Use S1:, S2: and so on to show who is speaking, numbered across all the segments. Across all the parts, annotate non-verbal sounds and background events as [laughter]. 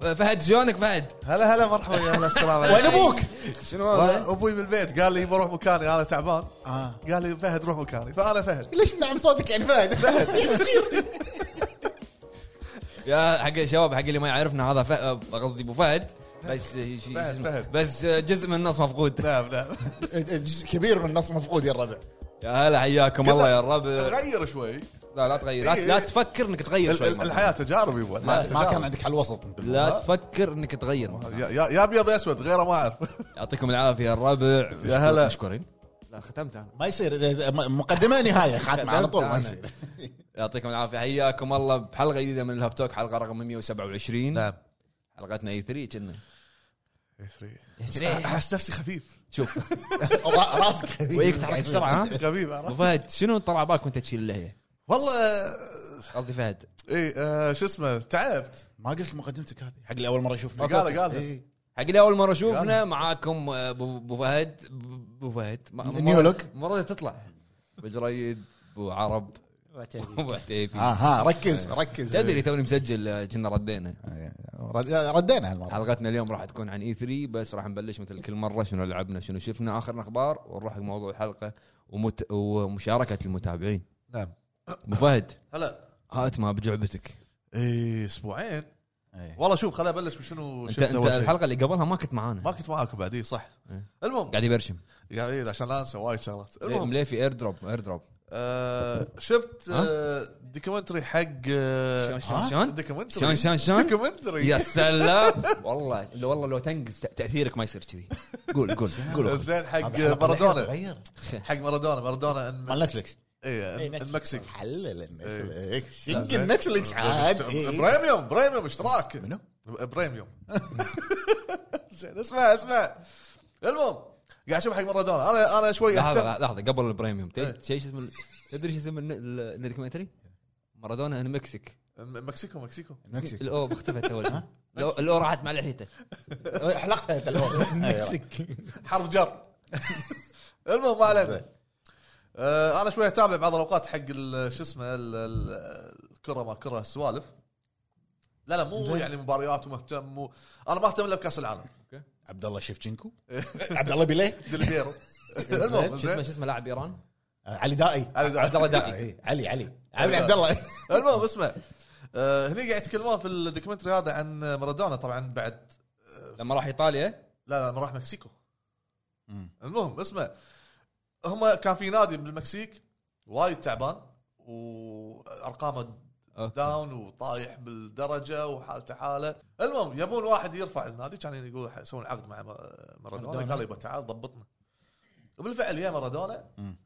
S1: فهد شلونك فهد؟
S2: هلا هلا مرحبا يا هلا السلام عليكم
S3: وين ابوك؟
S1: شنو هذا؟
S2: ابوي بالبيت قال لي بروح مكاني انا تعبان
S3: آه.
S2: قال لي فهد روح مكاني فانا فهد
S3: ليش منعم صوتك يعني فهد؟ فهد يصير
S1: يا حق الشباب حق اللي ما يعرفنا هذا ف- آه، قصدي ابو فهد بس آه، شي-
S2: فهد،
S1: اسمه-
S2: فهد.
S1: بس آه، جزء من النص مفقود
S2: نعم نعم
S3: جزء كبير من النص مفقود يا الربع
S1: يا هلا حياكم الله يا الرب
S2: غير شوي
S1: لا لا تغير لا, لا تفكر انك تغير
S2: ال-
S1: شوي
S2: ال-
S1: مرة.
S2: الحياه تجارب يبا الحياة
S3: ما, ما
S2: تجارب.
S3: كان عندك حل وسط
S1: لا تفكر انك تغير مرة.
S2: يا- يا يا ابيض يا اسود غيره ما اعرف
S1: يعطيكم العافيه يا الربع
S2: يا هلا.
S1: مشكورين لا ختمت انا
S3: ما يصير إذا- إذا- مقدمه نهايه خاتمه على طول ما
S1: أنا.
S3: يصير
S1: يعطيكم العافيه حياكم الله بحلقه جديده من الهاب توك حلقه رقم 127
S2: نعم
S1: حلقتنا اي 3 كنا
S2: احس نفسي خفيف
S1: [laughs] شوف
S3: را- راسك خفيف.
S1: ويك تحرك بسرعه ها
S2: خفيف
S1: ابو
S2: عرفت؟
S1: فهد شنو طلع بالك وانت تشيل اللحيه؟
S2: والله آه،
S1: قصدي فهد
S2: اي آه، شو اسمه تعبت
S3: ما قلت مقدمتك هذه حق اللي اول مره يشوفنا
S1: أوكي،
S2: قال قال
S3: إيه.
S1: حق اللي اول مره شوفنا معاكم ابو أبو فهد ابو فهد ما- مرة-
S3: نيولوك.
S1: مره تطلع ابو جريد ابو عرب ابو
S2: آه.
S1: عتيبي
S3: ها ها ركز ركز
S1: تدري توني مسجل آه، كنا ردينا
S3: إيه. رد- ردينا هالمره
S1: حلقتنا اليوم راح تكون عن اي 3 بس راح نبلش مثل كل مره شنو لعبنا شنو شفنا اخر الاخبار ونروح حق موضوع الحلقه ومت... ومشاركه المتابعين
S2: نعم
S1: ابو فهد
S2: هلا
S1: هات ما بجعبتك
S2: اي اسبوعين
S3: إيه.
S2: والله شوف خليني ابلش بشنو
S1: انت
S2: شفت
S1: انت
S2: أول شيء.
S1: الحلقه اللي قبلها ما كنت معانا
S2: ما كنت معاكم بعد اي صح
S3: إيه.
S2: المهم
S1: قاعد يبرشم
S2: قاعد إيه، عشان لا انسى وايد شغلات المهم
S1: ليه في اير دروب اير دروب
S2: آه، شفت آه، دوكيومنتري حق آه،
S1: شلون- شلون-
S2: ها؟
S1: شلون؟
S2: دوكيومنتري
S1: شلون- شلون- شلون؟
S2: دوكيومنتري
S1: [laughs] يا سلام والله لو والله لو تنقز ت- تاثيرك ما يصير كذي قول قول قول [laughs]
S2: زين حق
S3: هذا- هذا
S2: مارادونا
S3: غير.
S2: حق مارادونا مارادونا إن-
S3: مال نتفلكس
S2: إيه،
S4: إيه،
S2: إن-
S4: نتفلكس.
S2: المكسيك
S3: حلل النتفلكس
S2: إيه.
S3: شق النتفلكس عاد إيه.
S2: بريميوم بريميوم اشتراك
S3: منو؟
S2: بريميوم [laughs] زين اسمع اسمع المهم قاعد اشوف حق مارادونا انا انا شوي
S1: لحظه
S2: اهتم
S1: لحظه قبل البريميوم
S2: إيه.
S1: تدري شو اسم ال- تدري شو اسم الن- ال- الدوكيومنتري؟ مارادونا ان مكسيك
S2: مكسيكو مكسيكو
S3: المكسيك.
S1: الاو اختفت اول شيء. لو لو راحت مع لحيته
S3: إيه، حلقتها انت الأول.
S2: حرف جر [laughs] المهم ما علينا آه، انا شوي اتابع بعض الاوقات حق ال- شو اسمه ال- ال- الكره ما كره السوالف لا لا مو يعني مباريات ومهتم و... انا ما اهتم الا
S1: [laughs]
S2: بكاس العالم
S3: عبد الله [laughs] شيفتشينكو عبد الله بيليه
S2: ديليبيرو
S1: شو
S2: [laughs] [laughs] المهم
S1: اسمه
S2: زين
S1: شو اسمه لاعب ايران؟
S3: آه، علي دائي
S1: عبد الله دائي
S3: إيه، علي علي علي عبد الله
S2: [laughs] المهم اسمع آه، هني قاعد يتكلمون في الدوكيومنتري هذا عن مارادونا طبعا بعد
S1: لما راح ايطاليا
S2: لا لا راح مكسيكو
S3: مم.
S2: المهم اسمع هم كان في نادي بالمكسيك وايد تعبان وارقامه
S1: أوكي.
S2: داون وطايح بالدرجه وحالته حاله المهم يبون واحد يرفع النادي كان يعني يقول يسوون عقد مع مار- مارادونا
S4: مارادونا.
S2: قال يبا تعال ضبطنا وبالفعل يا مارادونا
S3: مم.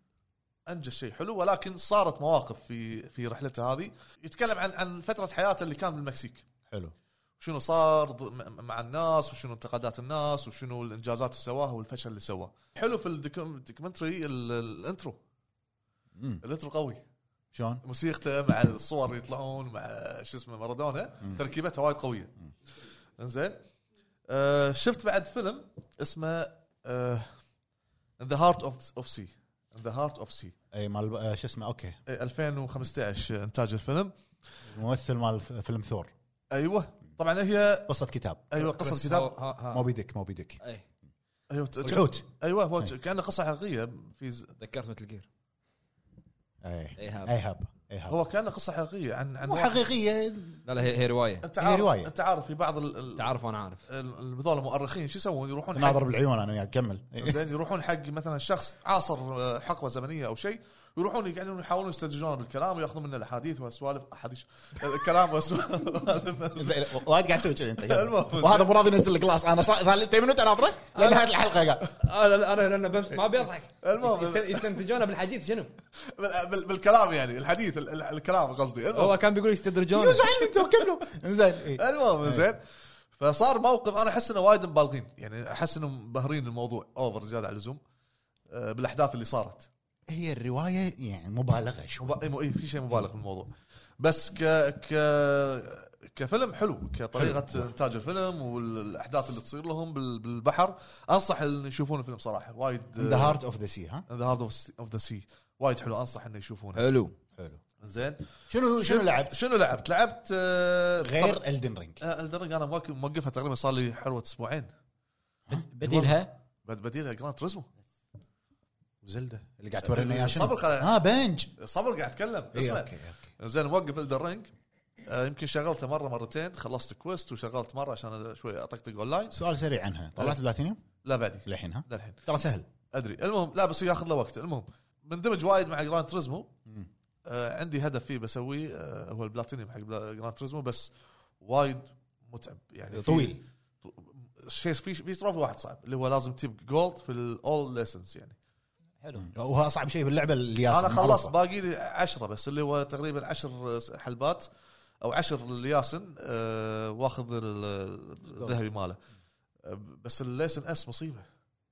S2: انجز شيء حلو ولكن صارت مواقف في في رحلته هذه يتكلم عن عن فتره حياته اللي كان بالمكسيك
S3: حلو
S2: شنو صار ض- م- مع الناس وشنو انتقادات الناس وشنو الانجازات اللي سواها والفشل اللي سواه حلو في الديكم- الدوكيومنتري ال- الانترو
S3: مم.
S2: الانترو قوي
S3: شلون؟
S2: موسيقته مع الصور اللي يطلعون مع شو اسمه مارادونا
S3: مم.
S2: تركيبتها وايد قويه
S3: مم.
S2: انزين آه شفت بعد فيلم اسمه آه، ذا هارت اوف اوف سي ذا هارت اوف سي
S3: اي مال آه، شو اسمه اوكي
S2: إيه، 2015 انتاج الفيلم
S3: الممثل مال ف- فيلم ثور
S2: ايوه طبعا هي
S3: قصه كتاب
S2: ايوه قصه
S1: ها-
S2: كتاب
S1: ها- ها.
S3: موبي ديك موبي ديك
S1: إيه،
S2: ايوه ت-
S3: والحوت
S2: ايوه هو كانه قصه حقيقيه في ز-
S1: تذكرت مثل جير
S3: اي
S1: إيهاب.
S3: ايهاب ايهاب
S2: هو كانه قصه حقيقيه عن عن
S3: إيه. مو
S2: واحد-
S3: حقيقيه
S1: لا لا هي هي روايه
S2: انت
S3: هي
S2: عارف
S3: يعني رواية.
S2: انت عارف في بعض ال- ال-
S1: تعرف وانا عارف
S2: ال- هذول المؤرخين شو يسوون يروحون حق
S3: ناظر بالعيون انا وياك [laughs] كمل إيه.
S2: زين يروحون حق مثلا شخص عاصر آه، حقبه زمنيه او شيء يروحون يقعدون يحاولون يستنتجون بالكلام وياخذون منه الاحاديث والسوالف احاديث الكلام
S3: [laughs]
S2: والسوالف
S3: زين وايد قاعد تسوي كذي انت
S2: المهم.
S3: وهذا مو راضي ينزل الجلاس انا صار صار لي 10 منوت ناطره لنهايه الحلقه قال
S1: انا انا لان بمس ما بيضحك
S2: المهم. يست-
S1: يستنتجونه بالحديث شنو؟
S2: بال- بال- بالكلام يعني الحديث ال- ال- الكلام قصدي المهم
S1: هو كان بيقول يستدرجون
S3: يوزع علم انتم كملوا زين إيه.
S2: المهم زين فصار موقف انا احس انه وايد مبالغين يعني احس انهم مبهرين الموضوع اوفر زياده على اللزوم آه، بالاحداث اللي صارت
S3: هي الروايه يعني مبالغه شوي
S2: مب- اي إيه، في شيء مبالغ بالموضوع بس ك ك كفيلم حلو كطريقه انتاج الفيلم والاحداث اللي تصير لهم بال- بالبحر انصح ان يشوفون الفيلم صراحه وايد
S3: ذا هارت اوف ذا سي ها
S2: ذا هارد اوف ذا سي وايد حلو انصح انه يشوفونه
S1: حلو
S3: حلو
S2: زين
S3: شنو شنو لعبت؟
S2: شنو لعبت؟ لعبت آه، طب-
S3: غير الدن رينج
S2: آه، الدرج انا موقف- موقفها تقريبا صار لي حلوه اسبوعين
S4: بديلها
S2: بد- بديلها جراند تريزمو
S3: زلده اللي قاعد تورينا اياه شنو؟ آه، إيه،
S2: صبر خلينا-
S3: ها بنج
S2: صبر قاعد اتكلم
S3: اي
S2: اسمع
S3: اوكي اوكي
S2: زين موقف الدرينج يمكن شغلته مره مرتين خلصت كويست وشغلت مره عشان شوي اطقطق اونلاين
S3: سؤال سريع عنها طلعت بلاتينيوم
S2: لا بعدي
S3: للحين ها
S2: للحين
S3: ترى سهل
S2: ادري المهم لا بس ياخذ له وقت المهم مندمج وايد مع جراند تريزمو
S3: مم.
S2: آه عندي هدف فيه بسويه آه هو البلاتينيوم حق بلا- جراند تريزمو بس وايد متعب
S3: طيب.
S2: يعني في-
S3: طويل
S2: طو- شيء في في تروفي واحد صعب اللي هو لازم تجيب جولد في الاول ليسنس يعني
S4: حلو
S3: وهو اصعب شيء باللعبه الياس
S2: انا خلصت باقي لي 10 بس اللي هو تقريبا 10 حلبات او 10 الياسن آه واخذ ال- الذهبي ماله آه، بس الليسن اس مصيبه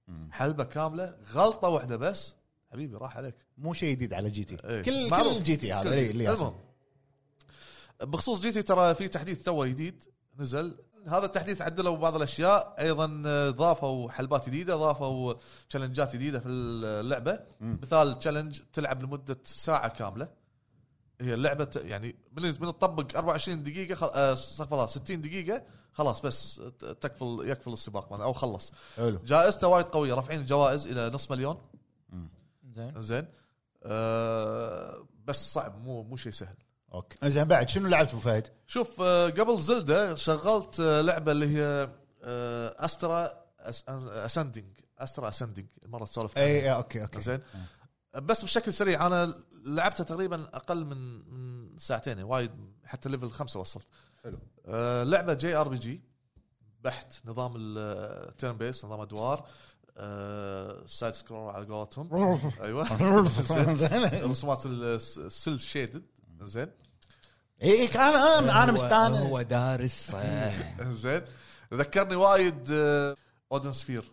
S3: مم.
S2: حلبه كامله غلطه واحده بس حبيبي راح عليك
S3: مو شيء جديد على جي تي
S2: إيه.
S3: كل
S2: معروف.
S3: كل جي تي هذا إيه، اللي- اللي ياسن.
S2: المهم بخصوص جي تي ترى في تحديث تو جديد نزل هذا التحديث عدلوا بعض الاشياء ايضا آه، ضافوا حلبات جديده ضافوا تشالنجات جديده في اللعبه
S3: مم.
S2: مثال تشالنج تلعب لمده ساعه كامله هي اللعبه ت- يعني من من تطبق 24 دقيقه خل... آه، استغفر الله 60 دقيقه خلاص بس ت- تكفل يكفل السباق مالها او خلص
S3: حلو
S2: جائزته وايد قويه رافعين الجوائز الى نص مليون
S4: زين
S2: زين آه بس صعب مو مو شيء سهل
S3: اوكي زين بعد شنو لعبت ابو فهد؟
S2: شوف آه، قبل زلدة شغلت آه، لعبة اللي هي آه، استرا أس- اسندنج استرا اسندنج مرة سولف
S3: اي اي اوكي اوكي
S2: زين بس بشكل سريع انا لعبتها تقريبا اقل من من ساعتين يعني وايد حتى ليفل خمسة وصلت
S3: حلو.
S2: آه، لعبة جي ار بي جي بحت نظام التيرن بيس نظام ادوار آه، سايد سكرول على قولتهم ايوه زين.
S3: [laughs] زين
S2: رسومات السيل شيدد زين
S3: اي كان انا انا
S4: هو
S3: مستانس
S4: دارس صح
S1: [laughs]
S2: زين ذكرني وايد آه، اودن سفير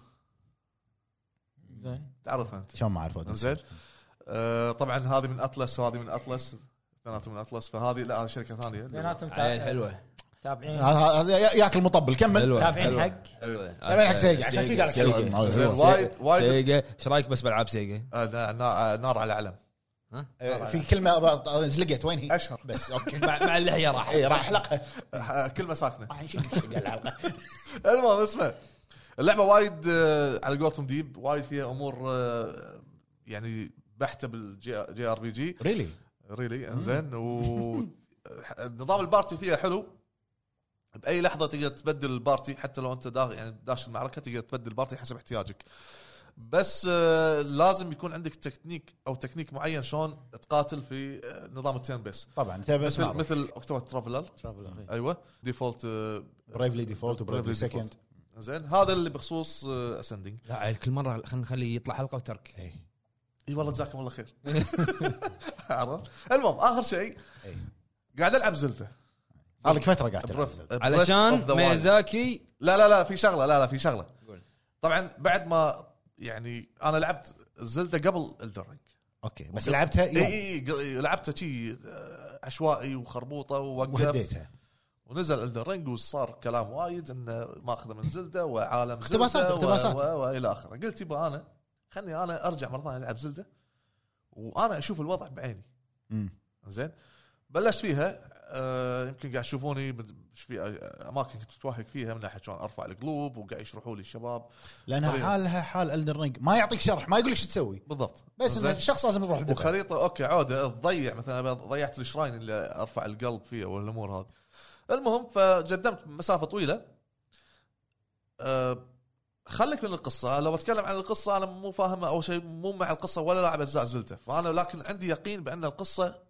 S4: زين
S2: تعرفها انت
S3: شلون ما اعرف أودن؟
S2: زين آه، طبعا هذه من اطلس وهذه من اطلس اثنيناتهم من اطلس فهذه لا هذه شركه ثانيه
S4: بيناتهم تابع-
S1: عيل حلوه
S3: هذا-
S4: تابعين
S3: هذا يا- ياكل مطبل كمل
S1: حلوه
S4: تابعين
S1: حلوة.
S4: حق
S1: حلوة.
S3: تابعين حق سيجا، عشان كذي قاعد أتكلم.
S1: سيجا.
S3: أوه،
S2: زين
S3: حلوة.
S2: وايد وايد
S1: سيجا ايش رايك بس بالعاب سيجا؟
S2: آه، نا- نا- نار على العلم
S3: آه، في كلمه ب- زلقت وين هي؟
S2: اشهر
S3: بس اوكي
S1: مع مع اللحيه راح
S3: اي راح احلقها
S2: آه، كلمه ساكنه
S3: راح نشيل نشيل الحلقه
S2: المهم اسمع اللعبه وايد آه، على قولتهم ديب وايد فيها امور آه، يعني بحته بالجي ار بي جي
S3: ريلي
S2: ريلي انزين و [laughs] نظام البارتي فيها حلو باي لحظه تقدر تبدل البارتي حتى لو انت داخل يعني داش المعركه تقدر تبدل البارتي حسب احتياجك بس آه، لازم يكون عندك تكنيك او تكنيك معين شلون تقاتل في آه، نظام التيرن بيس
S3: طبعا تبي بس
S2: مثل مثل اوكتوبر ترافلر ايوه ديفولت آه،
S3: بريفلي ديفولت وبريفلي
S2: Bravely
S3: سكند
S2: زين هذا اللي بخصوص آه، اسندنج
S1: لا عيل كل مره خلينا نخليه يطلع حلقه وترك
S2: اي والله جزاكم الله خير عرفت المهم اخر شيء قاعد العب زلته
S3: صار لك فتره قاعد تلعب
S1: علشان ميزاكي
S2: لا لا لا في شغله لا لا في شغله
S1: قول.
S2: طبعا بعد ما يعني انا لعبت زلده قبل الدرينج
S3: اوكي بس لعبتها
S2: اي
S3: يوم
S2: اي إي، لعبتها شي آه، عشوائي وخربوطه ووقف
S3: وهديتها
S2: ونزل الدرينج وصار كلام وايد انه ماخذه من زلده وعالم زلده
S3: اقتباسات،
S2: و-
S3: اقتباسات.
S2: و- والى اخره قلت يبا انا خلني انا ارجع مره ثانيه العب زلده وانا اشوف الوضع بعيني
S3: مم.
S2: زين بلشت فيها آه يمكن قاعد تشوفوني بد- في آه، اماكن كنت متوهق فيها من ناحيه شلون ارفع القلوب وقاعد يشرحوا لي الشباب
S3: لانها
S2: طبيعي.
S3: حالها حال الدن رينج ما يعطيك شرح ما يقول لك شو تسوي
S2: بالضبط
S3: بس
S2: زين.
S3: انه شخص لازم يروح يدفع.
S2: وخريطه اوكي عوده تضيع مثلا أنا ضيعت الشراين اللي ارفع القلب فيه والامور هذه المهم فقدمت مسافه طويله أه خليك من القصه لو بتكلم عن القصه انا مو فاهمها او شيء مو مع القصه ولا لاعب اجزاء زلته فانا لكن عندي يقين بان القصه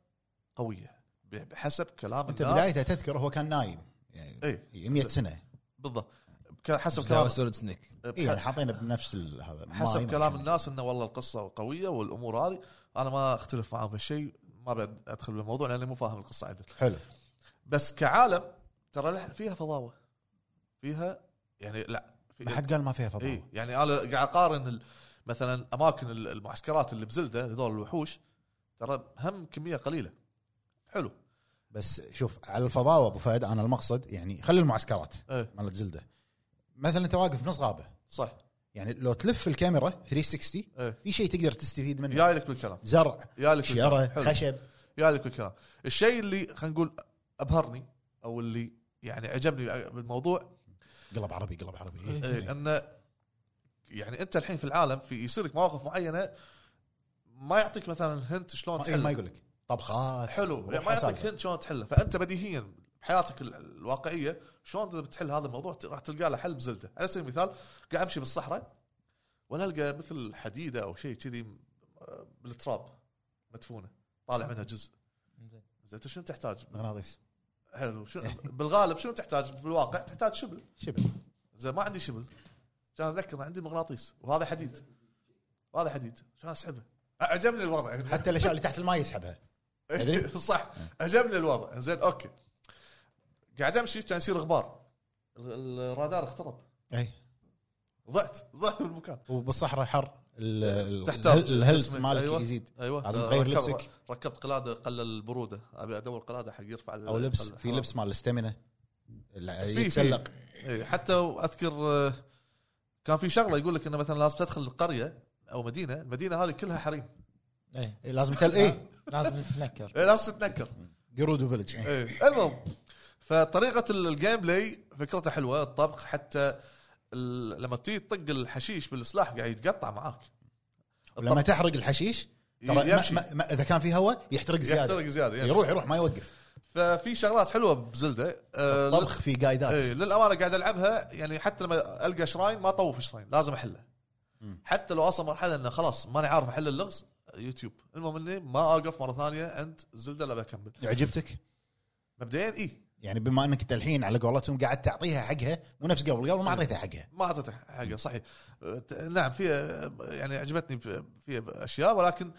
S2: قويه بحسب كلام
S3: انت
S2: الناس
S3: بدايتها تذكر هو كان نايم يعني
S2: اي
S3: 100 سنه
S2: إيه، بالضبط حسب كلام
S1: سوليد سنيك
S3: اي يعني حاطينه بنفس ال- هذا ما
S2: حسب
S3: يمشي.
S2: كلام الناس انه والله القصه قويه والامور هذه انا ما اختلف معاهم بهالشيء ما بد ادخل بالموضوع لاني مو فاهم القصه عدل
S3: حلو
S2: إيه. بس كعالم ترى لح- فيها فضاوه فيها يعني لا في
S3: ما حد قال ما فيها
S2: اي
S3: فضاء
S2: يعني انا قاعد اقارن ال- مثلا اماكن ال- المعسكرات اللي بزلده هذول الوحوش ترى هم كميه قليله حلو
S3: بس شوف على الفضاوه ابو فهد انا المقصد يعني خلي المعسكرات
S2: ايه
S3: مالت زلده مثلا انت واقف بنص غابه
S2: صح
S3: يعني لو تلف الكاميرا 360
S2: ايه
S3: في شيء تقدر تستفيد منه
S2: جاي لك بالكلام
S3: زرع
S2: جاي لك بالكلام.
S3: شجره
S2: حلو.
S3: خشب
S2: يا لك الكلام الشيء اللي خلينا نقول ابهرني او اللي يعني عجبني بالموضوع
S3: قلب عربي قلب عربي إيه.
S2: إيه، انه يعني انت الحين في العالم في يصير لك مواقف معينه ما يعطيك مثلا هنت شلون
S3: ما- إيه، ما
S2: تحل
S3: يقول لك طبخات
S2: حلو يعني ما يعطيك هنت شلون تحله فانت بديهيا بحياتك ال- الواقعيه شلون إذا بتحل هذا الموضوع ت- راح تلقى له حل بزلده على سبيل المثال قاعد امشي بالصحراء ولا القى مثل حديده او شيء كذي م- آه، بالتراب مدفونه طالع منها جزء
S4: زين.
S2: زين انت شنو تحتاج؟
S3: مغناطيس
S2: حلو شنو بالغالب شنو تحتاج بالواقع؟ تحتاج شبل
S3: شبل
S2: زين ما عندي شبل كان اتذكر إن عندي مغناطيس وهذا حديد وهذا حديد كان اسحبه عجبني الوضع
S3: حتى الاشياء اللي تحت الماء يسحبها أدري.
S2: [laughs] صح عجبني الوضع زين اوكي قاعد امشي كان يصير غبار ال- الرادار اخترب
S3: اي
S2: ضعت ضعت بالمكان
S3: إيه. وبالصحراء حر ال- ال-
S2: تحتاج
S3: الهل- الهيلث
S2: جسمك.
S3: مالك
S2: أيوة.
S3: يزيد
S2: ايوه
S3: لازم تغير
S2: ركب-
S3: لبسك.
S2: ركبت قلاده قلل البروده ابي ادور قلاده حق يرفع
S3: او لبس
S2: قلل-
S3: في لبس مال الاستمنه اللي
S2: في-
S3: يتسلق
S2: إيه، حتى اذكر آه، كان في شغله يقول لك انه مثلا لازم تدخل القريه او مدينه المدينه هذه كلها حريم
S4: إيه،
S3: إيه، لازم تل اي
S2: [laughs]
S4: لازم نتنكر
S2: إيه، لازم تتنكر
S3: قرود وفيلج إيه.
S2: ايه المهم فطريقه ال- الجيم بلاي فكرته حلوه الطبخ حتى ال- لما تيجي تطق الحشيش بالسلاح قاعد يتقطع معاك
S3: لما تحرق الحشيش ترى ما-
S2: يمشي.
S3: ما- ما- اذا كان في هواء يحترق زياده
S2: يحترق زياده يمشي.
S3: يروح يروح ما يوقف
S2: ففي شغلات حلوه بزلده آه،
S3: طبخ في
S2: لل-
S3: قايدات
S2: إيه، للامانه قاعد العبها يعني حتى لما القى شراين ما طوف شراين لازم احله
S3: مم.
S2: حتى لو اوصل مرحله انه خلاص ماني عارف احل اللغز يوتيوب المهم اني ما اوقف مره ثانيه عند الزلده الا بكمل
S3: عجبتك
S2: مبدئيا اي
S3: يعني بما انك انت الحين على قولتهم قاعد تعطيها حقها مو نفس قبل قبل ما اعطيتها حقها
S2: ما اعطيته حقه صحيح أه، ت- نعم في أه، يعني عجبتني في- في اشياء ولكن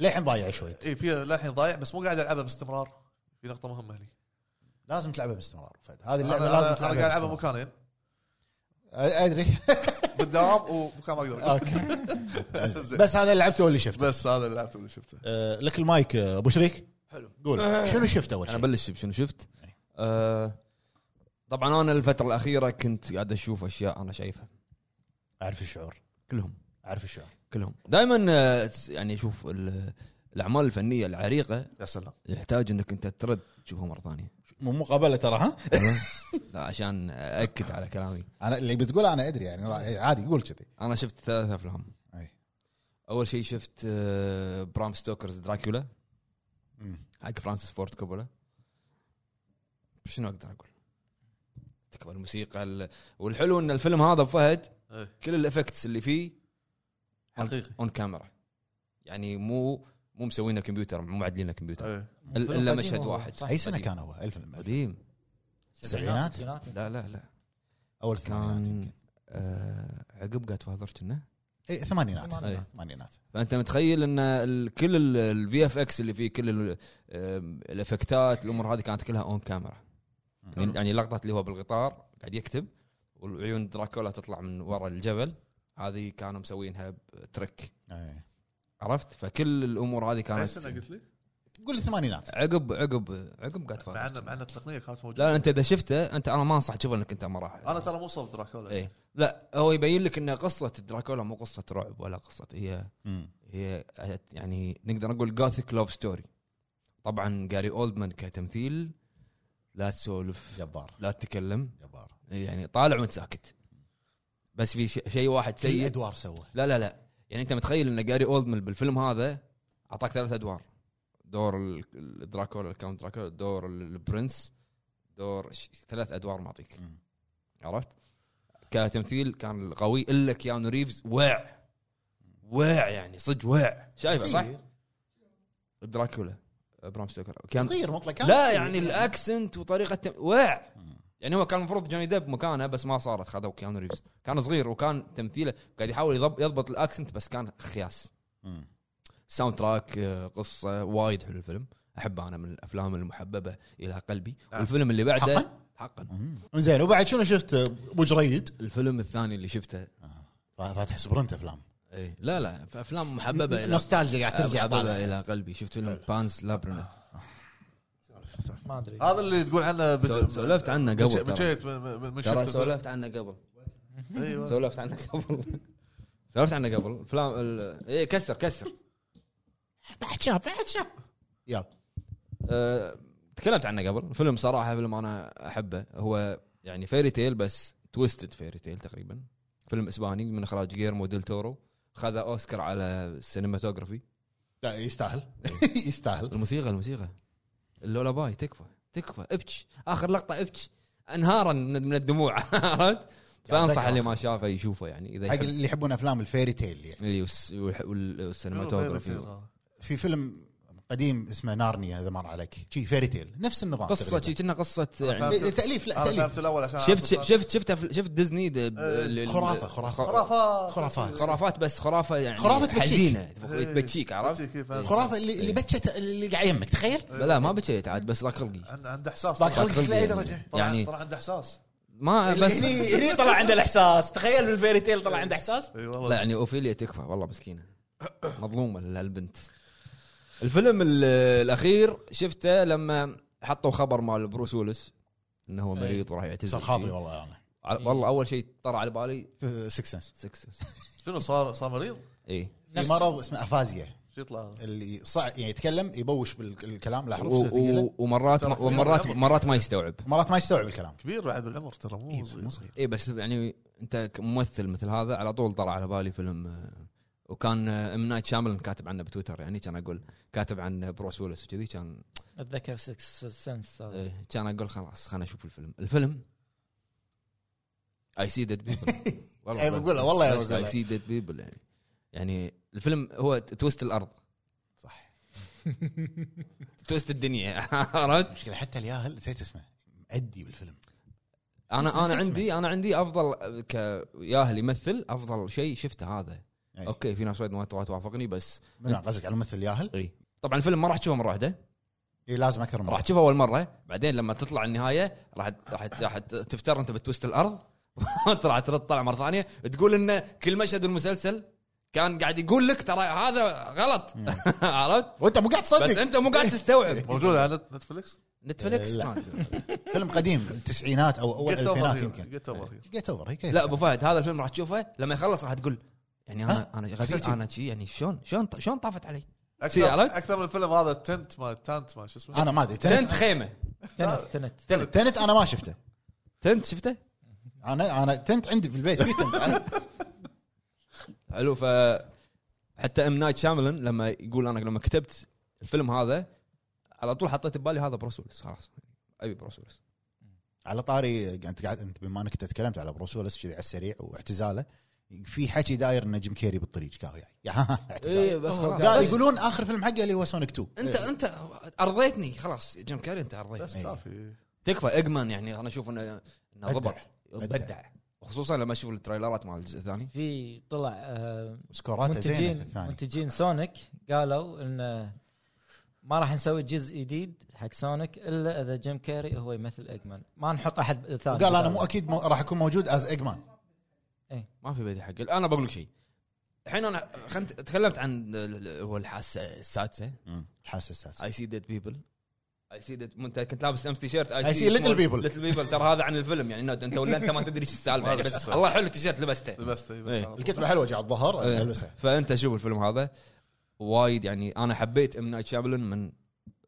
S3: للحين ضايع شوي
S2: اي في للحين ضايع بس مو قاعد العبها باستمرار في نقطه مهمه هني
S3: لازم تلعبها باستمرار فهد هذه
S2: انا
S3: اللعبه
S2: أنا-
S3: لازم
S2: أنا قاعد
S3: تلعبها
S2: العبها
S3: باستمرار.
S2: مكانين [laughs]
S3: ادري
S2: بالدوام ومكان ما
S1: [laughs] آه.
S2: اقدر
S3: اوكي
S2: زين.
S3: بس هذا اللي لعبته واللي شفته
S2: بس هذا اللي لعبته واللي شفته
S3: آه، لك المايك آه، ابو شريك
S2: حلو أه.
S3: قول شنو شفت اول
S1: انا
S3: شيء؟
S1: بلش بشنو شفت
S3: أي.
S1: آه طبعا انا الفتره الاخيره كنت قاعد اشوف اشياء انا شايفها
S3: اعرف الشعور
S1: كلهم
S3: اعرف الشعور
S1: كلهم دائما يعني اشوف ال- الاعمال الفنيه العريقه
S2: يا سلام
S1: يحتاج انك انت ترد تشوفها مره ثانيه
S3: مو مقابله ترى ها؟
S1: تمام؟ [laughs] لا عشان اكد على كلامي
S3: انا اللي بتقول انا ادري يعني عادي قول كذي
S1: انا شفت ثلاث افلام
S3: أي.
S1: اول شيء شفت آه، برام ستوكرز دراكولا حق فرانسيس فورد كوبولا شنو اقدر اقول؟ تكبر الموسيقى ال- والحلو ان الفيلم هذا أبو فهد
S2: إيه.
S1: كل الافكتس اللي فيه
S2: حقيقي
S1: اون كاميرا يعني مو مو مسوينه كمبيوتر مو معدلينه كمبيوتر
S2: إيه.
S1: إلا
S4: فيلم
S1: مشهد
S4: قديم هو،
S1: واحد.
S4: صح.
S2: طيب،
S3: اي سنه
S1: قديم.
S3: كان هو؟ الفيلم
S1: قديم
S3: السبعينات؟
S4: الستينات.
S1: إيه. لا لا لا
S3: اول الثمانينات
S1: كان
S3: يمكن
S1: آه، عقب جاد فاذر كنا
S3: اي إيه، ثمانينات
S1: إيه.
S4: ثمانينات.
S3: ثمانينات
S1: فانت متخيل ان ال- كل الفي اف اكس اللي فيه كل ال- آم، الافكتات الامور هذه كانت كلها اون كاميرا يعني يعني لقطه اللي هو بالقطار قاعد يكتب والعيون دراكولا تطلع من ورا الجبل هذه كانوا مسوينها بترك
S3: أي.
S1: عرفت فكل الامور هذه
S2: أي
S1: كانت
S2: سنه قلت لي
S3: قول الثمانينات
S2: أه.
S1: عقب عقب عقب جاد
S2: مع
S1: فاذر
S2: ان مع ان التقنيه كانت موجوده
S1: لا لا، انت اذا شفته انت انا ما انصح تشوفه انك انت ما راح
S2: انا ترى مو صوب دراكولا
S1: اي لا هو يبين لك ان قصه دراكولا مو قصه رعب ولا قصه هي
S3: مم.
S1: هي يعني نقدر نقول جوثيك لوف ستوري طبعا جاري اولدمان كتمثيل لا تسولف
S3: جبار
S1: لا تتكلم
S3: جبار
S1: يعني طالع وانت ساكت بس في ش- شيء واحد
S3: سيء
S1: سيء
S3: ادوار إيه، سوى
S1: لا لا لا يعني انت متخيل ان جاري اولدمان بالفيلم هذا اعطاك ثلاث ادوار دور ال- الدراكولا الكاونت دراكولا دور ال- البرنس دور ش- ثلاث ادوار معطيك
S3: مم.
S1: عرفت كتمثيل كان قوي الا كيانو ريفز واع واع يعني صدق واع شايفه صح؟
S3: صغير.
S1: دراكولا برام ستوكر كان
S3: صغير مطلق كان
S1: لا
S3: صغير.
S1: يعني الاكسنت وطريقه تم... واع
S3: مم.
S1: يعني هو كان المفروض جوني ديب مكانه بس ما صارت خذوا كيانو ريفز كان صغير وكان تمثيله قاعد يحاول يضب- يضبط الاكسنت بس كان خياس
S3: مم.
S1: ساوند تراك آه، قصه وايد حلو الفيلم احبه انا من الافلام المحببه الى قلبي
S2: نعم.
S1: والفيلم اللي بعده
S3: آه. حقاً؟
S1: حقا
S3: مم. زين وبعد شنو شفت ابو جريد
S1: الفيلم الثاني اللي شفته
S3: فاتح سبرنت افلام
S1: ايه لا لا في افلام محببه الى
S3: نوستالجيا قاعد ترجع
S1: محببه الى قلبي شفت فيلم بانز لابرنث
S4: ما ادري
S3: آه،
S2: هذا اللي تقول عنه بت-
S1: سو- سولفت عنه قبل
S2: بت-
S1: ترى.
S2: بتشيت من- من من
S1: ترى
S2: شفت-
S1: سولفت عنه قبل
S2: أيوة.
S1: سولفت عنه قبل إيه، سولفت عنه قبل فلام ال... ايه كسر كسر
S3: بعد شاف بعد شاف يلا
S1: أه، تكلمت عنه قبل الفيلم صراحه فيلم انا احبه هو يعني فيري تيل بس تويستد فيري تيل تقريبا فيلم اسباني من اخراج جيرمو ديل تورو خذ اوسكار على السينماتوجرافي
S3: لا يستاهل [laughs] يستاهل
S1: الموسيقى الموسيقى اللولا باي تكفى تكفى ابكي اخر لقطه ابكي انهارا من من الدموع [laughs] عرفت؟ فانصح اللي ما شافه يشوفه يعني اذا
S3: حق
S1: يحب.
S3: اللي يحبون افلام الفيري تيل يعني
S1: اي والس- والح- والسينماتوجرافي
S3: في فيلم قديم اسمه نارنيا اذا مر عليك شي فيري تيل نفس النظام
S1: قصه شي
S3: تقريباً.
S1: كنا قصه يعني
S2: فاهم. شي-
S3: تاليف لا
S2: انا فهمت
S3: تاليف
S2: الاول عشان
S1: شفت شفت شفت شفت- شفت ديزني د- ال-
S3: خرافه خرافه
S2: خرافات
S3: خرافات.
S1: خرافات بس خرافه يعني
S3: خرافة بتشيك.
S1: حزينه
S2: إيه.
S1: تبكيك عرفت؟
S2: بتشيك، إيه، فاهم.
S3: خرافه اللي اللي بكت اللي قاعد يمك تخيل
S1: لا ما بكيت عاد بس ضاق خلقي
S2: عند- عنده احساس
S3: ضاق
S2: طلع-
S3: خلقك لاي درجه
S2: إيه، طلع-
S1: يعني-
S2: طلع عنده احساس
S1: ما
S3: بس
S1: آه، بس
S3: هني هني طلع عنده الاحساس تخيل بالفيري تيل طلع عنده احساس
S2: اي
S1: لا
S2: والله
S1: يعني اوفيليا تكفى والله مسكينه مظلومه هالبنت الفيلم ال- الاخير شفته لما حطوا خبر مال بروس ويلس انه هو
S4: إيه.
S1: مريض وراح يعتزل
S3: صار خاطري والله يعني. انا
S1: ع- والله اول شيء طرى على بالي
S3: سكس سنس
S1: سكس
S2: شنو صار صار مريض؟
S1: اي
S3: في مرض اسمه افازيا
S2: شو يطلع؟
S3: اللي صعب يعني يتكلم يبوش بالكلام لا حروف
S1: و-
S3: صوت ثقيلة.
S1: و- ومرات
S2: ترى
S1: ومرات
S2: كبير.
S1: مرات ما يستوعب
S3: مرات ما يستوعب الكلام
S2: كبير بعد بالعمر ترى
S3: إيه،
S2: مو
S3: مو
S2: صغير.
S3: صغير
S1: اي بس يعني انت كممثل مثل هذا على طول طلع على بالي فيلم آه، وكان آه، ام نايت شامل كاتب عنه بتويتر يعني كان اقول كاتب عن بروس ويلس وكذي كان
S4: اتذكر سكس سنس هذا.
S1: إيه، كان اقول خلاص خلنا اشوف الفيلم الفيلم اي سي ديد
S3: [laughs]
S1: بيبل
S3: إيه، بقولها، والله إيه،
S1: اي
S3: بقولها.
S1: سي ديد بيبل يعني يعني الفيلم هو ت- تويست الارض
S3: صح
S1: [laughs] تويست الدنيا عرفت
S3: المشكله حتى الياهل نسيت اسمه مأدي بالفيلم
S1: انا
S3: [laughs]
S1: انا
S3: اسمه.
S1: عندي انا عندي آه، افضل كياهل يمثل افضل شيء شفته هذا
S3: أي.
S1: اوكي في ناس وايد ما توافقني بس
S3: منو يعني قصدك على ممثل الياهل؟
S1: اي طبعا الفيلم ما راح تشوفه مره واحده
S3: اي لازم اكثر من
S1: راح
S3: مرة.
S1: تشوفه اول مره بعدين لما تطلع النهايه راح راح راح تفتر انت بتوست الارض وأنت [laughs] راح ترد طلع مره ثانيه تقول ان كل مشهد المسلسل كان قاعد يقول لك ترى هذا غلط [laughs] عرفت
S3: وانت مو قاعد
S1: بس
S3: تصدق
S1: انت مو قاعد تستوعب
S2: إيه. موجود على نت- نتفلكس؟
S1: نتفلكس
S3: إيه. لا.
S1: ما أدري.
S3: إيه، فيلم قديم التسعينات او اول الفينات يمكن
S2: جيت اوفر
S3: جيت اوفر هي كيف
S1: لا ابو فهد هذا الفيلم راح تشوفه لما يخلص راح تقول يعني انا انا غزيت انا شي يعني شلون شلون شلون طافت علي شي
S2: اكثر
S1: عرفت؟
S2: اكثر من الفيلم هذا التنت ما التنت ما شو اسمه؟
S3: انا ما ادري
S1: تنت
S3: تنت
S1: خيمه
S4: تنت تنت
S1: تنت
S3: تنت انا ما شفته
S1: تنت شفته
S3: انا انا تنت عندي في البيت في تنت أنا-
S1: حلو ف حتى ام نايت شاملن لما يقول انا لما كتبت الفيلم هذا على طول حطيت ببالي هذا بروس ويلس خلاص ابي بروس ويلس
S3: على طاري انت قاعد انت بما انك تكلمت على بروس ويلس كذي على السريع واعتزاله في حكي داير ان جيم كيري بالطريق قال يعني [laughs] اعتزال
S1: إيه. بس
S3: قال يقولون اخر فيلم حقه اللي هو إيه. سونيك 2
S1: انت انت ارضيتني خلاص جيم كاري انت
S2: بس
S1: ارضيتني
S3: إيه.
S2: كافي
S1: تكفى اجمان يعني انا اشوف انه انه
S3: بدع.
S1: ضبط
S3: بدع.
S1: بدع وخصوصا لما اشوف التريلرات مال الجزء الثاني
S4: في طلع آه،
S3: سكوراته زينه
S4: منتجين
S3: الثاني
S4: منتجين سونيك قالوا ان آه، ما راح نسوي جزء جديد حق سونيك الا اذا جيم كاري هو يمثل اجمان ما نحط احد ثاني
S3: قال انا مو اكيد مو راح اكون موجود از ايجمان
S1: ما في بديع حق انا بقول لك شيء الحين انا خنت تكلمت عن ال- ال- هو الحاسه السادسه
S3: الحاسه السادسه
S1: اي سي ديد بيبل اي سي ديد انت كنت لابس امس تيشيرت
S3: I see little people.
S1: ليتل بيبل ترى هذا عن الفيلم يعني نوت انت ولا انت ما تدري ايش السالفه
S3: [laughs]
S1: يعني بس الله حلو التيشيرت لبسته
S2: لبست اي
S1: إيه.
S2: بس على طول.
S3: الكتبه حلوه جاي على الظهر
S1: إيه.
S3: البسها
S1: فانت شوف الفيلم هذا وايد يعني انا حبيت ام نايت شابلن من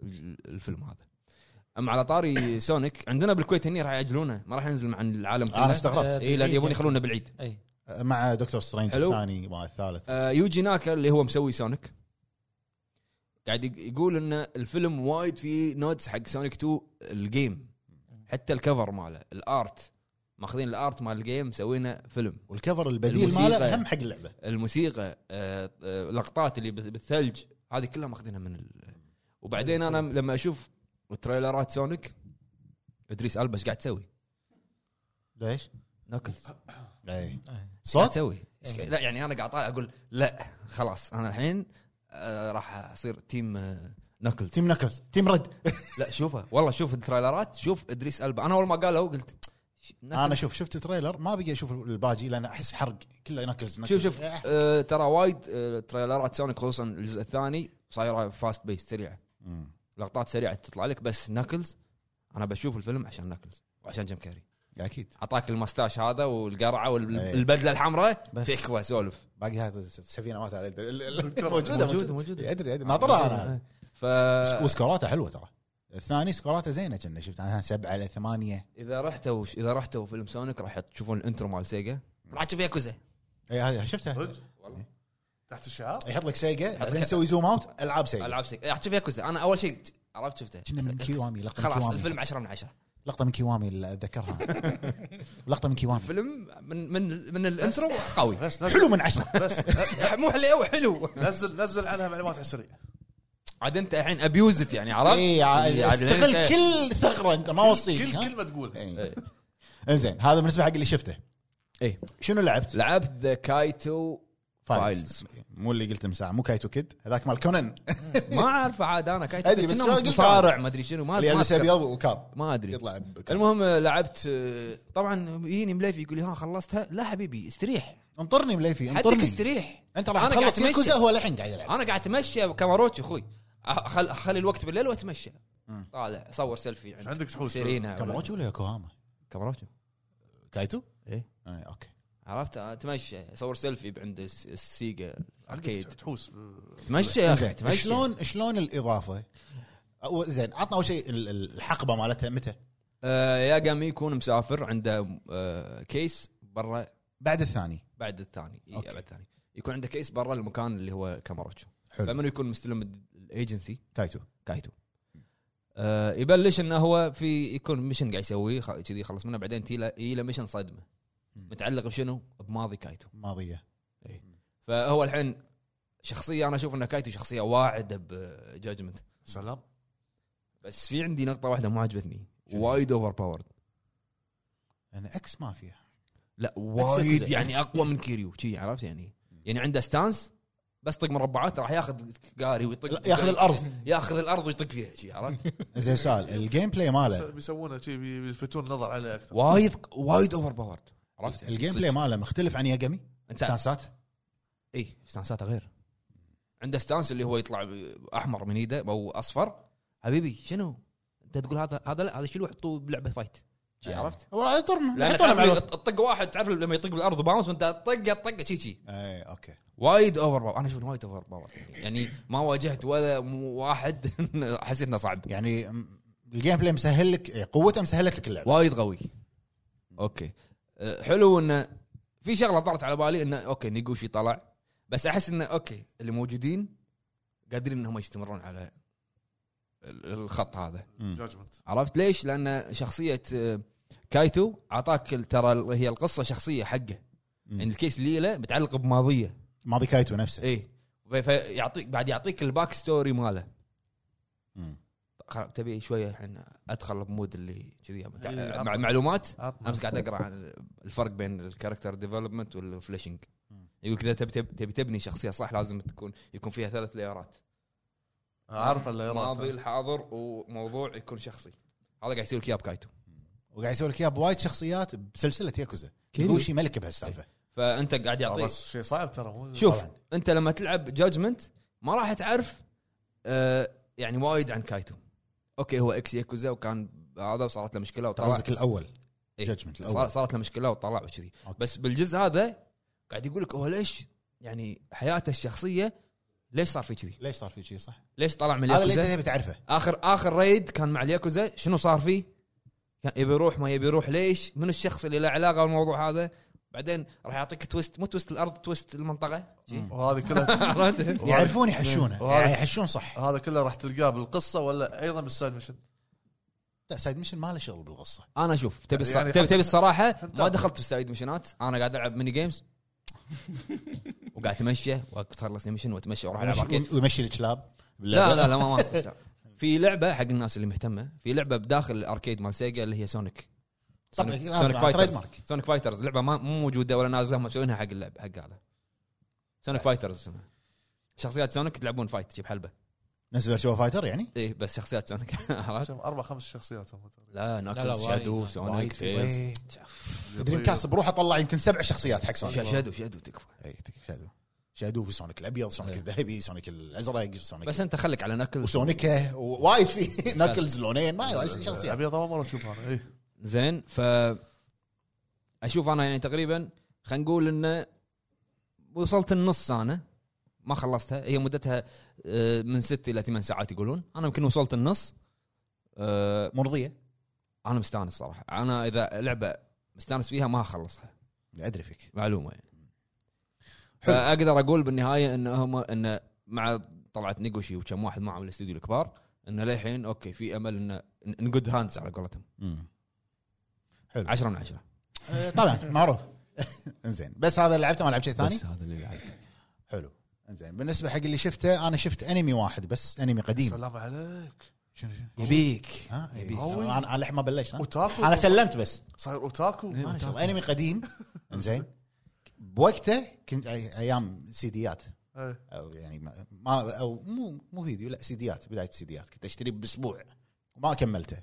S1: ال- الفيلم هذا اما على طاري سونيك عندنا بالكويت هني راح ياجلونه ما راح ينزل مع العالم
S3: انا
S1: كله
S3: استغربت
S1: اي لان
S3: يعني.
S1: يبون يخلونه بالعيد
S4: اي
S3: مع دكتور سترينج
S1: حلو.
S3: الثاني مع الثالث
S1: آه، يوجي ناكا اللي هو مسوي سونيك قاعد يق- يقول ان الفيلم وايد فيه نوتس حق سونيك 2 الجيم حتى الكفر ماله الارت ماخذين الارت مال الجيم مسوينه فيلم
S3: والكفر البديل
S1: الموسيقى.
S3: ماله هم حق اللعبه
S1: الموسيقى آه، آه، لقطات اللي بال- بالثلج هذه كلها ماخذينها من ال... وبعدين انا لما اشوف تريلرات سونيك ادريس البا ايش قاعد تسوي؟
S3: ليش؟
S1: ناكلز إيش
S3: اي
S4: إي.
S1: قاعد
S3: صوت
S1: تسوي؟ إيش قاعد- لا يعني انا قاعد طالع اقول لا خلاص انا الحين آه، راح اصير تيم آه، ناكلز
S3: تيم نكلز تيم رد
S1: لا شوفه والله شوف التريلرات شوف ادريس البا انا اول ما قالوا قلت ش-
S3: انا شوف شفت تريلر ما بقي اشوف الباجي لان احس حرق كله إيه. نكلز
S1: شوف شوف آه ترى وايد آه تريلرات سونيك خصوصا الجزء الثاني صايره فاست بيس سريعه لقطات سريعه تطلع لك بس ناكلز انا بشوف الفيلم عشان ناكلز وعشان جيم كاري
S3: اكيد
S1: اعطاك المستاش هذا والقرعه
S3: إيه.
S1: والبدله الحمراء
S3: بس.
S1: تكفى سولف
S3: باقي هذا السفينه مات على الد- ال- ال-
S2: موجودة،
S3: موجوده
S1: موجودة.
S3: ادري ادري ناطرها انا
S1: إيه. ف
S3: وسك- وسكوراته حلوه ترى الثاني سكوراته زينه كنا شفت عنها سبعه لثمانيه
S1: اذا رحتوا اذا رحتوا فيلم سونيك راح تشوفون الانترو مال سيجا راح تشوف ياكوزا
S3: اي إيه، هذه شفتها
S2: صدق تحت الشعار
S3: يحط لك سيجا بعدين يسوي زوم اوت العاب سيجا
S1: العاب سيجا راح تشوف ياكوزا انا اول شيء عرفت شفته
S3: كنا من كيوامي لقطه من
S1: خلاص
S3: كيوامي
S1: الفيلم 10 من 10
S3: لقطه من كيوامي
S1: [laughs]
S3: اللي اتذكرها لقطه من كيوامي
S1: فيلم من من من الانترو [laughs] قوي
S2: بس نزل
S3: حلو من عشره
S2: بس ن-
S1: مو
S3: إيه،
S1: حلو حلو
S2: نزل نزل عنها معلومات على السريع
S1: عاد انت الحين ابيوزت يعني عرفت؟
S3: اي عاد
S1: عاد
S3: إيه، استغل
S1: أنت-
S3: كل ثغره انت ما
S2: كل
S3: وصيك ها؟
S2: كلمه تقولها
S1: إيه.
S3: إي. انزين إيه. هذا بالنسبه حق اللي شفته
S1: اي
S3: شنو لعبت؟
S1: إيه، لعبت ذا كايتو فايلز
S3: مو اللي قلت من ساعه مو كايتو كيد
S1: [laughs]
S3: هذاك مال كونن
S1: ما اعرف عاد انا كايتو
S3: أدري، بس
S1: كنا
S3: شو قلت؟
S1: مصارع ما ادري شنو ما
S3: اللي
S1: ما
S3: يلبس
S1: أذكر.
S3: ابيض وكاب
S1: ما ادري
S3: يطلع بكاب.
S1: المهم آه، لعبت آه، طبعا يجيني مليفي يقول لي ها خلصتها لا حبيبي استريح
S3: انطرني مليفي
S1: حدك
S3: انطرني
S1: استريح
S3: انت راح
S1: أنا قاعد
S3: تخلص
S1: أتمشى.
S3: ياكوزا هو الحين قاعد يلعب
S1: انا قاعد اتمشى كاماروتشي اخوي اخلي اخلي الوقت بالليل واتمشى
S3: مم.
S1: طالع صور سيلفي عند
S2: عندك تحوس
S1: سيرينا
S3: كاماروتشي ولا يوكوهاما؟
S1: كاماروتشي
S3: كايتو؟
S1: إيه.
S3: اي اوكي
S1: عرفت اتمشى صور سيلفي عند الس- السيجا
S2: عندك
S1: اركيد
S2: تحوس
S1: تمشى يا اخي
S3: زين،
S1: تمشى
S3: شلون شلون الاضافه؟ أو- زين عطنا اول شيء ال- ال- الحقبه مالتها متى؟
S1: آه، يا قامي يكون مسافر عنده آه، كيس برا
S3: بعد الثاني
S1: بعد الثاني إي،
S3: أوكي.
S1: بعد الثاني يكون عنده كيس برا المكان اللي هو كاماروتشو
S3: حلو
S1: فمن يكون مستلم ال- الايجنسي
S3: كايتو
S1: كايتو آه، يبلش انه هو في يكون ميشن قاعد يسويه خ- كذي يخلص منه بعدين تي له يجي له ميشن صدمه
S3: مم.
S1: متعلق بشنو؟ بماضي كايتو
S3: ماضيه
S1: فهو الحين شخصيه انا اشوف ان كايتو شخصيه واعده بجاجمنت
S2: سلام
S1: بس في عندي نقطه واحده ما عجبتني
S3: شنو؟
S1: وايد اوفر باورد
S3: انا اكس ما فيها
S1: لا
S3: أكس
S1: وايد
S3: أكس.
S1: يعني اقوى من كيريو شي عرفت يعني يعني عنده ستانس بس طق مربعات راح ياخذ قاري ويطق
S3: لا، ياخذ الارض
S1: ياخذ الارض ويطق فيها شي عرفت
S3: زين سؤال الجيم بلاي
S2: بس-
S3: ماله
S2: بيسوونه شي بي- بيلفتون النظر عليه اكثر
S1: [laughs] وايد وايد اوفر باورد [laughs] عرفت يعني
S3: الجيم
S1: صدق.
S3: بلاي ماله مختلف عن ياجامي
S1: انت
S3: ستانسات
S1: اي ستانساته غير عنده ستانس اللي هو يطلع احمر من ايده او اصفر حبيبي شنو انت تقول هذا هذا لا هذا شيلوه حطوه بلعبه فايت شي عرفت
S3: والله يطرنا
S1: لان
S3: يحطونه
S1: تعرف
S3: مع الوقت
S1: الطق واحد تعرف لما يطق بالارض باونس وانت طقه طقه شي شي
S3: اي اوكي
S1: وايد اوفر باور انا اشوف إنه وايد اوفر باور يعني, يعني ما واجهت ولا م- واحد [laughs] حسيت انه صعب
S3: يعني م- الجيم بلاي مسهل لك إيه، قوته مسهلت لك اللعبه
S1: وايد قوي اوكي أه، حلو انه في شغله طرت على بالي انه اوكي نيجوشي طلع بس احس انه اوكي اللي موجودين قادرين انهم يستمرون على ال- الخط هذا
S3: مم.
S2: جاجمنت
S1: عرفت ليش؟ لان شخصيه آه، كايتو اعطاك ال- ترى ال- هي القصه شخصيه حقه
S3: مم.
S1: يعني الكيس اللي له متعلق بماضيه
S3: ماضي كايتو نفسه
S1: ايه في- فيعطيك بعد يعطيك الباك ستوري ماله إيه.
S3: مم.
S1: خل- تبي شويه الحين ادخل بمود اللي كذي متع-
S2: إيه،
S1: مع
S2: عطنا.
S1: المعلومات
S2: عطنا.
S1: امس قاعد اقرا عن الفرق بين الكاركتر ديفلوبمنت والفليشنج
S3: مم.
S1: يقول كذا تبي تبي تبي تبني شخصيه صح لازم تكون يكون فيها ثلاث لايرات
S2: اعرف الليرات
S1: ماضي الحاضر وموضوع يكون شخصي هذا قاعد يصير لك اياه بكايتو
S3: وقاعد يسوي لك اياه بوايد شخصيات بسلسله ياكوزا
S1: كيريو.
S3: يوشي ملك
S1: إيه.
S3: بهالسالفه
S1: فانت قاعد
S2: آه،
S1: يعطيك
S2: بس شيء صعب ترى مو
S1: شوف
S3: طبعاً.
S1: انت لما تلعب جادجمنت ما راح تعرف آه يعني وايد عن كايتو اوكي هو اكس ياكوزا وكان هذا وصارت له مشكله وطلع
S3: قصدك الاول
S1: إيه.
S3: جادجمنت
S1: صار-
S3: الاول
S1: صارت له مشكله وطلع وكذي
S3: أوكي.
S1: بس بالجزء هذا قاعد يقول لك هو ليش يعني حياته الشخصيه ليش صار في كذي؟
S3: ليش صار في شيء صح؟
S1: ليش طلع من
S3: هذا اللي
S1: الياكوزا؟
S3: انت تبي تعرفه
S1: اخر اخر ريد كان مع الياكوزا شنو صار فيه؟ كان يبي يروح ما يبي يروح ليش؟ من الشخص اللي له علاقه بالموضوع هذا؟ بعدين راح يعطيك تويست مو تويست الارض تويست المنطقه
S3: مم.
S2: وهذه كلها
S1: [laughs] عرفت؟
S3: يعرفون يحشونه
S2: وهذا-
S3: يعني يحشون صح
S2: هذا كله راح تلقاه بالقصه ولا ايضا بالسايد ميشن
S3: لا سايد ميشن ما له شغل بالقصه
S1: انا اشوف تبي الص-
S2: يعني
S1: تبي
S2: حتى-
S1: تبي الصراحه
S2: حتى-
S1: ما دخلت بالسايد مشنات انا قاعد العب ميني جيمز [laughs] وقاعد اتمشى واخلص ميشن واتمشى واروح العب أركيد.
S3: ويمشي- ويمشي الكلاب
S1: لا لا لا ما ما [laughs] في لعبه حق الناس اللي مهتمه في لعبه بداخل الاركيد مال سيجا اللي هي سونيك
S3: طبعاً،
S1: سونيك-
S3: لازم
S1: سونيك
S3: على
S1: فايترز.
S3: تريد مارك.
S1: سونيك فايترز لعبه ما مو موجوده ولا نازله هم مسوينها حق اللعب حق هذا سونيك
S3: طيب.
S1: فايترز اسمها شخصيات سونيك تلعبون فايت تجيب حلبه
S3: نفس فيرتشوال فايتر يعني
S1: ايه بس شخصيات سونيك [laughs] عرفت
S2: شوف، اربع خمس شخصيات هم تقريباً.
S1: لا
S4: لا،
S1: ناكلز
S4: وايد.
S1: شادو
S3: وايد إيه.
S1: سونيك
S3: في
S1: تيلز.
S3: وين. دريم كاست بروحه طلع يمكن سبع شخصيات حق سونيك
S1: شادو شادو تكفى
S3: اي إيه، تك- شادو شادو في سونيك الابيض سونيك الذهبي سونيك الازرق سونيك
S1: بس انت خليك على ناكلز
S3: وسونيكا ووايد في ناكلز لونين ما
S2: آه،
S3: يوالي
S2: أه،
S3: شخصيات
S2: ابيض اول مره اشوفها انا اي
S1: زين ف اشوف انا يعني تقريبا خلينا نقول انه وصلت النص انا ما خلصتها هي مدتها آه، من ست الى ثمان ساعات يقولون انا يمكن وصلت النص آه،
S3: مرضيه
S1: انا مستانس صراحه انا اذا لعبه مستانس فيها ما اخلصها
S3: ادري فيك
S1: معلومه يعني
S3: حلو.
S1: فاقدر اقول بالنهايه ان هم ان مع طلعت نيجوشي وكم واحد معهم الاستوديو الكبار انه للحين اوكي في امل انه ان جود هاندز على قولتهم
S3: مم. حلو
S1: 10 من 10
S3: آه، طبعا معروف [laughs] انزين بس هذا اللي لعبته ما لعبت شيء ثاني
S1: بس هذا اللي لعبته
S3: حلو انزين بالنسبه حق اللي شفته انا شفت انمي واحد بس انمي قديم
S2: سلام عليك
S3: شنو شنو
S1: يبيك
S3: ها إيه.
S1: يبي.
S3: أنا- انا أنا للحين ما بلشت ها؟
S2: اوتاكو
S3: انا سلمت بس
S2: صاير اوتاكو
S3: انا شوف انمي قديم انزين بوقته كنت أي- ايام سيديات
S2: إيه.
S3: او يعني ما- ما او مو مو فيديو لا سيديات بدايه السيديات كنت اشتريه باسبوع وما كملته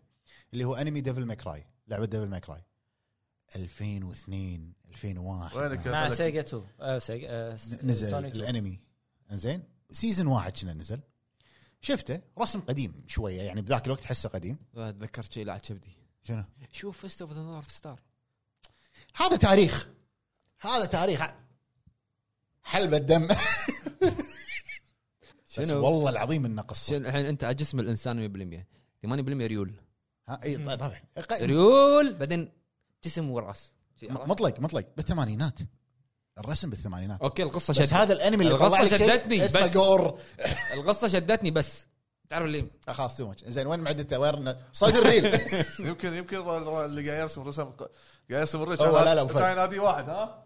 S3: اللي هو انمي ديفل ماكراي لعبه ديفل ماكراي 2002 2001
S2: وينك يا
S4: مع
S2: ملك
S4: سيجا 2 آه، سيجا- آه، س-
S3: نزل
S4: سوني 2.
S3: الانمي انزين سيزون واحد كنا نزل شفته رسم قديم شويه يعني بذاك الوقت حسه قديم
S1: تذكرت شيء لا كبدي
S3: شنو
S1: شوف فيست اوف ذا نورث ستار
S3: هذا تاريخ هذا تاريخ حلبة دم بس
S1: شنو؟
S3: والله العظيم انه قصه
S1: شنو الحين انت على جسم الانسان 100% 8% ريول
S3: ها طيب، اي طبعا ق-
S1: ريول بعدين جسم وراس شي
S3: م-
S1: عرفت؟
S3: مطلق مطلق بالثمانينات الرسم بالثمانينات
S1: اوكي القصه
S3: بس
S1: شد
S3: هذا الانمي اللي
S1: القصة
S3: طلع لك شيء
S1: شدتني،
S3: اسمه
S1: بس.
S3: جور
S1: القصه شدتني بس تعرف [laughs] اللي
S3: آه، خلاص تو ماتش زين وين معدته وين صيد الريل
S2: يمكن يمكن الر- الر- اللي قاعد يرسم رسم ق- قاعد يرسم الريتش
S3: هو
S2: هذا
S3: لا، لا، وفهد.
S2: كان ينادي واحد ها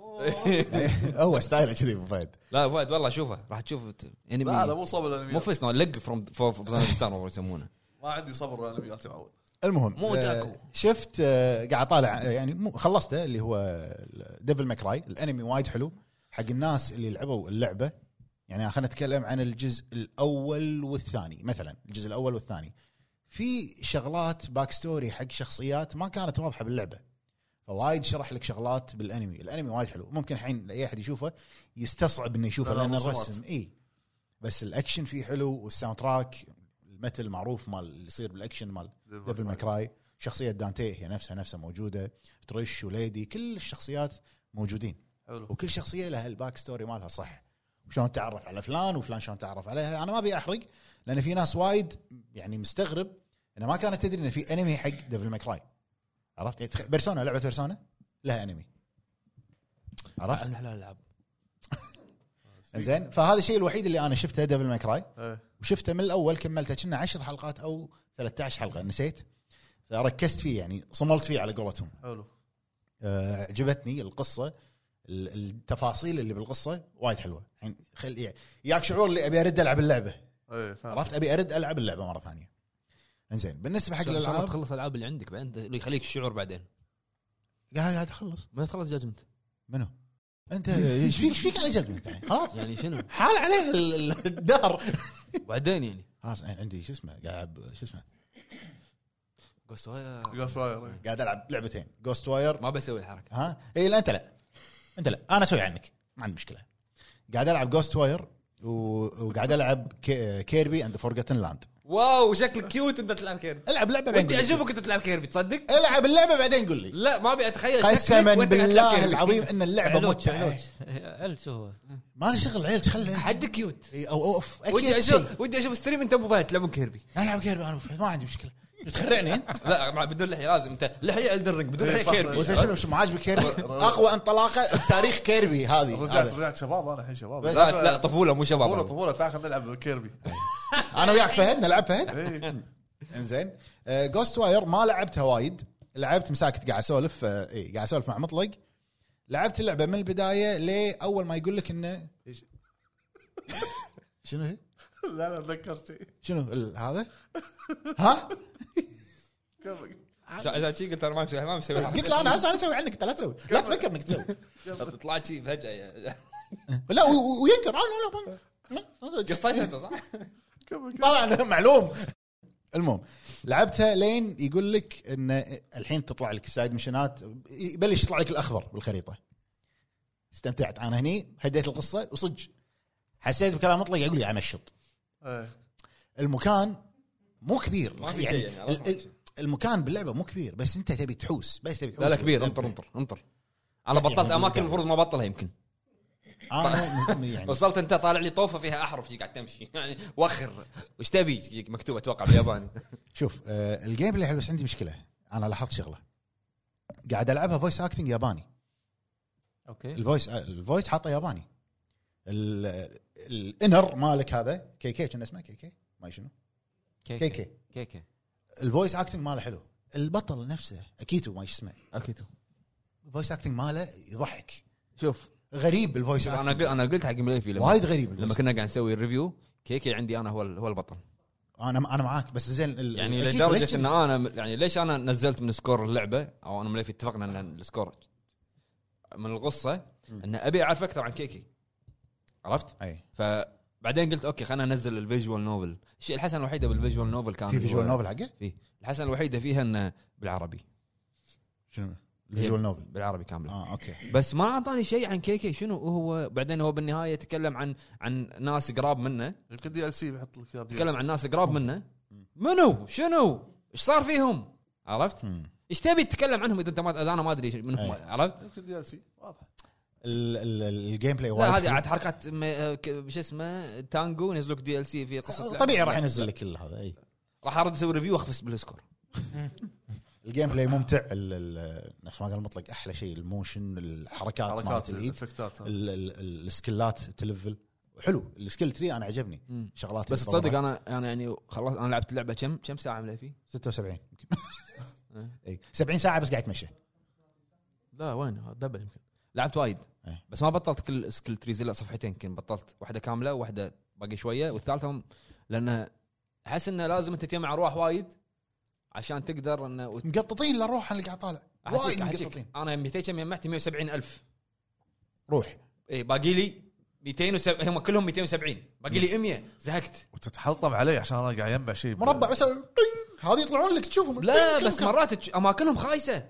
S3: هو ستايله كذي ابو فهد
S1: لا فهد والله شوفه راح تشوف ت- انمي
S2: لا هذا مو صبر
S1: مو
S2: الانميات
S1: فيس نو لق فروم ستار [laughs] يسمونه
S2: ما عندي صبر الانميات يا معود
S3: المهم
S1: مو داكو.
S3: آه، شفت آه، قاعد طالع آه، يعني مو خلصته اللي هو ديفل ماكراي الانمي وايد حلو حق الناس اللي لعبوا اللعبه يعني خلينا نتكلم عن الجزء الاول والثاني مثلا الجزء الاول والثاني في شغلات باك ستوري حق شخصيات ما كانت واضحه باللعبه فوايد شرح لك شغلات بالانمي الانمي وايد حلو ممكن الحين اي احد يشوفه يستصعب انه يشوفه
S2: لا، لا،
S3: لان
S2: رسومات.
S3: الرسم اي بس الاكشن فيه حلو والساوند تراك المتل معروف مال اللي يصير بالاكشن مال ديفل ماكراي شخصيه دانتي هي نفسها نفسها موجوده تريش وليدي كل الشخصيات موجودين
S2: حلو
S3: وكل شخصيه لها الباك ستوري مالها صح وشلون تعرف على فلان وفلان شلون تعرف عليها انا ما ابي احرق لان في ناس وايد يعني مستغرب انه ما كانت تدري انه في انمي حق ديفل ماكراي عرفت يعني تخ- بيرسونا لعبه بيرسونا لها انمي عرفت
S1: انا لا العب
S3: زين فهذا الشيء الوحيد اللي انا شفته ديفل ماكراي
S2: إيه.
S3: وشفته من الاول كملته كنا 10 حلقات او 13 حلقه نسيت فركزت فيه يعني صملت فيه على قولتهم
S2: حلو
S3: آه، عجبتني القصه ال- التفاصيل اللي بالقصه وايد حلوه يعني خل يعني ياك شعور اللي ابي ارد العب اللعبه
S2: ايه فهمت
S3: عرفت ابي ارد العب اللعبه مره ثانيه انزين بالنسبه حق
S1: إن شاء الله
S3: الالعاب
S1: تخلص الالعاب اللي عندك بعدين ت- اللي يخليك الشعور بعدين
S3: قاعد قاعد اخلص
S1: ما تخلص جاجمنت
S3: منو انت ايش فيك ايش فيك على جد خلاص
S1: يعني شنو
S3: حال عليه ال- ال- الدار
S1: وبعدين يعني
S3: خلاص أنا عندي شو اسمه قاعد شو اسمه
S1: قص وايا-
S2: قص واير
S3: قاعد العب لعبتين جوست واير
S1: ما بسوي الحركه
S3: ها اي لا انت لا انت لا انا اسوي عنك ما عندي مشكله قاعد العب جوست واير وقاعد العب كي- كيربي اند فورجتن لاند
S1: واو شكلك كيوت انت تلعب كيربي
S3: العب لعبه بعدين
S1: ودي
S3: قول لي.
S1: اشوفك انت تلعب كيربي تصدق
S3: العب اللعبه بعدين قول لي
S1: لا ما ابي اتخيل شكلك
S3: قسما
S1: وأنت قاعد تلعب
S3: بالله
S1: كيربي.
S3: العظيم
S1: [laughs]
S3: ان اللعبه
S4: علوج
S3: متعه
S4: علوج علج إيه، هو
S3: ما لي شغل عيل خله
S1: حد كيوت
S3: إي، او اوف
S1: ودي
S3: اكيد شيء
S1: اشوف ودي اشوف ستريم انت ابو فهد تلعبون كيربي
S3: العب كيربي انا وفهد، ما عندي مشكله
S1: [laughs]
S3: تخرعني انت
S1: لا مع بدون لحيه لازم انت لحيه الدن رينج بدون
S2: إيه،
S1: لحيه
S2: صح.
S1: كيربي
S3: وأنت شنو شو ما عاجبك كيربي اقوى انطلاقه بتاريخ كيربي هذه
S2: رجعت
S3: إيه، هذا.
S2: رجعت شباب انا الحين شباب
S3: بس-
S1: لا لا طفوله مو
S2: طفوله
S1: شباب
S2: طفوله تعال خلينا نلعب كيربي
S3: انا وياك فهد نلعب فهد
S2: ايه
S3: انزين جوست واير آه، ما لعبتها وايد لعبت مساكت قاعد اسولف آه، اي قاعد اسولف مع مطلق لعبت اللعبه من البدايه لاول ما يقول لك انه إيش- شنو هي؟
S2: [laughs] لا لا تذكرت شيء
S3: شنو ال- هذا؟ ها؟
S2: كمل.
S1: عشان شي قلت انا ما مسوي ما مسوي
S3: [laughs] قلت لا انا هسه انا اسوي عنك انت لا تسوي لا تفكر انك تسوي
S1: طلعت شي فجاه [laughs]
S3: لا و- و- وينكر آه، لا، لا، لا، لا، لا.
S1: قصيت انت صح؟
S2: كمل كمل.
S3: طبعا معلوم المهم لعبتها لين يقول لك ان الحين تطلع لك سايد مشنات يبلش يطلع لك الاخضر بالخريطه استمتعت انا هني هديت القصه وصج حسيت بكلام مطلق يقول لي امشط
S2: إيه.
S3: المكان مو كبير
S1: ما في شيء
S3: يعني
S1: يعني، عرفت؟
S3: ال- ال- المكان باللعبه مو كبير بس انت تبي تحوس بس تبي
S1: لا لا
S3: تحوس.
S1: كبير انطر انطر انطر انا
S3: يعني
S1: بطلت اماكن
S3: بالمكان.
S1: المفروض ما بطلها يمكن
S3: انا م- يعني
S1: وصلت انت طالع لي طوفه فيها احرف شي قاعد تمشي [laughs] يعني وخر وش تبي شي مكتوب اتوقع بالياباني
S3: شوف آه، الجيم بلاي حلو بس عندي مشكله انا لاحظت شغله قاعد العبها فويس اكتنج ياباني
S4: اوكي
S3: الفويس الفويس حاطه ياباني ال- الانر مالك هذا كي كي كان اسمه كي كي ما شنو كي كي
S4: كيكه
S3: الفويس اكتنج ماله حلو البطل نفسه اكيتو ما شو اسمه
S1: اكيد
S3: الفويس اكتنج ماله يضحك
S1: شوف
S3: غريب الفويس
S1: انا
S3: اكتنج
S1: قل- انا قلت حق مليفي لما
S3: وايد غريب
S1: لما
S3: الفويس
S1: كنا قاعد نسوي الريفيو كيكي عندي انا هو ال- هو البطل
S3: انا انا معاك بس زين ال-
S1: يعني
S3: أكيتو ليش
S1: لدرجه
S3: كذي؟
S1: ان انا يعني ليش انا نزلت من سكور اللعبه او انا مليفي اتفقنا ان السكور من القصه ان ابي اعرف اكثر عن كيكي عرفت؟
S3: اي
S1: فبعدين قلت اوكي خلينا ننزل الفيجوال نوفل الشيء الحسنه الوحيده بالفيجوال نوفل كان
S3: في فيجوال
S1: هو-
S3: نوفل حقه؟
S1: في الحسنه الوحيده فيها انه بالعربي
S3: شنو؟ الفيجوال نوفل
S1: بالعربي كامل
S3: اه اوكي
S1: بس ما اعطاني شيء عن كيكي شنو هو بعدين هو بالنهايه تكلم عن عن ناس قراب منه
S2: يمكن دي ال سي بيحط لك اياه بي
S1: تكلم
S2: ال سي.
S1: عن ناس
S3: Oh.
S1: قراب منه
S3: Mm.
S1: منو شنو ايش صار فيهم عرفت
S3: مم.
S1: ايش تبي تتكلم عنهم اذا انت ما اذا انا ما ادري من هم
S3: أي.
S1: عرفت
S2: يمكن دي ال سي واضح
S3: ال- ال- الجيم بلاي وايد
S1: لا هذه
S3: حلو.
S1: عاد حركات م- آه، ك- شو اسمه تانجو ينزل لك دي ال سي في قصه
S3: طبيعي راح ينزل لك كل هذا اي
S1: راح ارد اسوي ريفيو واخفس بالسكور
S3: الجيم بلاي ممتع ال- ال- نفس ما قال مطلق احلى شيء الموشن الحركات مالت
S2: حركات
S3: الايد
S2: الافكتات ها.
S3: ال- ال- ال- السكلات تلفل حلو السكيل تري انا عجبني
S1: مم.
S3: شغلات
S1: بس
S3: اللي
S1: تصدق
S3: طورها.
S1: انا انا يعني خلاص انا لعبت اللعبه كم كم ساعه مليفي؟
S3: 76 يمكن
S1: [laughs] إيه.
S3: اي 70 ساعه بس قاعد اتمشى
S1: لا وين دبل يمكن لعبت وايد
S3: إيه.
S1: بس ما بطلت كل سكيل تريز الا صفحتين يمكن بطلت واحده كامله واحده باقي شويه والثالثه م- لان احس انه لازم انت تجمع ارواح وايد عشان تقدر انه وت-
S3: مقططين للروح انا اللي قاعد طالع
S1: أحكيك-
S3: وايد
S1: أحكيك.
S3: مقططين
S1: انا 200 كم جمعت 170 الف
S3: روح
S1: اي إيه، باقي لي 270 هم كلهم 270 باقي لي 100 زهقت
S2: وتتحلطم عليه عشان انا قاعد يجمع شيء
S3: مربع بس طين. هذه يطلعون لك تشوفهم
S1: لا
S3: طين.
S1: بس
S3: كم-
S1: مرات تش- اماكنهم خايسه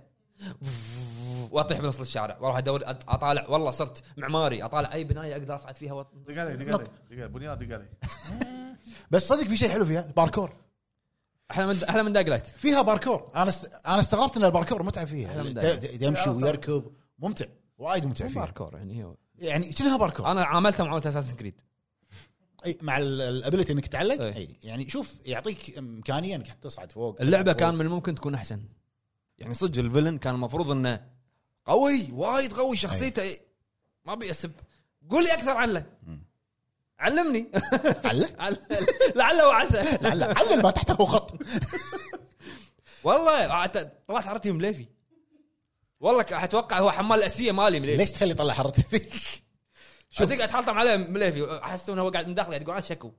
S1: واطيح بنص الشارع واروح ادور أت- اطالع والله صرت معماري اطالع اي بنايه اقدر اصعد فيها وط...
S2: دق علي دق علي دق علي بنيان دق علي
S3: بس صدق في شيء حلو فيها الباركور
S1: احلى من احلى من دايج لايت
S3: فيها باركور انا است... انا استغربت ان الباركور متعه فيها
S1: أحلى من
S3: ت-
S1: ذلك.
S3: ت- يمشي ويركض ممتع وايد ممتع فيها
S1: باركور يعني هو
S3: يعني كأنها باركور
S1: انا عاملتها معامله اساسن كريد
S3: أي مع الابيلتي انك تعلق
S1: أي.
S3: أي. يعني شوف يعطيك امكانيه انك حتى تصعد فوق
S1: اللعبه
S3: فوق.
S1: كان
S3: [laughs]
S1: من الممكن تكون احسن يعني صدق الفيلن كان المفروض انه قوي وايد قوي شخصيته ما ابي اسب قول لي اكثر عنه [laughs] علمني
S3: علق
S1: لعله وعسى
S3: علق علق ما تحته هو خط
S1: والله عت- طلعت حرتي مليفي والله ك- اتوقع هو حمال الاسيه مالي مليفي
S3: ليش تخلي يطلع حرته فيك؟
S1: شوف قاعد اتحلطم عليه مليفي احس انه هو قاعد من داخله قاعد يقول انا شكو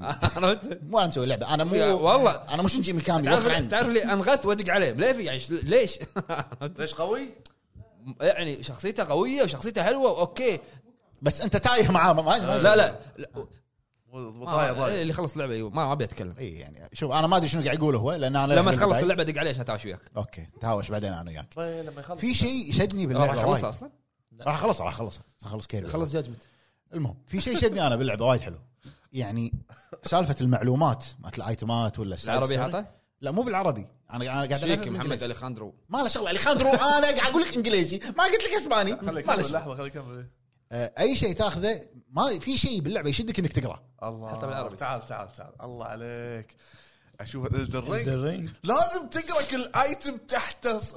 S1: [laughs] عرفت؟
S3: مو انا مسوي لعبه انا مو
S1: يا والله.
S3: انا مش نجي مكاني وخر
S1: تعرف
S3: عني.
S1: تعرف لي انغث وادق عليه مليفي يعني ش- ليش؟ [laughs]
S2: ليش قوي؟
S1: يعني شخصيته قويه وشخصيته حلوه اوكي
S3: بس انت تايه معاه ما- ما
S1: لا لا, لا.
S2: ضايع
S3: آه،
S1: ما-
S3: إيه.
S2: ضايع
S1: آه، اللي خلص اللعبه أيوه، ما ما ابي اتكلم
S3: اي يعني شوف انا ما ادري شنو قاعد يقول هو لان انا
S1: لما
S3: لعبة
S1: تخلص
S3: بعيد.
S1: اللعبه دق عليه عشان اتهاوش وياك
S3: اوكي تهاوش بعدين انا وياك
S2: طيب، لما يخلص
S3: في شيء شدني
S1: راح
S3: باللعبه
S1: اخلصها
S3: وايد
S1: اصلا
S3: راح اخلصها راح اخلصها اخلص كيربي
S1: خلص جاجمنت
S3: المهم في شيء شدني انا باللعبه وايد حلو يعني سالفه المعلومات مالت الايتمات ولا السايد
S1: العربي
S3: ستوري.
S1: حاطه
S3: لا مو بالعربي انا انا قاعد
S1: شيك
S3: ألعبها
S1: محمد
S3: بالإنجليزي.
S1: اليخاندرو
S3: ما له شغل اليخاندرو انا قاعد اقول لك انجليزي ما قلت لك اسباني ما
S2: خليه
S3: له
S2: يكمل
S3: شغل.
S2: لحظه خليه يكمل
S3: آه، اي شيء تاخذه ما في شيء باللعبه يشدك انك تقراه
S2: الله
S1: حتى بالعربي.
S2: تعال تعال تعال الله عليك اشوف الدرينج
S4: الرينج
S2: لازم تقرا كل ايتم تحته ص-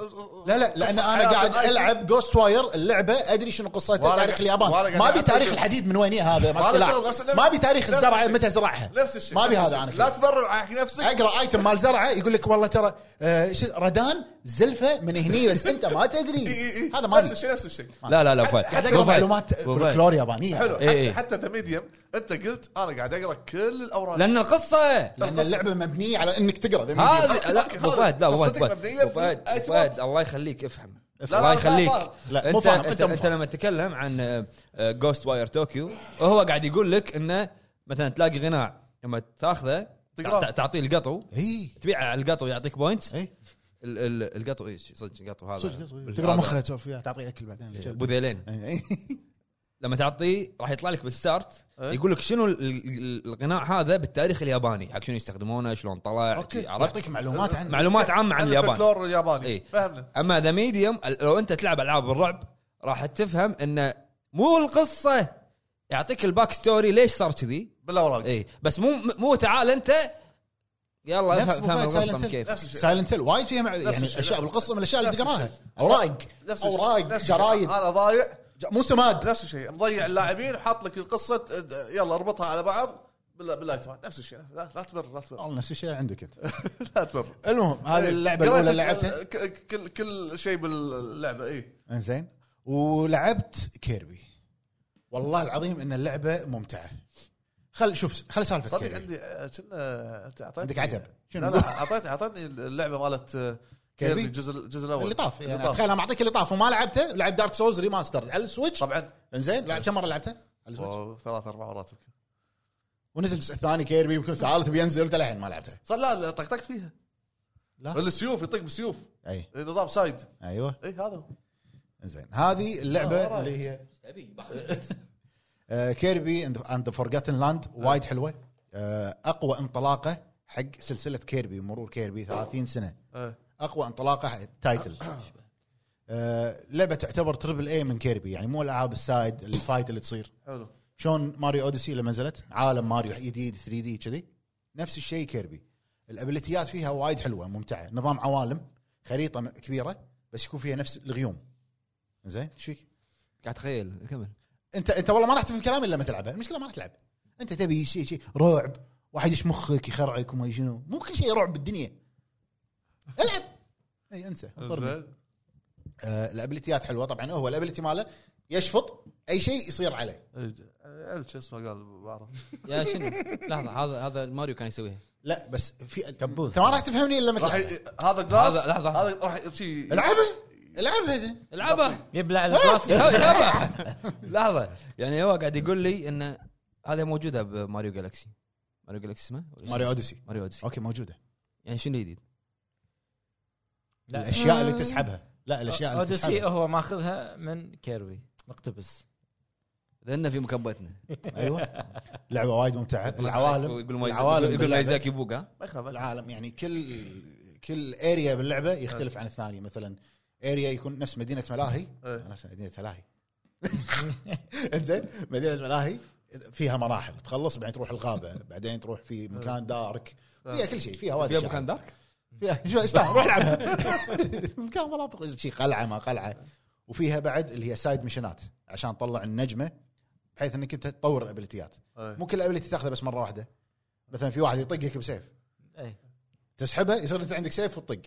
S3: لا لا لان
S2: قصة
S3: انا
S2: حياة
S3: قاعد
S2: الآيتم.
S3: العب جوست واير اللعبه ادري شنو قصتها
S2: وأنا
S3: تاريخ
S2: قاعد-
S3: اليابان
S2: وأنا قاعد
S3: ما ابي
S2: ألعب
S3: تاريخ
S2: كل-
S3: الحديد من وين هي هذا مال
S2: وهذا
S3: السلاح.
S2: شغل نفس- نفس-
S3: ما ابي تاريخ
S2: نفس
S3: الزرعه
S2: الشيء.
S3: متى زرعها
S2: نفس الشيء
S3: ما ابي
S2: نفس
S3: هذا
S2: الشيء.
S3: انا
S2: لا
S3: كذا.
S2: تبرر على نفسك
S3: اقرا ايتم مال زرعه يقول لك والله ترى آه، شو- ردان زلفه من هني بس انت ما تدري
S2: إي إي إي.
S3: هذا ما
S2: نفس
S3: أبي.
S2: الشيء نفس الشيء
S3: آه.
S1: لا لا لا فهد.
S3: قاعد
S1: فهد.
S3: اقرا معلومات
S1: فهد.
S3: فولكلور يابانيه
S2: حلو
S1: إي إي.
S2: حتى, حتى ذا ميديوم انت قلت انا قاعد اقرا كل الاوراق
S1: لان القصه
S3: لان اللعبه مبنيه على انك تقرا ذا ميديوم.
S1: هذه لا
S2: أوكي،
S1: أبو
S2: هذا
S1: فهد لا أبو فهد
S2: قصتك
S1: فهد.
S2: مبنية
S1: أبو فهد
S2: في
S1: أبو
S2: اعتماد.
S1: فهد الله يخليك افهم
S2: لا،
S1: الله
S2: لا،
S1: يخليك
S2: فاهم.
S3: لا، مو
S1: انت
S3: فاهم، أنت
S1: انت,
S3: مو
S1: انت
S3: فاهم.
S1: لما تتكلم عن آه، جوست واير طوكيو وهو قاعد يقول لك انه مثلا تلاقي غناء لما تاخذه
S2: تقراه.
S1: تع- تعطيه القطو
S3: اي
S1: تبيعه على القطو يعطيك بوينتس
S3: اي
S1: ال- ال- القطو إيه، صدق القطو هذا
S3: صدق إيه. تقرا مخه تسولف وياه تعطيه اكل بعدين
S1: ابو ذيلين [laughs] لما تعطيه راح يطلع لك بالستارت
S3: إيه.
S1: يقول لك شنو ال- ال- الغناء هذا بالتاريخ الياباني حق شنو يستخدمونه شلون طلع
S2: أوكي.
S1: عرفت
S3: يعطيك معلومات عن
S1: معلومات عامه عن اليابان
S2: الفلور الياباني
S1: إي.
S2: فهمنا
S1: اما ذا ميديوم لو انت تلعب العاب الرعب راح تفهم انه مو القصه يعطيك الباك ستوري ليش صار كذي
S2: بالاوراق
S1: اي بس مو مو تعال انت يلا
S3: نفس
S1: افهم- فاهم
S3: مو فايت
S1: القصه
S3: Silent Hill.
S1: كيف
S2: نفس الشيء
S3: سايلنت هيل وايد فيها مع... يعني
S2: الشيء.
S3: اشياء بالقصه من الاشياء اللي
S2: نفس
S3: تقراها
S2: الشيء.
S3: اوراق
S2: نفس الشيء.
S3: اوراق
S2: نفس الشيء. آه.
S3: جرايد
S2: انا ضايع
S3: ج- مو سماد
S2: نفس الشيء مضيع اللاعبين وحاط لك القصه أد- يلا اربطها على بعض بال- باللايت مات نفس الشيء لا لا تبر لا تبر [laughs]
S3: والله نفس الشيء عندك انت
S2: لا تبر
S3: المهم هذه اللعبه
S2: قريت
S3: الاولى
S2: ال-
S3: اللي لعبتها
S2: ك- كل كل شيء إيه. باللعبه اي
S3: انزين ولعبت كيربي والله العظيم ان اللعبه ممتعه خل شوف خل سالفه
S2: صدق
S3: كيربي
S2: عندي آه، كنا انت اعطيتني
S3: عندك عتب
S2: لا
S3: شنو
S2: لا اعطيتني اعطيتني اللعبه مالت آه،
S3: كيربي؟
S2: كيربي الجزء الجزء الاول
S3: اللي طاف
S2: اللي
S3: يعني تخيل انا معطيك اللي طاف وما لعبته لعب دارك سولز ريماستر على السويتش
S2: طبعا
S3: انزين لعب كم مره لعبته؟ على السويتش
S2: واو، ثلاث اربع مرات يمكن
S3: ونزل الجزء الثاني كيربي يمكن الثالث بينزل انت للحين ما لعبته
S2: صار لا لا، طقطقت فيها
S3: لا.
S2: السيوف يطق بالسيوف
S3: اي
S2: نظام سايد
S3: ايوه
S2: اي هذا هو
S3: انزين هذه اللعبه
S2: أيوة. آه،
S3: اللي هي [laughs] آه، كيربي اند ذا فورغاتن لاند وايد حلوه آه، اقوى انطلاقه حق سلسله كيربي مرور كيربي 30 سنه
S2: إيه.
S3: اقوى انطلاقه حق تايتل آه، لعبه تعتبر تربل اي من كيربي يعني مو العاب السايد الفايت اللي تصير
S2: حلو
S3: شلون ماريو اوديسي لما نزلت عالم ماريو جديد 3 دي كذي نفس الشيء كيربي الابيليتيات فيها وايد حلوه ممتعه نظام عوالم خريطه م- كبيره بس يكون فيها نفس الغيوم زين ايش فيك؟
S1: قاعد اتخيل كمل
S3: انت انت والله ما راح تفهم كلامي الا لما تلعبها المشكله ما راح تلعب انت تبي شيء شيء رعب واحد يشمخك يخرعك وما شنو مو كل شيء رعب بالدنيا العب اي انسى اضطرني.
S2: زين
S3: آه الابيليتيات حلوه طبعا هو الابيليتي ماله يشفط اي شيء يصير عليه
S2: إيه، عيل شو اسمه قال [laughs] بعرف
S1: يا شنو لحظه هذا هذا ماريو كان يسويها
S3: لا بس في
S4: كبوس.
S3: انت ما راح تفهمني الا لما
S2: راح
S3: تلعبها.
S2: ي- هذا جلاس
S1: هذا- لحظة.
S2: هذا راح شي
S3: العبها العبها زين
S1: العبها
S4: يبلع على الكلاس
S1: العبها لحظه يعني هو قاعد يقول لي ان هذه موجوده بماريو جالكسي ماريو جالكسي اسمه ولا
S3: ماريو اوديسي
S1: ماريو اوديسي
S3: اوكي موجوده
S1: يعني شنو الجديد؟
S4: لا.
S3: الاشياء اللي تسحبها لا الاشياء اللي
S4: اوديسي
S3: تسحبها
S4: هو ماخذها من كيروي مقتبس
S1: لانه في مكبتنا
S3: ايوه لعبه وايد ممتعه العوالم
S1: أيوة. يقول ما
S3: العوالم
S1: يقول
S3: باللعبة.
S1: مايزاكي بوك ها
S2: ما يخاف ما يخاف.
S3: العالم يعني كل كل اريا باللعبه يختلف عن الثانيه مثلا اريا يكون نفس مدينه ملاهي
S2: إيه.
S3: انا أسمع مدينه ملاهي [laughs] انزين مدينه ملاهي فيها مراحل تخلص بعدين تروح الغابه بعدين تروح في مكان دارك فيها كل شيء فيها وايد
S1: في
S3: أشياء.
S1: مكان دارك
S3: فيها شو استاهل
S1: [laughs]
S3: روح العبها [laughs] مكان مناطق شي قلعه ما قلعه وفيها بعد اللي هي سايد مشنات عشان تطلع النجمه بحيث انك انت تطور الابيليتيات
S2: إيه.
S3: مو كل الابيليتي تاخذها بس مره واحده مثلا في واحد يطقك بسيف
S4: اي
S3: تسحبها يصير انت عندك سيف وتطق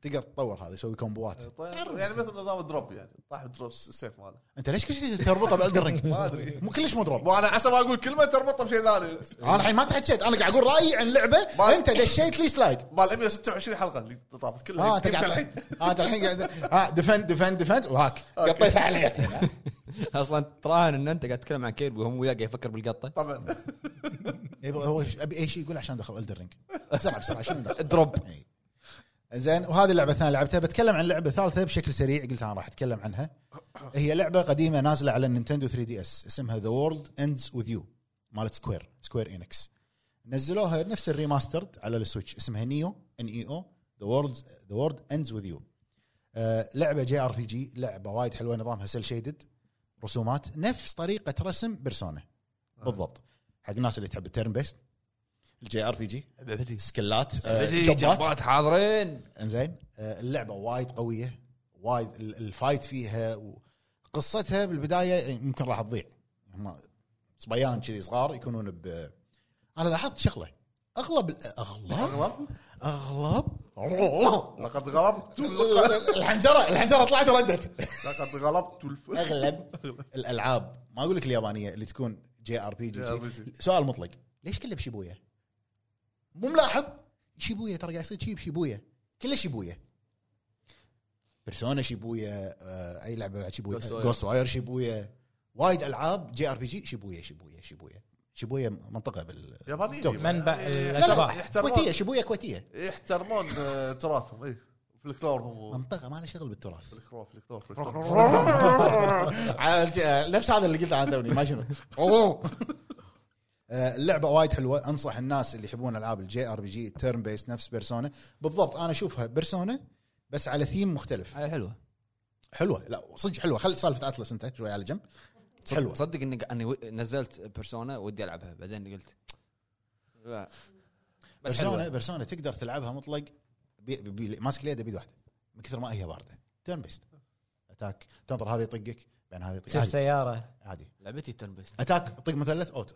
S3: تقدر تطور هذا يسوي كومبوات
S2: طيب، يعني مثل نظام الدروب يعني طاح الدروب السيف ماله
S3: انت ليش كل شيء تربطه بالدرنج
S2: ما أدري.
S3: مو كلش مو دروب
S2: مو انا عسى ما اقول كلمه تربطها بشيء ثاني
S3: انا الحين ما تحكيت انا قاعد اقول رايي عن لعبه
S2: ما-
S3: انت دشيت
S2: [laughs]
S3: لي سلايد
S2: مال 126 حلقه اللي طافت كلها
S3: اه انت قاعد
S2: الحين
S3: اه انت الحين قاعد اه دفن دفن دفن وهاك قطيتها عليه
S1: اصلا تراهن ان انت قاعد تتكلم عن كيربي وهم وياه قاعد يفكر بالقطه
S2: طبعا
S3: [laughs] يبغى هو ش- ابي اي شيء يقول عشان دخل الدرنج بسرعه بسرعه شنو
S2: [laughs]
S3: دخل
S1: دروب
S3: إي. زين وهذه اللعبه الثانيه لعبتها بتكلم عن لعبه ثالثه بشكل سريع قلت انا راح اتكلم عنها هي لعبه قديمه نازله على النينتندو 3 دي اس اسمها ذا وورلد اندز وذ يو مالت سكوير سكوير انكس نزلوها نفس الريماسترد على السويتش اسمها نيو E ان اي او ذا وورلد ذا وورلد اندز وذ يو لعبه آه، جي ار بي جي لعبه وايد حلوه نظامها سيل شيدد رسومات نفس طريقه رسم بيرسونا بالضبط حق الناس اللي تحب التيرن بيست الجي ار بي جي
S1: لعبتي
S3: سكلات
S1: أه،
S3: آه، جبات
S1: جبات حاضرين
S3: انزين آه، اللعبه وايد قويه وايد ال- الفايت فيها قصتها بالبدايه يعني ممكن راح تضيع هم صبيان كذي صغار يكونون ب انا لاحظت شغله اغلب اغلب اغلب [laughs]
S2: لقد [laughs] غلبت
S3: الحنجره الحنجره طلعت وردت
S2: لقد غلبت [laughs] الف...
S3: اغلب الالعاب ما اقول لك اليابانيه اللي تكون جي ار بي جي
S2: JRPG.
S3: سؤال مطلق ليش كله بشيبويا؟ مو ملاحظ شيبويا ترى قاعد يصير شي بشيبويا كله شيبويا بيرسونا شيبويا آه اي لعبه بعد شيبويا
S1: Ghost Wire.
S3: جوست واير شيبويا وايد العاب جي ار بي جي شيبويا شيبويا شيبويا شيبويا منطقه بال
S2: يابانيين
S3: توب.
S4: منبع
S2: يعني
S4: الأشباح.
S3: كويتيه
S2: يحترمون
S3: شيبويا كويتيه
S2: يحترمون آه، تراثهم اي فلكلورهم و-
S3: منطقه ما لها شغل بالتراث
S2: فلكلور فلكلور فلكلور.
S3: عال- آه، نفس هذا اللي قلته انا توني ما شنو أوه. آه، اللعبه وايد حلوه انصح الناس اللي يحبون العاب الجي ار بي جي تيرن بيس نفس بيرسونا بالضبط انا اشوفها بيرسونا بس على ثيم مختلف
S1: هاي حلوه
S3: حلوه لا صدق حلوه خل سالفه اتلس انت شوي على جنب
S1: صد-
S3: حلوة.
S1: صدق اني اني و- نزلت بيرسونا ودي العبها بعدين قلت لا. بس
S3: بيرسونا
S1: حلوه
S3: بيرسونا تقدر تلعبها مطلق بي بي ماسك اليد بيد واحده من كثر ما هي بارده تيرن بيست اتاك تنطر هذا يطقك بعدين هذا يطقك
S4: تصير
S3: عادي,
S4: سياره
S3: عادي.
S1: لعبتي ترن بس
S3: اتاك طق مثلث اوتو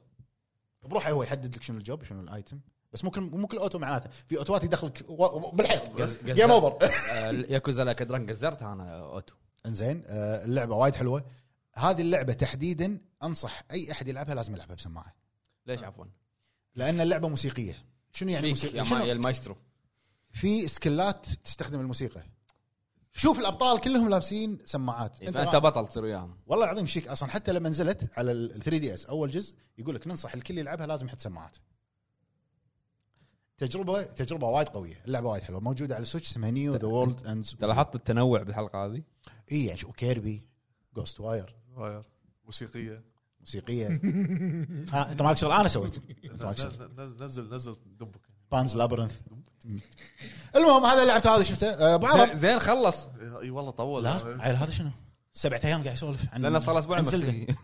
S3: بروحه هو يحدد لك شنو الجوب شنو الايتم بس مو كل مو كل اوتو معناته في اوتوات يدخلك و- و- بالحيط جيم [laughs] اوفر
S1: آه، ياكوزا لا كدران قزرتها انا اوتو
S3: انزين آه، اللعبه وايد حلوه هذه اللعبه تحديدا انصح اي احد يلعبها لازم يلعبها بسماعه
S1: ليش عفوا؟
S3: لان اللعبه موسيقيه شنو آه. يعني
S1: فيك يا,
S3: موسيقى
S1: ما
S3: شنو
S1: يا المايسترو
S3: في سكلات تستخدم الموسيقى شوف الابطال كلهم لابسين سماعات
S1: إيه، فانت بطل تصير وياهم
S3: والله العظيم شيك اصلا حتى لما نزلت على ال 3 دي اس اول جزء يقول لك ننصح الكل يلعبها لازم يحط سماعات تجربه تجربه وايد قويه اللعبه وايد حلوه موجوده على السويتش اسمها نيو ذا وورلد اند
S1: [laughs] انت لاحظت التنوع بالحلقه هذه؟
S3: اي يعني شو كيربي جوست واير
S2: واير موسيقيه
S3: موسيقيه ها انت مالك شغل انا سويت انت مالك شغل
S2: نزل نزل نزل دمك
S3: بانز لابرنث المهم هذا اللي لعبته هذا شفته أه، ابو عرب
S1: زين- زين خلص
S2: اي إيه، والله طول
S3: لا عيل هذا شنو؟ سبعة ايام قاعد يسولف عن
S1: لان صار اسبوع
S3: عن
S1: مختفي. [laughs]
S3: زلدة.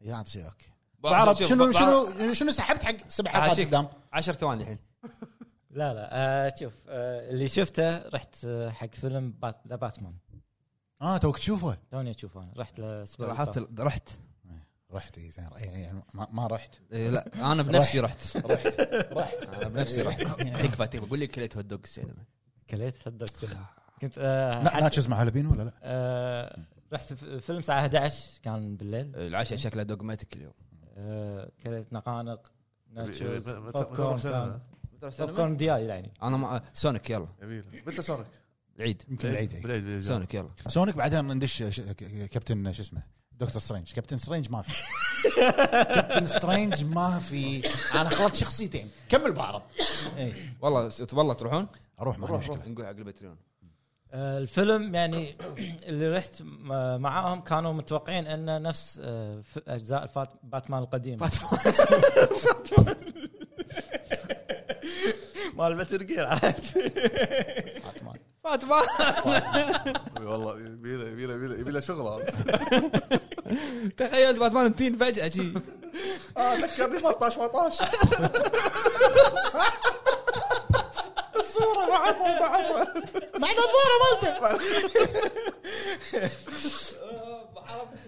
S3: يا عاد شيء اوكي
S1: بعرف-
S3: بعرف
S1: شوف،
S3: شنو
S1: بعرف- آه،
S3: شنو شنو سحبت حق سبع حلقات
S1: عاشق.
S3: قدام
S1: عشر ثواني الحين
S4: لا لا آه شوف آه اللي شفته رحت آه، حق فيلم بات ذا باتمان
S3: اه توك تشوفه
S4: توني اشوفه انا رحت
S3: طيب،
S4: لاسبوع
S1: لاحظت ال- رحت
S3: رحت اي زين إي- يعني ما, ما رحت
S1: إيه، لا انا بنفسي رحت
S3: [laughs] رحت رحت
S1: انا بنفسي
S3: [laughs]
S1: رحت تكفى تكفى قول لي كليت هوت دوغ السينما
S4: كليت هدك كنت آه
S3: لا
S4: حد-
S3: ناتشز مع هالبين ولا لا؟
S4: آه رحت ف- فيلم الساعه 11 كان بالليل
S1: العشاء شكله دوغماتيك اليوم
S4: آه كليت نقانق ناتشوز
S2: متى- متى
S4: بوب
S2: نروح
S4: كورن
S2: سينما؟
S4: كان- بوب كورن دياي يعني
S1: انا ما سونيك يلا
S2: جميل متى سونيك؟
S1: العيد
S3: يمكن العيد إي.
S2: بالعيد بالعيد.
S1: سونيك يلا
S3: سونيك بعدين ندش ش- ك- كابتن شو اسمه دكتور سترينج كابتن سترينج ما في كابتن سترينج ما في انا خلطت شخصيتين كمل بعرض إي.
S1: والله س- والله تروحون
S3: اروح ما عندي
S1: نروح
S3: مشكله
S1: نروح نقول حق البتريون
S4: آه، الفيلم يعني [clears throat] اللي رحت م- معاهم كانوا متوقعين انه نفس آه، ف- اجزاء فات- باتمان القديم [laughs] مال باتر جير عاد [laughs]
S3: باتمان.
S1: فاتمان
S2: اي إيه، والله يبي له يبي له يبي له- يبي له شغل هذا
S1: [laughs] تخيلت باتمان متين فجاه شي
S2: آه، ذكرني مطاش [laughs] مطاش
S3: الصوره مع مع نظاره مالته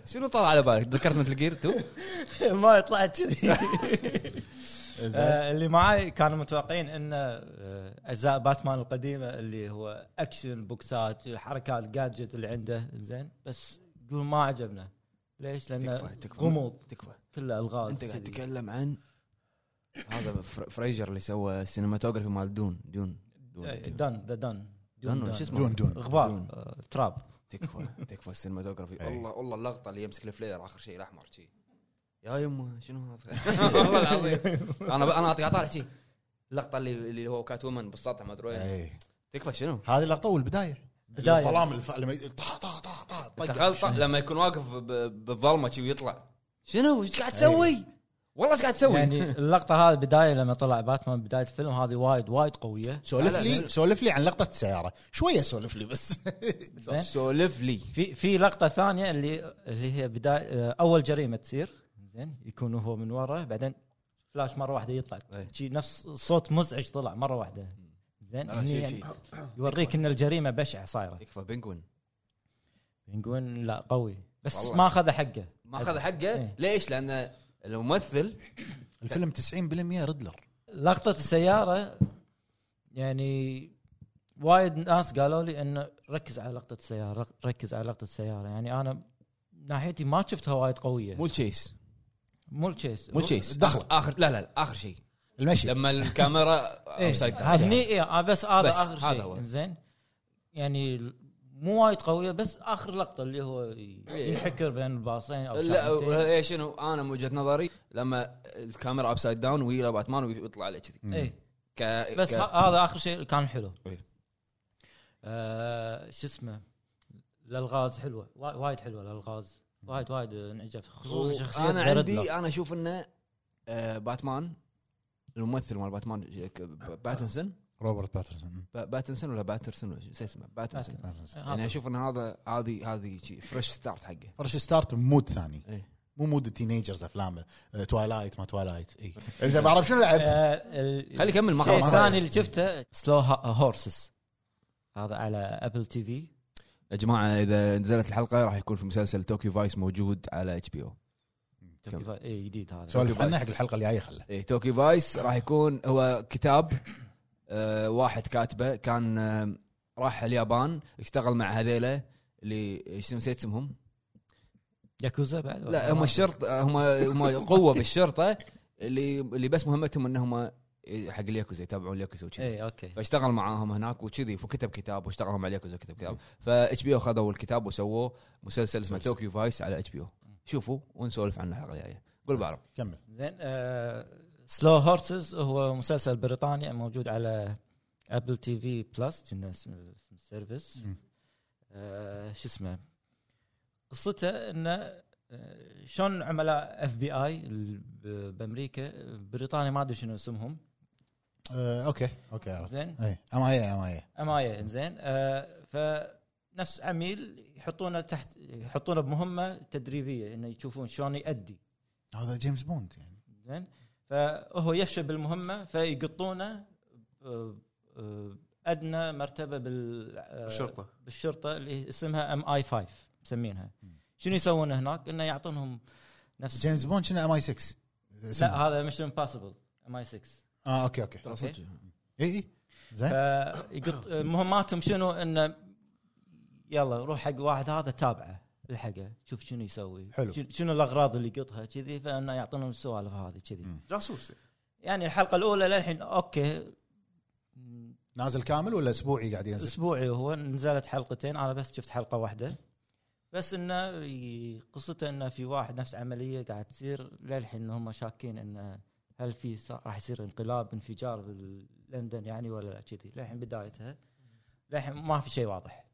S1: شنو طلع على بالك ذكرت مثل جير تو
S4: ما
S1: [laughs]
S4: طلعت كذي
S3: زين.
S4: آه، اللي معاي كانوا متوقعين انه آه، اجزاء باتمان القديمه اللي هو اكشن بوكسات الحركات جادجت اللي عنده زين بس يقول ما عجبنا ليش؟ لانه
S1: تكفى تكفى
S4: غموض
S1: تكفى
S4: كله الغاز
S1: انت قاعد
S4: كذي.
S1: تتكلم عن هذا فر- [laughs] فريجر اللي سوى السينماتوجرافي مال دون دون دون-
S4: آه،
S1: دون
S4: دن ذا دن
S1: دون شو اسمه
S3: دون دون
S4: غبار
S1: دون.
S4: آه، تراب
S1: تكفى تكفى السينماتوجرافي
S3: أي.
S1: والله والله اللقطه اللي يمسك الفلير اخر شيء الاحمر شي يا يما شنو [laughs] هذا والله العظيم انا انا أعطي- اطالع شي اللقطه اللي اللي هو كات وومن بالسطح ما ادري وين.
S3: إي.
S1: تكفى شنو
S3: إيه. هذه اللقطه والبدايه
S4: بداية.
S3: الظلام الف... لما ي- طا طا طا طا طيب. طق.
S1: تخيل طا- طيب، لما يكون واقف ب- بالظلمه شي ويطلع إيه. شنو ايش قاعد تسوي؟ والله ايش قاعد تسوي؟
S4: يعني اللقطه هذه بدايه لما طلع باتمان بدايه الفيلم هذه وايد وايد قويه
S3: سولف
S1: لا، لا،
S3: لي
S1: لا.
S3: سولف لي عن لقطه السياره شويه سولف لي بس [laughs]
S4: زين
S1: سولف لي
S4: في في لقطه ثانيه اللي اللي هي بدايه آه، اول جريمه تصير زين يكون هو من ورا بعدين فلاش مره واحده يطلع
S1: أي.
S4: شي نفس صوت مزعج طلع مره واحده زين
S1: لا، لا،
S4: هني
S1: شي-
S4: يعني
S1: شي.
S4: يوريك ان الجريمه بشعه صايره
S1: تكفى بنجوين
S4: نقول لا قوي بس
S1: والله.
S4: ما اخذ حقه
S1: ما اخذ حقه
S4: إيه.
S1: ليش؟ لان الممثل
S3: الفيلم 90% ريدلر
S4: لقطه السياره يعني وايد ناس قالوا لي انه ركز على لقطه السياره ركز على لقطه السياره يعني انا ناحيتي ما شفتها وايد قويه
S1: مو تشيس
S4: مو الشيس
S1: مو تشيس
S3: دخل.
S1: اخر لا لا لا اخر شيء
S3: المشي
S1: لما الكاميرا اوسايد
S4: [laughs] إيه.
S1: داون.
S3: هذا
S4: هني إيه آه، بس هذا
S1: بس
S4: اخر
S1: هذا هو.
S4: شيء زين يعني مو وايد قويه بس اخر لقطه اللي هو ينحكر بين الباصين او
S1: إيه. لا
S4: شعرتين.
S1: إيه، شنو انا من وجهه نظري لما الكاميرا ابسايد داون ويلا باتمان ويطلع عليه كذي
S4: إيه.
S1: ك...
S4: بس
S1: ك...
S4: ه- هذا اخر شيء كان حلو
S1: إيه.
S4: آه، شو اسمه الالغاز حلوه وا- وايد حلوه الالغاز وايد وايد انعجبت خصوصا شخصيه
S1: انا
S4: ذا
S1: عندي
S4: ريدلر.
S1: انا اشوف انه آه، باتمان الممثل مال باتمان ج- ك- ب- باتنسون
S3: روبرت باترسون
S1: ب- باتنسون ولا باترسون ولا شو شو اسمه باتنسون
S4: آه،
S1: يعني اشوف ان هذا هذه هذه فريش ستارت حقه
S3: فرش ستارت مود ثاني
S1: إيه.
S3: مو مود التينيجرز افلام توالايت ما توالايت
S4: [laughs]
S3: اي اذا بعرف
S4: آه،
S3: شنو
S4: إيه.
S3: لعبت
S1: خلي
S4: خلي
S1: يكمل ما
S4: الشيء
S1: خلص
S4: الثاني اللي شفته سلو هورسز هذا على ابل تي في
S1: يا جماعه اذا نزلت الحلقه راح يكون في مسلسل توكيو فايس موجود على اتش بي او كم؟
S4: اي إيه، جديد هذا
S3: سولف عنه حق الحلقه الجايه خله
S1: إيه توكي فايس راح يكون هو كتاب آه واحد كاتبه كان آه راح اليابان اشتغل مع هذيله اللي ايش نسيت اسمهم
S4: ياكوزا بعد
S1: لا هم الشرط هم هم قوه بالشرطه اللي اللي بس مهمتهم انهم حق الياكوزا يتابعون الياكوزا وكذي
S4: اي اوكي
S1: فاشتغل معاهم هناك وكذي فكتب كتاب واشتغلوا مع الياكوزا كتب كتاب فاتش بي او خذوا الكتاب وسووه إيه. مسلسل اسمه توكيو فايس على اتش بي او شوفوا ونسولف عنه الحلقه الجايه قول بعرف
S3: كمل
S4: زين آه، سلو هورسز هو مسلسل بريطاني موجود على ابل تي في بلس كنا اسم اسم السيرفس
S3: مم.
S4: آه، شو اسمه قصته انه آه، شلون عملاء اف بي اي بامريكا بريطانيا ما ادري شنو اسمهم
S3: آه، اوكي اوكي عرفت إيه.
S4: زين
S3: اي امايه امايه
S4: امايه انزين آه فنفس عميل يحطونه تحت يحطونه بمهمه تدريبيه انه يشوفون شلون يأدي
S3: هذا جيمس بوند يعني
S4: زين فهو يفشل بالمهمه فيقطونه آه، آه، ادنى مرتبه بال آه،
S2: الشرطه
S4: بالشرطه اللي اسمها ام اي 5 مسمينها
S3: مم.
S4: شنو يسوون هناك؟ انه يعطونهم نفس
S3: جيمس بوند شنو اماي 6
S4: لا هذا مش امباسبل ام اي 6
S3: اه اوكي اوكي
S1: ترى
S4: أوكي.
S1: صدق
S3: اي اي إيه، زين [laughs]
S4: فيقط مهماتهم شنو انه يلا روح حق واحد هذا تابعه الحقه شوف شنو يسوي
S3: حلو.
S4: شنو- شنو الاغراض اللي يقطها كذي فانه يعطونهم السوالف هذه كذي
S3: مم.
S2: جاسوس
S4: يعني الحلقه الاولى للحين اوكي م،
S3: نازل كامل ولا اسبوعي قاعد ينزل؟
S4: اسبوعي هو نزلت حلقتين انا بس شفت حلقه واحده بس انه ي- قصته انه في واحد نفس عمليه قاعد تصير للحين هم شاكين انه هل في ص- راح يصير انقلاب انفجار بلندن يعني ولا لا كذي للحين بدايتها للحين ما في شيء واضح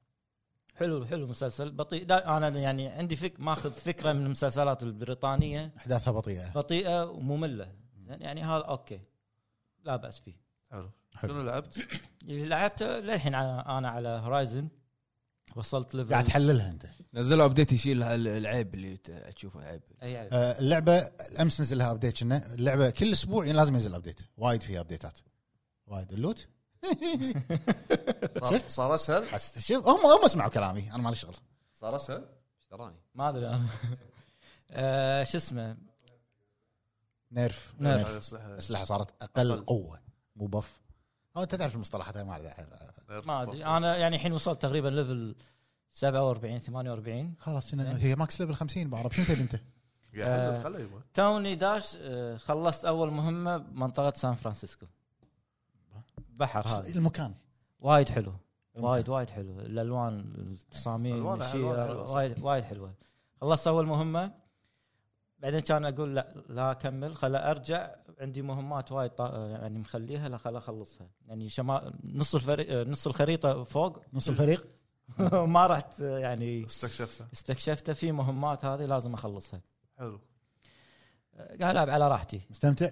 S4: حلو حلو مسلسل بطيء دا انا يعني عندي فك ماخذ فكره من المسلسلات البريطانيه
S3: احداثها بطيئه
S4: بطيئه وممله زين يعني هذا اوكي لا باس فيه
S2: حلو
S3: حلو
S2: شنو لعبت؟
S4: اللي لعبته للحين على- انا على هورايزن وصلت ليفل
S3: قاعد تحللها انت
S4: إيه.
S1: نزلوا ابديت يشيل هال- العيب اللي ت- تشوفه عيب
S4: أي يعني.
S3: آه، اللعبه امس نزل لها ابديت كنا اللعبه كل اسبوع يعني لازم ينزل ابديت وايد فيها ابديتات وايد اللوت
S2: صار,
S3: [laughs]
S2: صار اسهل
S3: حس شوف هم هم اسمعوا كلامي انا ما لي شغل
S2: صار اسهل
S1: اشتراني
S4: ما ادري انا [laughs] آه، شو اسمه
S3: نيرف
S4: نيرف.
S3: نيرف.
S2: أسلحة.
S3: الاسلحه صارت اقل
S2: أقل.
S3: قوه مو بف او انت تعرف المصطلحات هاي ما عليه.
S4: ما ادري انا يعني الحين وصلت تقريبا ليفل 47 48
S3: خلاص
S4: إيه.
S3: كنا هي ماكس ليفل 50 بعرف شنو تبي
S4: [laughs]
S3: انت
S2: قاعد
S4: آه.
S2: خله يبغى
S4: توني داش آه، خلصت اول مهمه بمنطقه سان فرانسيسكو بحر هذا
S3: المكان
S4: وايد حلو وايد وايد حلو الالوان التصاميم
S2: ألوانها-
S4: الشيء
S2: ألوانها حلوة أصلاً.
S4: وايد وايد حلوه خلصت اول مهمه بعدين كان اقول لا لا اكمل خل ارجع عندي مهمات وايد طا- يعني مخليها لا خل اخلصها يعني شما نص الفريق نص الخريطه فوق [laughs]
S3: نص الفريق
S4: ما رحت يعني
S2: استكشفته
S4: استكشفته في مهمات هذه لازم اخلصها
S2: حلو
S4: قاعد العب على راحتي
S3: مستمتع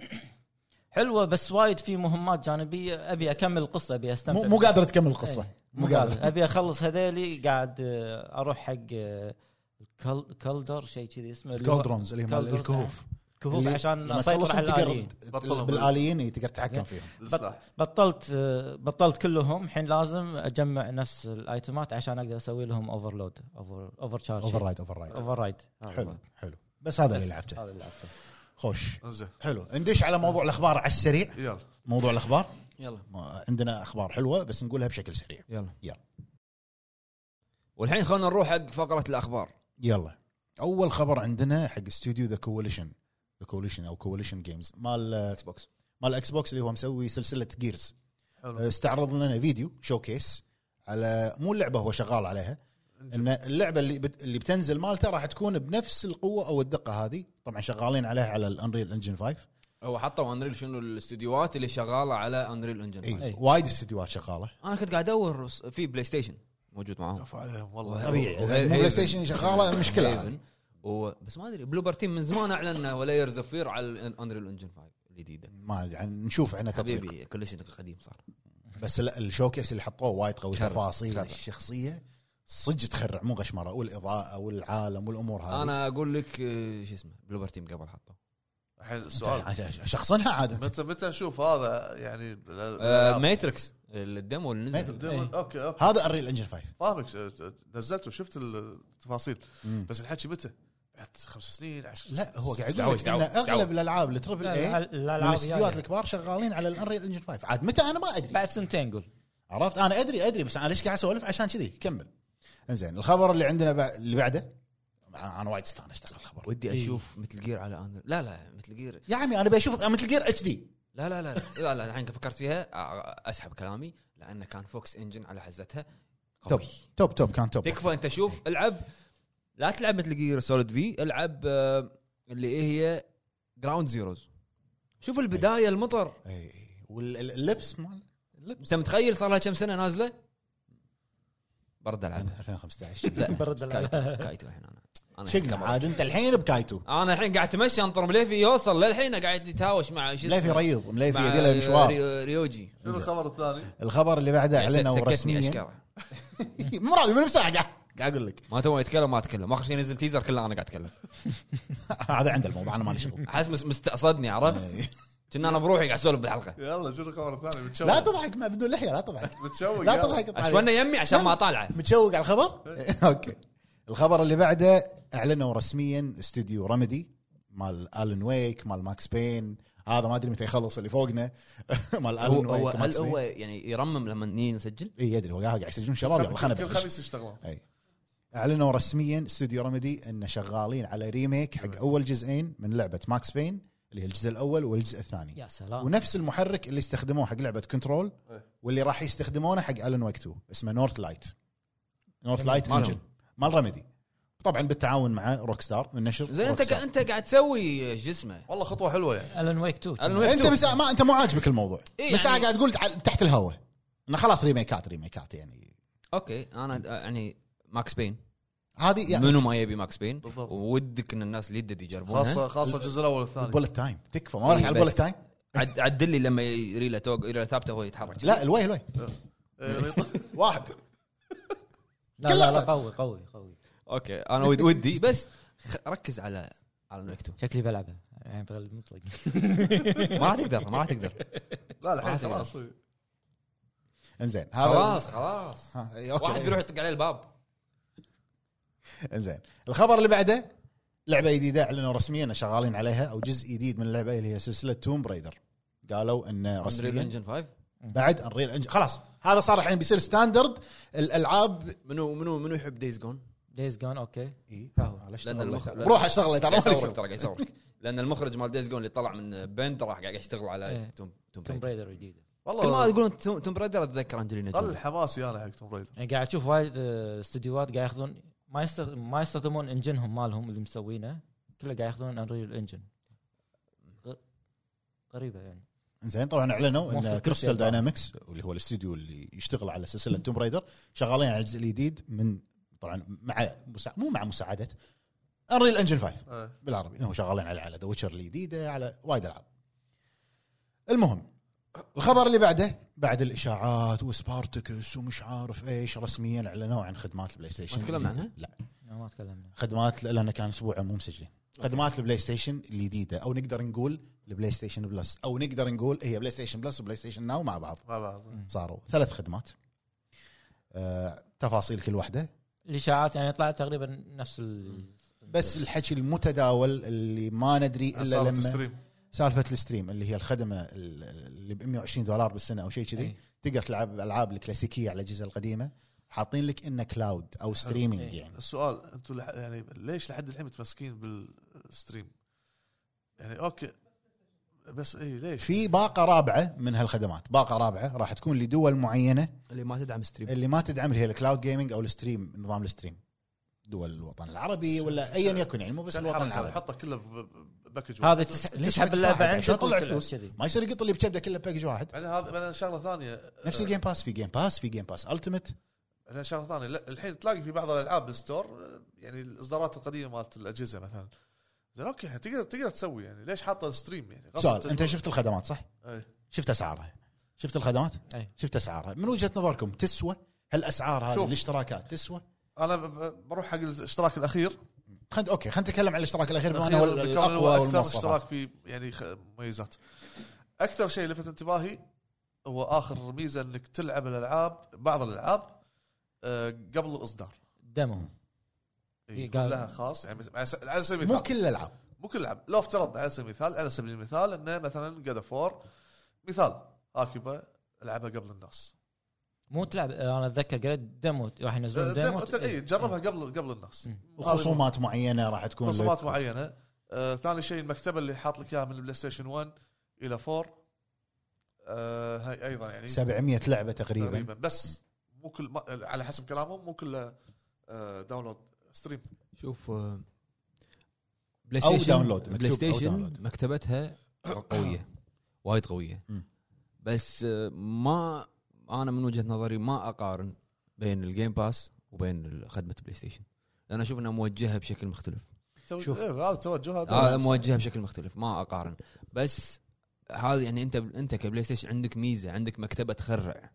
S4: حلوه بس وايد في مهمات جانبيه ابي اكمل القصه ابي
S3: مو
S4: استمتع
S3: مو قادر تكمل القصه
S4: إيه.
S3: مو قادر
S4: ابي اخلص هذيلي قاعد آه، اروح حق آه، الكل- كلدر شيء كذي اسمه اللي هو-
S3: كولدرونز اللي هم
S4: Cauldrons.
S3: الكهوف
S4: كهوف
S3: اللي
S4: عشان
S3: لما
S4: اسيطر
S3: تخلصهم
S4: على إيه.
S3: تقدر
S4: الآليين.
S3: ت-
S2: بطلهم.
S3: بالاليين إي، إيه تقدر تتحكم
S4: زين.
S3: فيهم
S2: السلاح
S4: بطلت آه، بطلت كلهم الحين لازم اجمع نفس الايتمات عشان اقدر اسوي لهم اوفرلود اوفر اوفر تشارج
S3: اوفر رايد اوفر رايد
S4: اوفر رايد
S3: حلو حلو بس هذا اللي لعبته
S4: هذا اللي لعبته
S3: خوش
S2: انزين
S3: حلو ندش على موضوع الاخبار على السريع
S2: يلا
S3: موضوع الاخبار
S1: يلا
S3: ما- عندنا اخبار حلوه بس نقولها بشكل سريع
S1: يلا
S3: يلا.
S1: والحين خلونا نروح حق فقره الاخبار
S3: يلا اول خبر عندنا حق استوديو ذا كوليشن ذا كوليشن او كوليشن جيمز مال
S1: اكس بوكس
S3: مال اكس بوكس اللي هو مسوي سلسله جيرز
S2: حلو
S3: استعرض لنا فيديو شوكيس على مو اللعبه هو شغال عليها ان اللعبه اللي بت... اللي بتنزل مالته راح تكون بنفس القوه او الدقه هذه طبعا شغالين عليها على الانريل انجن 5
S1: هو حطوا انريل شنو الاستديوهات اللي شغاله على انريل انجن
S3: اي
S4: أي.
S3: إيه، وايد استديوهات شغاله
S1: انا كنت قاعد ادور س- في بلاي ستيشن موجود معاهم
S2: كفو عليهم والله
S3: طبيعي
S1: وهي-
S3: اذا مو بلاي
S1: هيفن.
S3: ستيشن
S1: [laughs]
S3: شغاله مشكله هذه.
S1: هيفن. و... بس ما ادري بلوبر تيم من زمان اعلن ولا يرزفير على انريل انجن 5 الجديده
S3: ما أدري، يعني نشوف احنا تطبيق
S1: حبيبي كل شيء قديم صار
S3: بس لا الشوكيس اللي حطوه وايد قوي
S1: كرر،
S3: تفاصيل
S1: كرر.
S3: الشخصيه صدق تخرع مو غشمره والاضاءه والعالم والامور هذه
S1: انا اقول لك آه، شو اسمه بلوبر تيم قبل حطه
S2: الحين السؤال
S3: سؤال شخصنها عاده
S2: متى متى نشوف هذا يعني
S1: آه، مايتريكس الديمو اللي نزل
S3: إيه.
S2: ديمون- اوكي اوكي
S3: هذا الريل انجن 5
S2: فاهمك ش- نزلت وشفت التفاصيل
S3: مم.
S2: بس الحكي متى؟ بعد خمس سنين عشر
S3: لا هو قاعد يقول
S1: دعوة-
S3: لك ان
S1: دعوة- دعوة.
S3: اغلب الالعاب التربل اي إيه؟ من
S4: الالعاب
S3: الاستديوهات
S4: جاية.
S3: الكبار شغالين على الانريل انجن 5 عاد متى انا ما ادري
S4: بعد سنتين قول
S3: عرفت انا ادري ادري بس انا ليش قاعد اسولف عشان كذي كمل انزين الخبر اللي عندنا بع- اللي بعده انا وايد استانست على الخبر
S1: ودي اشوف مثل جير على انر لا لا مثل جير
S3: يا عمي انا بشوف مثل جير اتش دي
S1: لا لا لا لا- [laughs] لا لا الحين فكرت فيها أ- اسحب كلامي لانه كان فوكس انجن على حزتها
S3: توب
S1: قوي
S3: توب توب كان توب
S1: تكفى انت
S3: [laughs]
S1: شوف العب لا تلعب مثل جير سوليد في العب آه، اللي إيه هي جراوند زيروز شوف البدايه
S3: طيب.
S1: المطر
S3: إي إي. واللبس مال
S1: انت متخيل صار لها كم سنه نازله؟ برد العبها
S3: 2015
S1: لا
S4: برد العبها.
S1: كايتو كايتو الحين انا انا الحين
S3: شقنا
S1: كاميرا.
S3: عاد انت الحين بكايتو
S1: انا الحين قاعد اتمشى انطر مليفي يوصل للحين قاعد يتهاوش مع شو
S3: مليفي يريض مليفي
S1: مع
S3: يدي له مشوار
S1: ريو- ريوجي
S2: شنو الخبر الثاني؟
S3: الخبر اللي بعده اعلنوا
S1: سكتني
S3: رسميا
S1: أشكره.
S3: إيه، مو راضي من ساعه قاعد قاعد اقول لك [laughs]
S1: ما تبغى يتكلم ما اتكلم اخر شيء نزل تيزر كله انا قاعد اتكلم
S3: هذا عند الموضوع انا مالي شغل
S1: احس مس- مستقصدني عرفت؟
S3: إي.
S1: كنا انا بروحي قاعد اسولف بالحلقه
S2: يلا شنو الخبر الثاني؟ متشوق
S3: لا تضحك ما بدون لحيه لا تضحك
S2: متشوق
S3: لا
S2: يلا.
S3: تضحك
S1: اشوفنا يمي عشان ما اطالعه
S3: متشوق على الخبر؟ [laughs] اوكي الخبر اللي بعده اعلنوا رسميا استوديو رمدي مال الن ويك مال ماكس بين هذا ما ادري متى يخلص اللي فوقنا [laughs] مال الن
S1: هو هو
S3: ويك
S1: هل
S3: ماكس
S1: هو
S3: بين
S1: يعني يرمم لما نيجي نسجل؟
S3: اي يدري هو قاعد يسجلون شباب يلا خلنا
S2: كل
S3: نبلش.
S2: خميس يشتغلون
S3: اي اعلنوا رسميا استوديو رمدي انه شغالين على ريميك حق اول جزئين من لعبه ماكس بين اللي هي الجزء الاول والجزء الثاني
S4: يا
S1: آه.
S4: سلام
S3: ونفس المحرك اللي استخدموه حق لعبه كنترول
S2: إيه.
S3: واللي راح يستخدمونه حق الن ويك 2 اسمه نورث لايت نورث لايت
S1: مالهم.
S3: انجن مال رمدي طبعا بالتعاون مع روك ستار من نشر
S1: زين انت
S3: روكستار.
S1: انت قاعد تسوي شو اسمه؟
S2: والله خطوه حلوه يعني
S4: الن ويك 2
S1: ألن ويك
S3: انت مساء ما انت مو عاجبك الموضوع
S1: إيه
S3: إيه مساء
S1: يعني-
S3: قاعد تقول تعال- تحت الهواء انه خلاص ريميكات ريميكات يعني
S1: اوكي انا د- يعني ماكس بين
S3: هذه يعني
S1: منو ما يبي ماكس بين
S2: بالضبط.
S1: ودك ان الناس اللي يدد يجربونها
S2: خاصه خاصه الجزء الاول [laughs] والثاني
S3: البولت تايم تكفى ما راح
S1: إيه
S3: على
S1: بس.
S3: البولت تايم
S1: عد عدل لي لما يري له توق يري له ثابته هو يتحرك
S3: لا الوي الوي
S2: إيه، ريط-
S3: واحد
S4: لا
S3: كل
S4: لا, لا
S3: لقطة.
S4: قوي قوي قوي
S1: اوكي انا ود- ودي [laughs] بس خ- ركز على على المكتوب
S4: شكلي بلعبها يعني بغلب مطلق
S1: ما راح تقدر ما راح [laughs] تقدر
S2: لا الحين
S1: عادي.
S2: خلاص إيه.
S3: انزين هذا
S1: خلاص خلاص
S3: ها، إيه، اوكي
S1: واحد
S3: إيه.
S1: يروح يطق عليه الباب
S3: انزين الخبر اللي بعده لعبه جديده اعلنوا رسميا إن شغالين عليها او جزء جديد من اللعبه اللي هي سلسله توم برايدر قالوا انه
S1: ريل
S3: رسميا
S1: انجن 5
S3: بعد انريل انجن خلاص هذا صار الحين بيصير ستاندرد الالعاب
S1: منو منو منو يحب دايز جون؟
S4: ديز جون اوكي
S3: إيه،
S4: قهوة.
S3: معلش،
S1: لأن
S3: والله.
S1: المخ-
S3: بروح اشتغل ترى
S1: قاعد
S3: ما لي شغل.
S1: [laughs] يصورك ترى قاعد يصورك لان المخرج مال دايز جون اللي طلع من بند راح قاعد يشتغل على
S4: إيه.
S1: توم توم
S4: توم
S1: برايدر
S4: برايدر جديده
S1: كل ما
S2: والله
S1: تقولون توم توم برايدر اتذكر انجلينا
S2: قل
S1: جولي
S2: حماسي انا حق توم برايدر
S4: يعني قاعد اشوف وايد آه، استديوهات قاعد ياخذون ما يستخ- ما يستخدمون انجنهم مالهم اللي مسوينه كله قاعد ياخذون انريل انجن غريبه يعني
S3: زين طبعا اعلنوا
S4: موفق
S3: ان
S4: كل شيء
S3: كريستال
S4: طبعاً.
S3: داينامكس واللي هو الاستوديو اللي يشتغل على سلسله توم برايدر شغالين على الجزء الجديد من طبعا مع مسا... مو مع مساعده انريل انجن 5
S2: إيه.
S3: بالعربي انه شغالين على على ذا ويتشر الجديده على وايد العاب المهم الخبر اللي بعده بعد الاشاعات وسبارتكس ومش عارف ايش رسميا اعلنوا عن خدمات البلاي ستيشن
S1: ما تكلمنا عنها؟
S3: لا
S4: أنا ما تكلمنا
S3: خدمات لان كان اسبوع مو مسجلين خدمات البلاي ستيشن الجديده او نقدر نقول البلاي ستيشن بلس او نقدر نقول هي بلاي ستيشن بلس وبلاي ستيشن ناو مع بعض
S2: مع بعض
S3: صاروا ثلاث خدمات آه، تفاصيل كل واحده
S4: الاشاعات يعني طلعت تقريبا نفس ال
S3: بس الحكي المتداول اللي ما ندري الا
S2: صارت
S3: لما
S2: ستريم
S3: سالفه الستريم اللي هي الخدمه ال- اللي ب 120 دولار بالسنه او شيء كذي
S4: أي.
S3: تقدر تلعب العاب الكلاسيكيه على الاجهزه القديمه حاطين لك انه كلاود او ستريمينج
S4: أي.
S3: يعني
S2: السؤال انتم لح... يعني ليش لحد الحين متمسكين بالستريم؟ يعني اوكي بس اي ليش؟
S3: في باقه رابعه من هالخدمات باقه رابعه راح تكون لدول معينه
S1: اللي ما تدعم ستريم
S3: اللي ما تدعم اللي هي الكلاود جيمنج او الستريم نظام الستريم دول الوطن العربي ولا ايا يكن يعني مو بس
S2: كان
S3: الوطن
S2: حركة،
S3: العربي
S2: حطه كله ب- ب- باكج واحد.
S4: هذا تسح-
S3: ليش
S4: تسحب
S3: باكج
S4: اللعبه
S3: واحد؟
S4: عندك
S3: عشان تطلع
S4: وتلعب
S3: فلوس.
S4: كذي.
S3: ما يصير يقط اللي بكبده كله باكج واحد
S2: بعدين هذا بعدين شغله ثانيه
S3: نفس الجيم باس في جيم باس في جيم باس التيمت
S2: بعدين شغله ثانيه لا، الحين تلاقي في بعض الالعاب بالستور آه، يعني الاصدارات القديمه مالت الاجهزه مثلا زين اوكي يعني تقدر تقدر تسوي يعني ليش حاطه ستريم يعني غصب
S3: سؤال
S2: تجربة.
S3: انت شفت الخدمات صح؟
S2: إيه.
S3: شفت اسعارها شفت الخدمات؟
S4: أي.
S3: شفت اسعارها من وجهه نظركم تسوى هالاسعار هذه
S2: شوف.
S3: الاشتراكات تسوى
S2: انا ب- ب- بروح حق الاشتراك الاخير
S3: خلنا اوكي خلينا نتكلم عن الاشتراك الاخير بما انه هو
S2: الأخير اللي كان هو
S3: الاقوى
S2: اكثر
S3: والمواصفات
S2: يعني اشتراك فيه يعني خ- مميزات اكثر شيء لفت انتباهي هو اخر ميزه انك تلعب الالعاب بعض الالعاب آه، قبل الاصدار
S4: دمو
S2: إي،
S4: إيه، قال-
S2: كلها خاص يعني مث- على س- على سبيل
S3: مو
S2: المثال
S3: كل الالعاب
S2: مو كل العاب لو افترضنا على سبيل المثال على سبيل المثال انه مثلا جاد فور مثال هاكيبا العبها قبل الناس
S4: مو تلعب انا اتذكر قريت دمو راح ينزلون دمو آه.
S2: دم-
S3: إيه،
S2: إي، آه، إيه، جربها قبل قبل الناس
S4: إيه. مم.
S3: وخصومات معينه راح تكون
S2: خصومات
S3: لك.
S2: معينه آه، ثاني شيء المكتبه اللي حاط لك اياها من البلاي ستيشن 1 الى 4 آه، هاي ايضا يعني
S3: 700 لعبه تقريبا
S2: تقريبا بس مو كل ما على حسب كلامهم مو كل آه، داونلود ستريم
S1: شوف آه، بلاي
S3: أو داونلود، مكتوب
S1: بلاي
S3: أو
S1: ستيشن [coughs]
S3: داونلود.
S1: مكتبتها
S2: [coughs]
S1: قويه وايد قويه
S3: مم.
S1: بس آه، ما انا من وجهه نظري ما اقارن بين الجيم باس وبين ال- خدمه بلاي ستيشن لان اشوف انها موجهه بشكل مختلف
S3: شوف. آه،
S2: إيه، هذا توجه
S1: هذا
S2: هذا
S1: موجهه بشكل مختلف ما اقارن بس هذا يعني انت انت كبلاي ستيشن عندك ميزه عندك مكتبه تخرع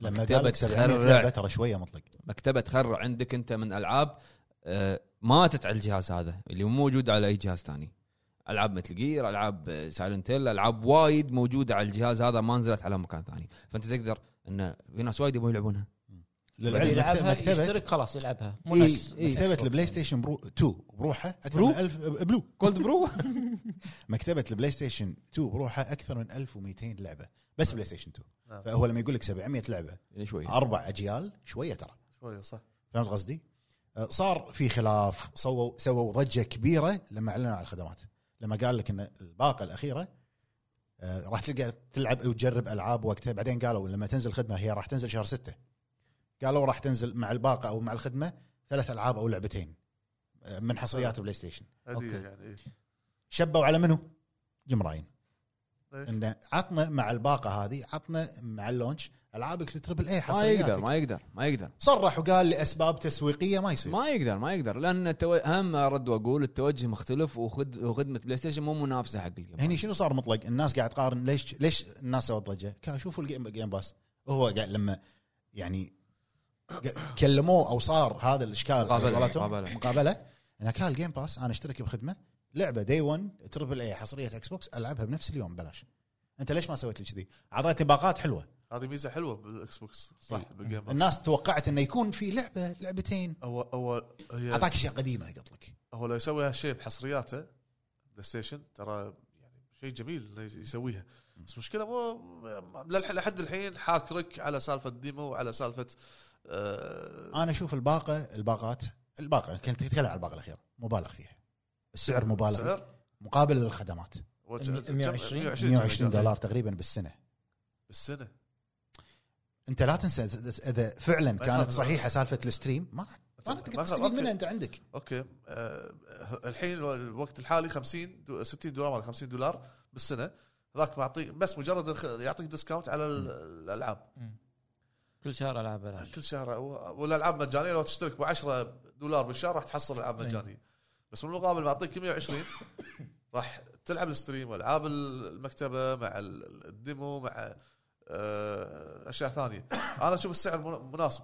S3: لما
S1: مكتبة
S3: قال لك 700
S1: تخرع.
S3: لعبه ترى شويه مطلق
S1: مكتبه تخرع عندك انت من العاب آه، ماتت على الجهاز هذا اللي مو موجوده على اي جهاز ثاني العاب مثل آه، جير العاب سايلنت هيل العاب وايد موجوده على الجهاز هذا ما نزلت على مكان ثاني فانت تقدر ان في ناس وايد يبون يلعبونها
S3: للعلم
S4: يلعبها
S3: مكتبة- إيه، مكتبه
S4: يشترك خلاص يلعبها مو
S1: إي،
S4: نفس
S1: إي.
S4: نفس
S3: مكتبه
S4: Xbox.
S3: البلاي ستيشن برو 2 بروحها اكثر
S1: إيه. برو؟
S3: من 1000 بلو
S1: كولد
S3: [laughs]
S1: برو
S3: مكتبه البلاي ستيشن 2 بروحها اكثر من 1200 لعبه بس بلاي ستيشن 2 فهو لما يقول لك 700 لعبه
S1: شوي
S3: اربع اجيال شويه ترى
S2: شويه صح
S3: فهمت قصدي؟ آه، صار في خلاف سووا سووا ضجه كبيره لما اعلنوا عن الخدمات لما قال لك ان الباقه الاخيره آه، راح تلقى تلعب وتجرب العاب وقتها بعدين قالوا لما تنزل خدمه هي راح تنزل شهر ستة قالوا راح تنزل مع الباقه او مع الخدمه ثلاث العاب او لعبتين آه، من حصريات بلاي ستيشن
S2: هديه
S4: أوكي.
S2: يعني إيه.
S3: شبوا على منو؟ جيم راين
S2: ليش؟
S3: انه عطنا مع الباقه هذه عطنا مع اللونش العابك التربل اي
S1: ما يقدر
S3: حصرياتك
S1: ما يقدر ما يقدر
S3: صرح وقال لاسباب تسويقيه ما يصير
S1: ما يقدر ما يقدر لان التو... هم ارد واقول التوجه مختلف وخد... وخدمه بلاي ستيشن مو منافسه حق الجيم
S3: هني شنو صار مطلق؟ الناس قاعد تقارن ليش ليش الناس سوت ضجه؟ كان شوفوا الجيم جيم باس هو قاعد لما يعني ق- كلموه او صار هذا الاشكال على
S1: مقابلة،
S3: قولتهم،
S1: مقابلة.
S3: مقابله انا كان الجيم باس انا اشترك بخدمه لعبه دي 1 تربل اي حصريه اكس بوكس العبها بنفس اليوم ببلاش انت ليش ما سويت لي كذي؟ اعطيتني باقات حلوه
S2: هذه ميزه حلوه بالاكس بوكس صح
S3: صح.
S2: بالجيم باس.
S3: الناس توقعت انه يكون في لعبه لعبتين
S2: هو هو هي
S3: اعطاك اشياء قديمه قلت لك
S2: هو لو يسوي هالشيء بحصرياته بلاي ستيشن ترى يعني شيء جميل إنه يسويها بس مشكله مو للح- لحد الحين حاكرك على سالفه ديمو وعلى سالفه آه
S3: انا اشوف الباقه الباقات الباقه كنت اتكلم عن الباقه الاخيره مبالغ فيها السعر مبالغ فيه
S2: سعر
S3: مقابل الخدمات
S2: وجه-
S4: مية-
S2: كم-
S4: مية وعشرين.
S3: 120 دولار تقريبا بالسنه
S2: بالسنه
S3: انت لا تنسى إذا- اذا فعلا كانت
S2: يخالف.
S3: صحيحه سالفه الستريم ما راح ما راح تقدر
S2: ما يخالف.
S3: تستفيد
S2: أوكي.
S3: منها انت عندك
S2: اوكي آه الحين الو- الوقت الحالي 50 دو 60 دولار ولا 50 دولار بالسنه ذاك معطي بس مجرد الخ- يعطيك ديسكاونت على ال- الالعاب
S4: كل شهر العاب بلاش
S2: آه، كل شهر و- والالعاب مجانيه لو تشترك ب 10 دولار بالشهر راح تحصل العاب
S4: أي.
S2: مجانيه بس بالمقابل معطيك 120 راح تلعب الستريم والعاب المكتبه مع ال- الديمو مع آه، اشياء ثانيه انا اشوف السعر من- مناسب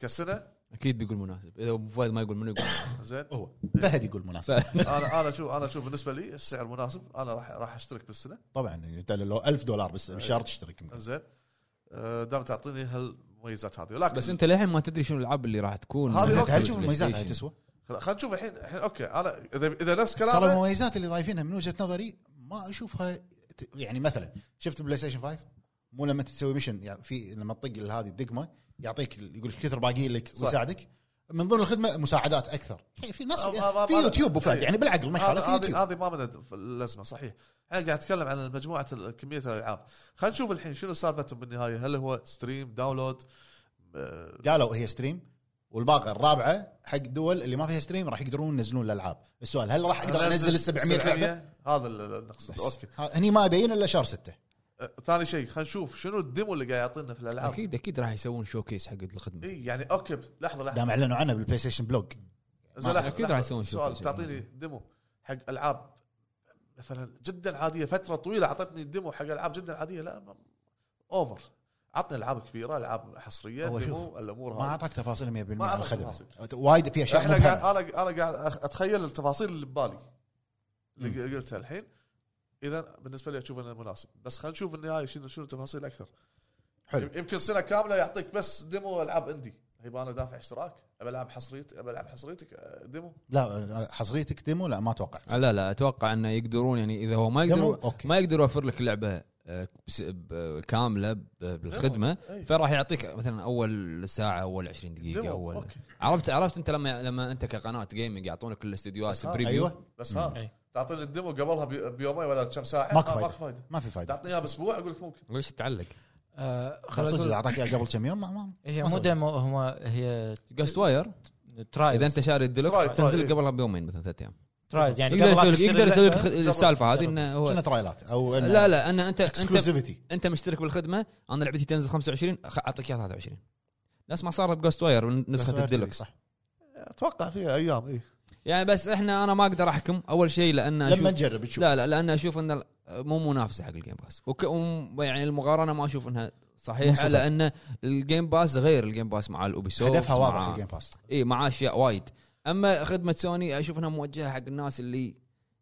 S2: كسنه
S1: اكيد بيقول مناسب اذا أبو فهد ما يقول
S2: [coughs]
S1: منو يقول
S2: زين
S3: هو
S2: إيه.
S3: فهد يقول مناسب
S2: انا انا اشوف انا اشوف بالنسبه لي السعر مناسب انا راح راح اشترك بالسنه
S3: طبعا انت يعني لو 1000 دولار بس بالشهر تشترك
S2: زين آه، دام تعطيني هالمميزات هذه ولكن
S1: بس انت للحين ما تدري شنو الالعاب اللي راح تكون
S2: هذه
S1: موجودة
S3: انت
S2: أوكي.
S3: هل تشوف
S1: بالبلاي
S3: المميزات هاي
S1: ستيشن.
S3: تسوى؟
S2: خلينا نشوف الحين الحين اوكي انا اذا اذا نفس
S3: ترى
S2: كلامه
S3: المميزات اللي ضايفينها من وجهه نظري ما اشوفها ت- يعني مثلا شفت بلاي ستيشن 5 مو لما تسوي ميشن يعني في لما تطق هذه الدقمه يعطيك ال- يقول لك كثر باقي لك
S2: صح.
S3: ويساعدك من ضمن الخدمه مساعدات اكثر يعني في ناس
S2: آه، آه، آه،
S3: في
S2: آه،
S3: يوتيوب أبو فهد
S2: إيه.
S3: يعني بالعقل ما يخالف
S2: هذا-
S3: في يوتيوب
S2: هذه هذه ما من الد- اللازمه صحيح انا قاعد اتكلم عن مجموعه ال- كميه الالعاب خلينا نشوف الحين شنو سالفتهم بالنهايه هل هو ستريم داونلود آه،
S3: قالوا هي ستريم والباقه الرابعه حق دول اللي ما فيها ستريم راح يقدرون ينزلون الالعاب السؤال هل راح اقدر انزل ال 700 لعبه
S2: هذا اللي نقصده
S3: بس
S2: اوكي
S3: ها- هني ما يبين الا شهر ستة
S2: آه، ثاني شيء خلينا نشوف شنو الديمو اللي قاعد يعطينا في الالعاب
S1: اكيد اكيد راح يسوون شوكيس حق الخدمه
S2: اي يعني اوكي لحظه لحظه
S3: دام اعلنوا عنها بالبلاي ستيشن بلوج
S2: زين، لحظة-
S1: أكيد
S2: لحظة.
S1: راح يسوون شيء.
S2: سؤال تعطيني ديمو حق العاب مثلا جدا عاديه فتره طويله اعطتني ديمو حق العاب جدا عاديه لا ما- اوفر عطني العاب كبيره العاب حصريه
S3: هو شوف،
S2: ديمو، الامور
S3: ما
S2: هذه
S3: اعطاك تفاصيل 100%
S2: ما
S3: على
S2: أعطاك
S3: الخدمه
S2: تفاصيل.
S3: وايد في اشياء
S2: احنا
S3: مبهمة.
S2: قاعد انا انا قاعد أخ- اتخيل التفاصيل اللي ببالي اللي قلتها الحين اذا بالنسبه لي اشوف انه مناسب بس خلينا نشوف النهايه شنو شنو التفاصيل اكثر
S3: حلو
S2: يم- يمكن سنه كامله يعطيك بس ديمو العاب اندي يبقى انا دافع اشتراك ابى العب حصريت ابى العب حصريتك آه، ديمو
S3: لا حصريتك ديمو لا ما اتوقع
S1: لا لا اتوقع انه يقدرون يعني اذا هو ما
S3: ديمو
S1: يقدرون
S3: اوكي
S1: ما يقدر يوفر لك اللعبه آه، بس- ب- كامله ب- بالخدمه
S2: أي.
S1: فراح يعطيك مثلا اول ساعه اول 20 دقيقه
S2: ديمو
S1: اول
S2: اوكي
S1: عرفت عرفت انت لما لما انت كقناه جيمنج يعطونك الاستديوهات
S2: بس هذا-
S1: بريفيو
S3: ايوه
S2: بس ها
S4: أي.
S2: تعطيني الديمو قبلها بي- بيومين ولا كم ساعه
S3: ماكو
S2: ما-
S3: فايدة.
S2: ماكو فايده
S3: ما في فايده
S2: تعطني اياها باسبوع اقول لك ممكن
S1: ليش تعلق؟
S4: آه خل
S3: صدق اذا
S4: أقول
S3: اعطاك إياه قبل كم يوم ما- ما
S4: هي
S3: ما
S4: مو
S3: صدق.
S4: ديمو هو هي
S1: جاست واير
S4: ترايز
S1: اذا انت شاري
S2: أيوة. تراي-
S1: الديلوكس
S2: تراي،
S1: تنزل
S2: إيه.
S1: قبلها بيومين مثلا ثلاث ايام
S4: ترايز يعني
S1: يقدر
S4: قبل لا
S1: يسوي لك
S4: تشتري
S1: يقدر يسوي لك
S4: اللعبة.
S1: خ- السالفه هذه
S4: جرب.
S1: انه
S3: كنا
S1: هو
S3: ترايلات او
S1: لا لا انا انت انت
S3: اكسكلوزيفيتي
S1: انت مشترك بالخدمه انا لعبتي تنزل 25 أخ- اعطيك اياها 23 نفس ما صار بجوست واير من نسخه الديلوكس
S2: اتوقع فيها إيه. ايام اي
S1: يعني بس احنا انا ما اقدر احكم اول شيء لان أشوف-
S3: لما نجرب تشوف
S1: لا لا لان اشوف ان ال- مو منافسه حق الجيم باس وك... وم- يعني المقارنه ما اشوف انها صحيحه
S3: منصفة.
S1: لان الجيم باس غير الجيم باس مع الاوبيسوفت
S3: هدفها واضح
S1: مع-
S3: الجيم باس
S1: اي إيه، مع اشياء وايد اما خدمه سوني اشوف انها موجهه حق الناس اللي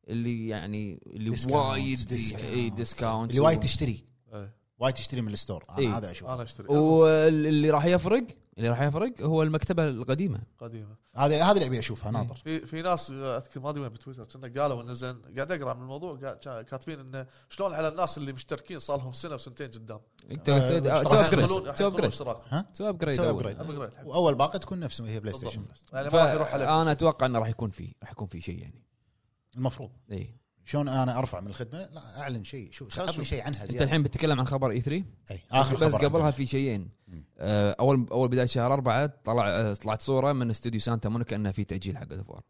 S1: اللي يعني اللي
S3: Discounts،
S1: وايد
S3: discounts.
S1: اي ديسكاونت
S3: اللي وايد تشتري
S2: إيه.
S3: وايد تشتري من الستور انا
S1: إيه.
S3: هذا اشوف
S2: انا اشتري
S1: واللي راح يفرق اللي راح يفرق هو المكتبه القديمه
S2: قديمه
S3: هذا هذا اللي ابي
S1: إيه.
S3: اشوفها ناظر
S2: في في ناس اذكر ما ادري وين بتويتر كنا قالوا انه زين قاعد اقرا عن الموضوع قاعد- كا- كاتبين انه شلون على الناس اللي مشتركين صار لهم سنه وسنتين قدام
S1: انت
S3: آه،
S1: تسوي
S3: راح
S1: ابجريد تسوي ابجريد
S2: اشتراك
S1: تسوي ابجريد
S3: تسوي
S1: أول.
S3: upgrade.
S2: ابجريد حق.
S3: واول باقه تكون نفس ما هي بلاي ستيشن
S2: بالضبط. يعني ما راح يروح عليه
S1: انا اتوقع انه راح يكون في راح يكون في شيء يعني
S3: المفروض
S1: اي
S3: شلون انا ارفع من الخدمه لا اعلن شيء شو
S2: خلنا
S3: عطني
S2: نشوف.
S3: شيء عنها
S1: انت
S3: زياده
S1: الحين بتتكلم عن خبر اي 3
S3: اي
S1: اخر
S3: اخر
S1: بس
S3: خبر
S1: قبلها
S3: عندنا.
S1: في شيئين
S3: مم.
S1: آه، اول اول بدايه شهر أربعة طلع آه، طلعت صوره من استوديو سانتا مونيكا انه في تاجيل حق الفور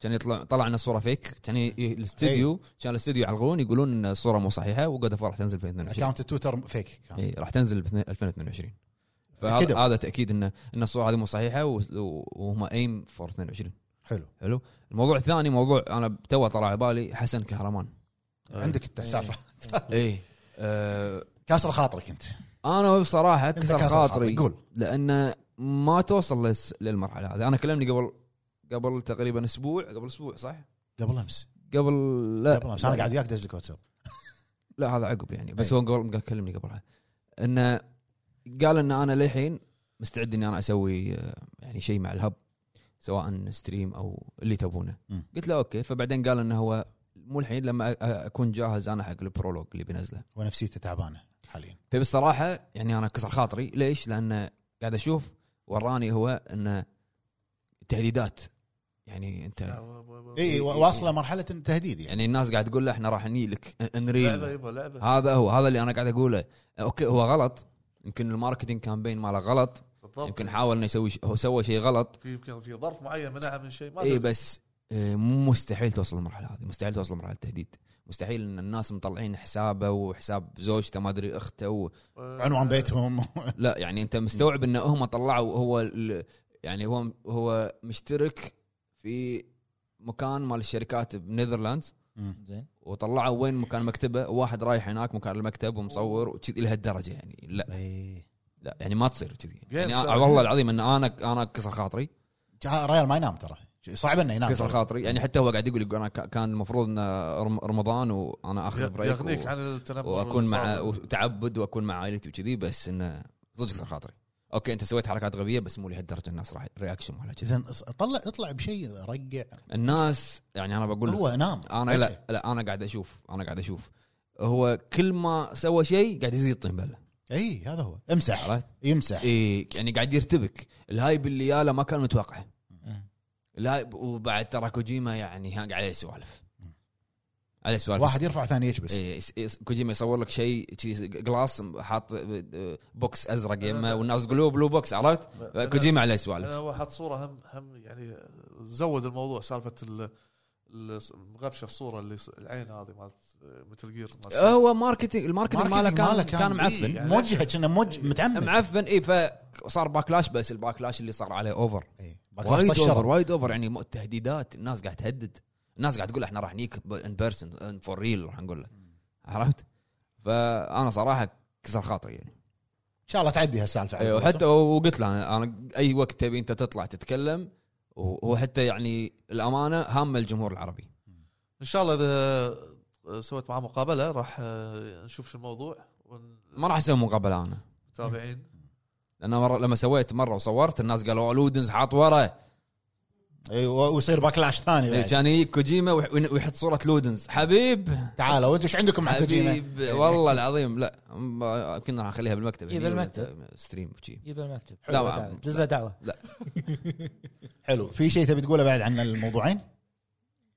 S1: كان يطلع طلع لنا صوره فيك كان ي- ي- الاستوديو
S3: إيه.
S1: كان الاستوديو يعلقون يقولون ان الصوره مو صحيحه وجود راح تنزل في إيه. 2022
S3: اكونت التويتر فيك آه، كان
S1: اي راح تنزل في 2022
S3: أكدوا.
S1: فهذا هذا تاكيد ان ان الصوره هذه مو صحيحه و- و- وهم ايم فور 22
S3: حلو
S1: الموضوع الثاني موضوع انا تو طلع على بالي حسن
S3: [laughs]
S1: كهرمان إيه.
S3: عندك انت سالفه
S1: اي آه
S3: كاسر خاطرك انت
S1: انا بصراحه
S3: أنت
S1: كسر
S3: كاسر
S1: خاطري
S3: قول
S1: لانه ما توصل لس- للمرحله هذه انا كلمني قبل قبل تقريبا اسبوع قبل اسبوع صح؟
S3: قبل امس
S1: قبل لا
S3: قبل امس انا قاعد إيه. وياك دز لك واتساب
S1: لا هذا عقب يعني بس
S3: أي.
S1: هو قبل قال كلمني قبلها انه قال ان انا للحين مستعد اني انا اسوي آه، يعني شيء مع الهب سواء ستريم او اللي تبونه
S3: مم.
S1: قلت له اوكي فبعدين قال انه هو مو الحين لما أ- أ- اكون جاهز انا حق البرولوج اللي بنزله
S3: ونفسيته تعبانه حاليا
S1: تبي الصراحه يعني انا كسر خاطري ليش؟ لان قاعد اشوف وراني هو انه تهديدات يعني
S2: آه،
S1: انت إيه.
S3: اي واصله مرحله التهديد يعني
S1: يعني الناس قاعد تقول له احنا راح نجيلك
S2: لعبه
S1: انريل
S2: يبا لعبه
S1: هذا هو هذا اللي انا قاعد اقوله اوكي هو غلط يمكن الماركتينج كامبين ماله غلط
S2: بالضبط
S1: يمكن
S2: يمكن
S1: حاول انه يسوي ش- هو سوى شيء غلط
S2: في يمكن في ظرف معين منعه من شيء ما
S1: اي
S2: أدري.
S1: بس آه، مستحيل توصل للمرحله هذه مستحيل توصل لمرحله التهديد مستحيل ان الناس مطلعين حسابه وحساب زوجته ما ادري اخته و... يعني
S2: آه،
S1: [laughs]
S3: عنوان بيتهم
S1: لا يعني انت مستوعب ان هم طلعوا هو ال- يعني هو هو مشترك في مكان مال الشركات بنيذرلاندز
S4: زين
S1: وطلعوا وين مكان مكتبه واحد رايح هناك مكان المكتب ومصور وكذي لهالدرجه يعني لا
S3: إيه.
S1: لا يعني ما تصير كذي يعني
S2: Games
S1: أنا-
S2: are-
S1: والله العظيم ان انا انا كسر خاطري
S3: جا- ريال ما ينام ترى صعب انه ينام
S1: كسر خاطري يعني حتى هو قاعد يقول يقول انا ك- كان المفروض ان رم- رمضان وانا اخذ بريك
S2: يغنيك
S1: و-
S2: عن التنمر
S1: واكون مع
S2: والصعب.
S1: وتعبد واكون مع عائلتي وكذي بس انه صدق كسر خاطري اوكي انت سويت حركات غبيه بس مو لهالدرجه الناس راح رياكشن ولا كذي
S3: زين طلع اطلع بشيء رقع
S1: الناس يعني انا بقول لك
S3: هو نام
S1: انا لا لا انا قاعد اشوف انا قاعد اشوف هو كل ما سوى شيء قاعد يزيد طين بله
S3: اي هذا هو امسح
S1: عرفت؟
S3: يمسح
S1: إيه يعني قاعد يرتبك الهايب اللي ياله ما كان متوقعه
S4: مم.
S1: الهايب وبعد ترى كوجيما يعني ها عليه سوالف عليه سوالف
S3: واحد يرفع ثاني يكبس
S1: إيه يس- يس- كوجيما يصور لك شيء شي جلاس حاط آه، بوكس ازرق يمه والناس تقول "أوه، بلو بوكس عرفت؟
S2: أنا-
S1: كوجيما عليه
S2: انا
S1: سوالف
S2: هو حط صوره هم هم يعني زود الموضوع سالفه ال المغبشه الصوره اللي س- العين هذه مالت مثل جير
S1: هو ماركتينج الماركتينج ماله
S3: ماركتينج
S1: كان كان معفن
S2: يعني
S3: موجهه كنا موجه متعمد
S1: معفن اي فصار باكلاش بس الباكلاش اللي صار عليه اوفر
S3: إيه.
S1: وايد
S3: طشره.
S1: اوفر وايد اوفر يعني مو- تهديدات الناس قاعد تهدد الناس قاعد تقول احنا راح نيك ان بيرسون فور ريل راح نقول له عرفت؟ فانا صراحه كسر خاطري يعني
S3: شاء الله تعدي هالسالفه على
S1: ايوه
S3: قولتهم.
S1: حتى وقلت له انا انا اي وقت تبي انت تطلع تتكلم وهو حتى يعني الامانه هامه الجمهور العربي
S2: ان شاء الله اذا سويت معاه مقابله راح آه، نشوف شو الموضوع
S1: ما راح اسوي مقابله انا
S2: والمتابعين
S1: لان مرة لما سويت مره وصورت الناس قالوا لودنز حاط ورا
S3: ايوه ويصير باكلاش ثاني
S1: إيه،
S3: بعد.
S1: كان يجيك كوجيما ويح- ويحط صوره لودنز حبيب
S3: تعالوا وانتم ايش عندكم مع كوجيما؟
S1: حبيب والله العظيم لا ما- كنا راح نخليها بالمكتب
S4: إيه،
S1: هني ولا
S4: بالمكتب.
S1: ت- ستريم وشي
S4: يجيب المكتب
S1: لا،
S4: حلو
S1: ما-
S4: دعوة. دز له دعوه
S3: حلو في شيء تبي تقوله بعد عن الموضوعين؟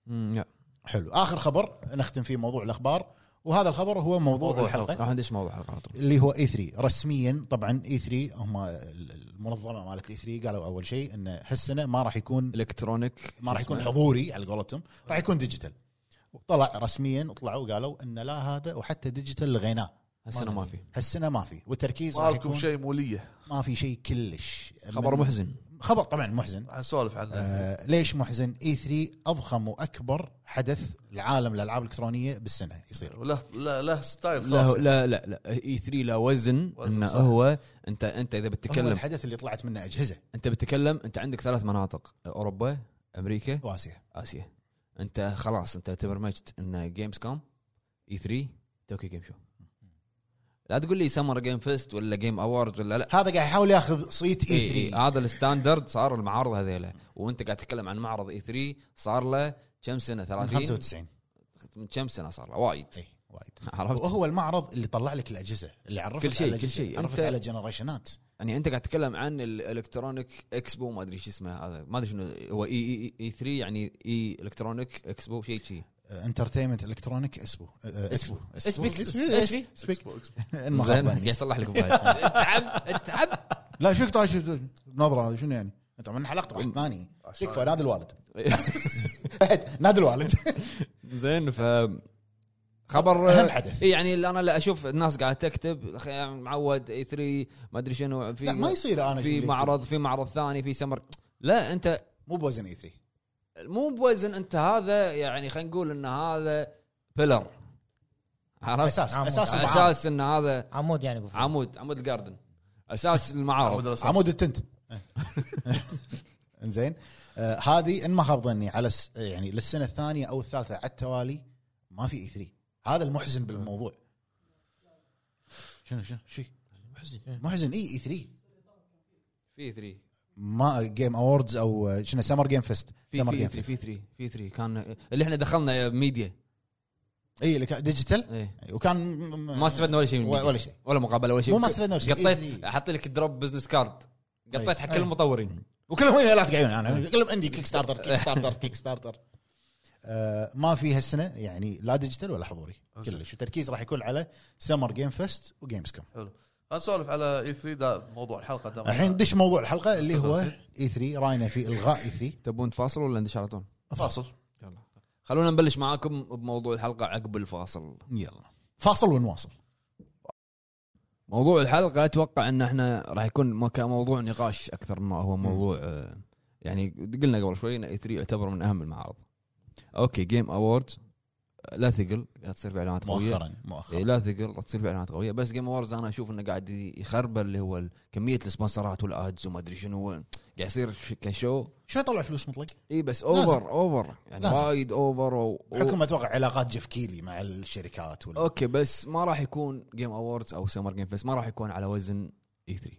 S1: أمم، لا.
S3: حلو اخر خبر نختم فيه موضوع الاخبار وهذا الخبر هو موضوع,
S2: موضوع
S3: موضوع الحلقه
S1: راح ندش موضوع الحلقه على طول
S3: اللي هو اي 3 رسميا طبعا اي 3 هم المنظمه مالت اي 3 قالوا اول شيء ان هالسنه ما راح يكون
S1: الكترونيك
S3: ما راح يكون حضوري على قولتهم راح يكون ديجيتال وطلع رسميا وطلعوا وقالوا ان لا هذا وحتى ديجيتال لغيناه
S1: هالسنه ما في
S3: هالسنه ما في والتركيز راح
S2: مالكم
S3: يكون
S2: شيء موليه
S3: ما في شيء كلش
S1: خبر
S3: من-
S1: محزن
S3: خبر طبعا محزن
S2: راح نسولف عنه
S3: آه ليش محزن اي 3 اضخم واكبر حدث العالم الالعاب الالكترونيه بالسنه يصير
S2: وله له, له ستايل
S1: لا
S2: خاص
S1: لا لا لا اي 3 له وزن
S2: وزن
S1: انه
S2: صح.
S1: هو انت انت اذا
S3: هو
S1: بتتكلم
S3: الحدث اللي طلعت منه اجهزه
S1: انت بتتكلم انت عندك ثلاث مناطق اوروبا امريكا
S3: واسيه
S1: اسيا انت خلاص انت تبرمجت ان جيمز كوم اي 3 توكيو جيم شو لا تقول لي سمر جيم فيست ولا جيم اووردز ولا لا
S3: هذا قاعد يحاول ياخذ صيت E
S1: إي
S3: اي
S1: إي
S3: 3
S1: هذا الستاندرد صار المعارض هذيلا وانت قاعد تتكلم عن معرض اي 3 صار له كم سنه 30
S3: من 95
S1: من كم سنه صار له وايد [laughs]
S3: اي وايد
S1: عرفت
S3: وهو المعرض اللي طلع لك الاجهزه اللي عرفك
S1: كل شيء،
S3: على
S1: كل
S3: جن-
S1: شيء.
S3: عرفك
S1: أنت-
S3: على جنريشنات
S1: يعني انت قاعد تتكلم عن الالكترونيك اكسبو ما ادري شو اسمه هذا ما ادري شنو هو E- اي اي اي 3 يعني اي الكترونيك اكسبو شيء شيء
S3: انترتينمنت الكترونيك آه، اسبو آه، اسبو
S1: اسبيك- اسبيك.
S3: اسبيك
S1: زين
S3: المخاطبة.
S1: قاعد يصلح لك فايل. اتعب اتعب
S3: لا شو طالع شو- نظره هذه شنو يعني؟ انت من حلقت واحد ثاني تكفى نادي الوالد [laughs] نادي الوالد
S1: زين ف خبر
S3: أهم حدث.
S1: إي يعني اللي انا اللي اشوف الناس قاعد تكتب أخي يعني معود اي 3 ما ادري شنو في
S3: لا ما يصير انا
S1: في
S3: شو-
S1: معرض في معرض ثاني في سمر لا انت
S3: مو بوزن اي 3
S1: مو بوزن انت هذا يعني خلينا نقول ان هذا بيلر عرفت؟
S3: اساس
S4: عمود.
S3: اساس المعارض
S1: اساس ان هذا
S4: عمود يعني ابو فهد
S1: عمود عمود الجاردن اساس المعارض
S3: عمود التنت [laughs] انزين آه، هذه ان ما خاب ظني على الس- يعني للسنه الثانيه او الثالثه على التوالي ما في اي 3 هذا المحزن بالموضوع شنو شنو شي محزن اي اي 3
S1: في 3
S3: ما جيم اووردز او آه، شنو سمر جيم فيست
S1: في
S3: سمر
S1: 3
S3: جيم
S1: في
S3: فيست
S1: 3 في 3 كان اللي احنا دخلنا ميديا
S3: اي إيه، اللي كان ديجيتال
S1: ايه
S3: وكان
S1: ما استفدنا ولا شيء من
S3: ولا-
S1: الميديا.
S3: ولا شيء
S1: ولا مقابله ولا شيء
S3: مو ما استفدنا ولا شيء.
S1: قطيت
S3: إيه. طيب.
S1: احط لك دروب بزنس كارد قطيت حق كل
S4: أي.
S1: المطورين
S3: وكلهم لا تقعون انا كلهم عندي كيك ستارتر كيك
S1: [laughs]
S3: ستارتر كيك ستارتر آه ما في هالسنه يعني لا ديجيتال ولا حضوري كلش التركيز راح يكون على سمر جيم فيست وجيمز كوم
S2: نسولف على اي 3 ده موضوع الحلقه ده
S3: الحين دش موضوع الحلقه اللي هو اي 3 راينا في E الغاء اي 3
S1: تبون فاصل ولا ندش على طول؟
S2: فاصل
S1: يلا خلونا نبلش معاكم بموضوع الحلقه عقب الفاصل
S3: يلا فاصل ونواصل
S1: موضوع الحلقه اتوقع ان احنا راح يكون مو- كموضوع نقاش اكثر ما هو موضوع آه، يعني قلنا قبل شوي ان اي 3 يعتبر من اهم المعارض. اوكي جيم اووردز لا ثقل قاعد تصير في اعلانات قويه
S3: مؤخرا مؤخرا
S1: إيه، لا ثقل راح تصير في اعلانات قويه بس جيم اووردز انا اشوف انه قاعد يخربل اللي هو ال- كميه السبونسرات والادز وما ادري شنو قاعد يصير ش- كشو
S3: شو يطلع فلوس مطلق؟
S1: اي بس
S3: لازم.
S1: اوفر اوفر يعني
S3: لازم.
S1: وايد اوفر و... و...
S3: حكم اتوقع علاقات جيف كيلي مع الشركات وال...
S1: اوكي بس ما راح يكون جيم اووردز او سمر جيم فيس ما راح يكون على وزن اي 3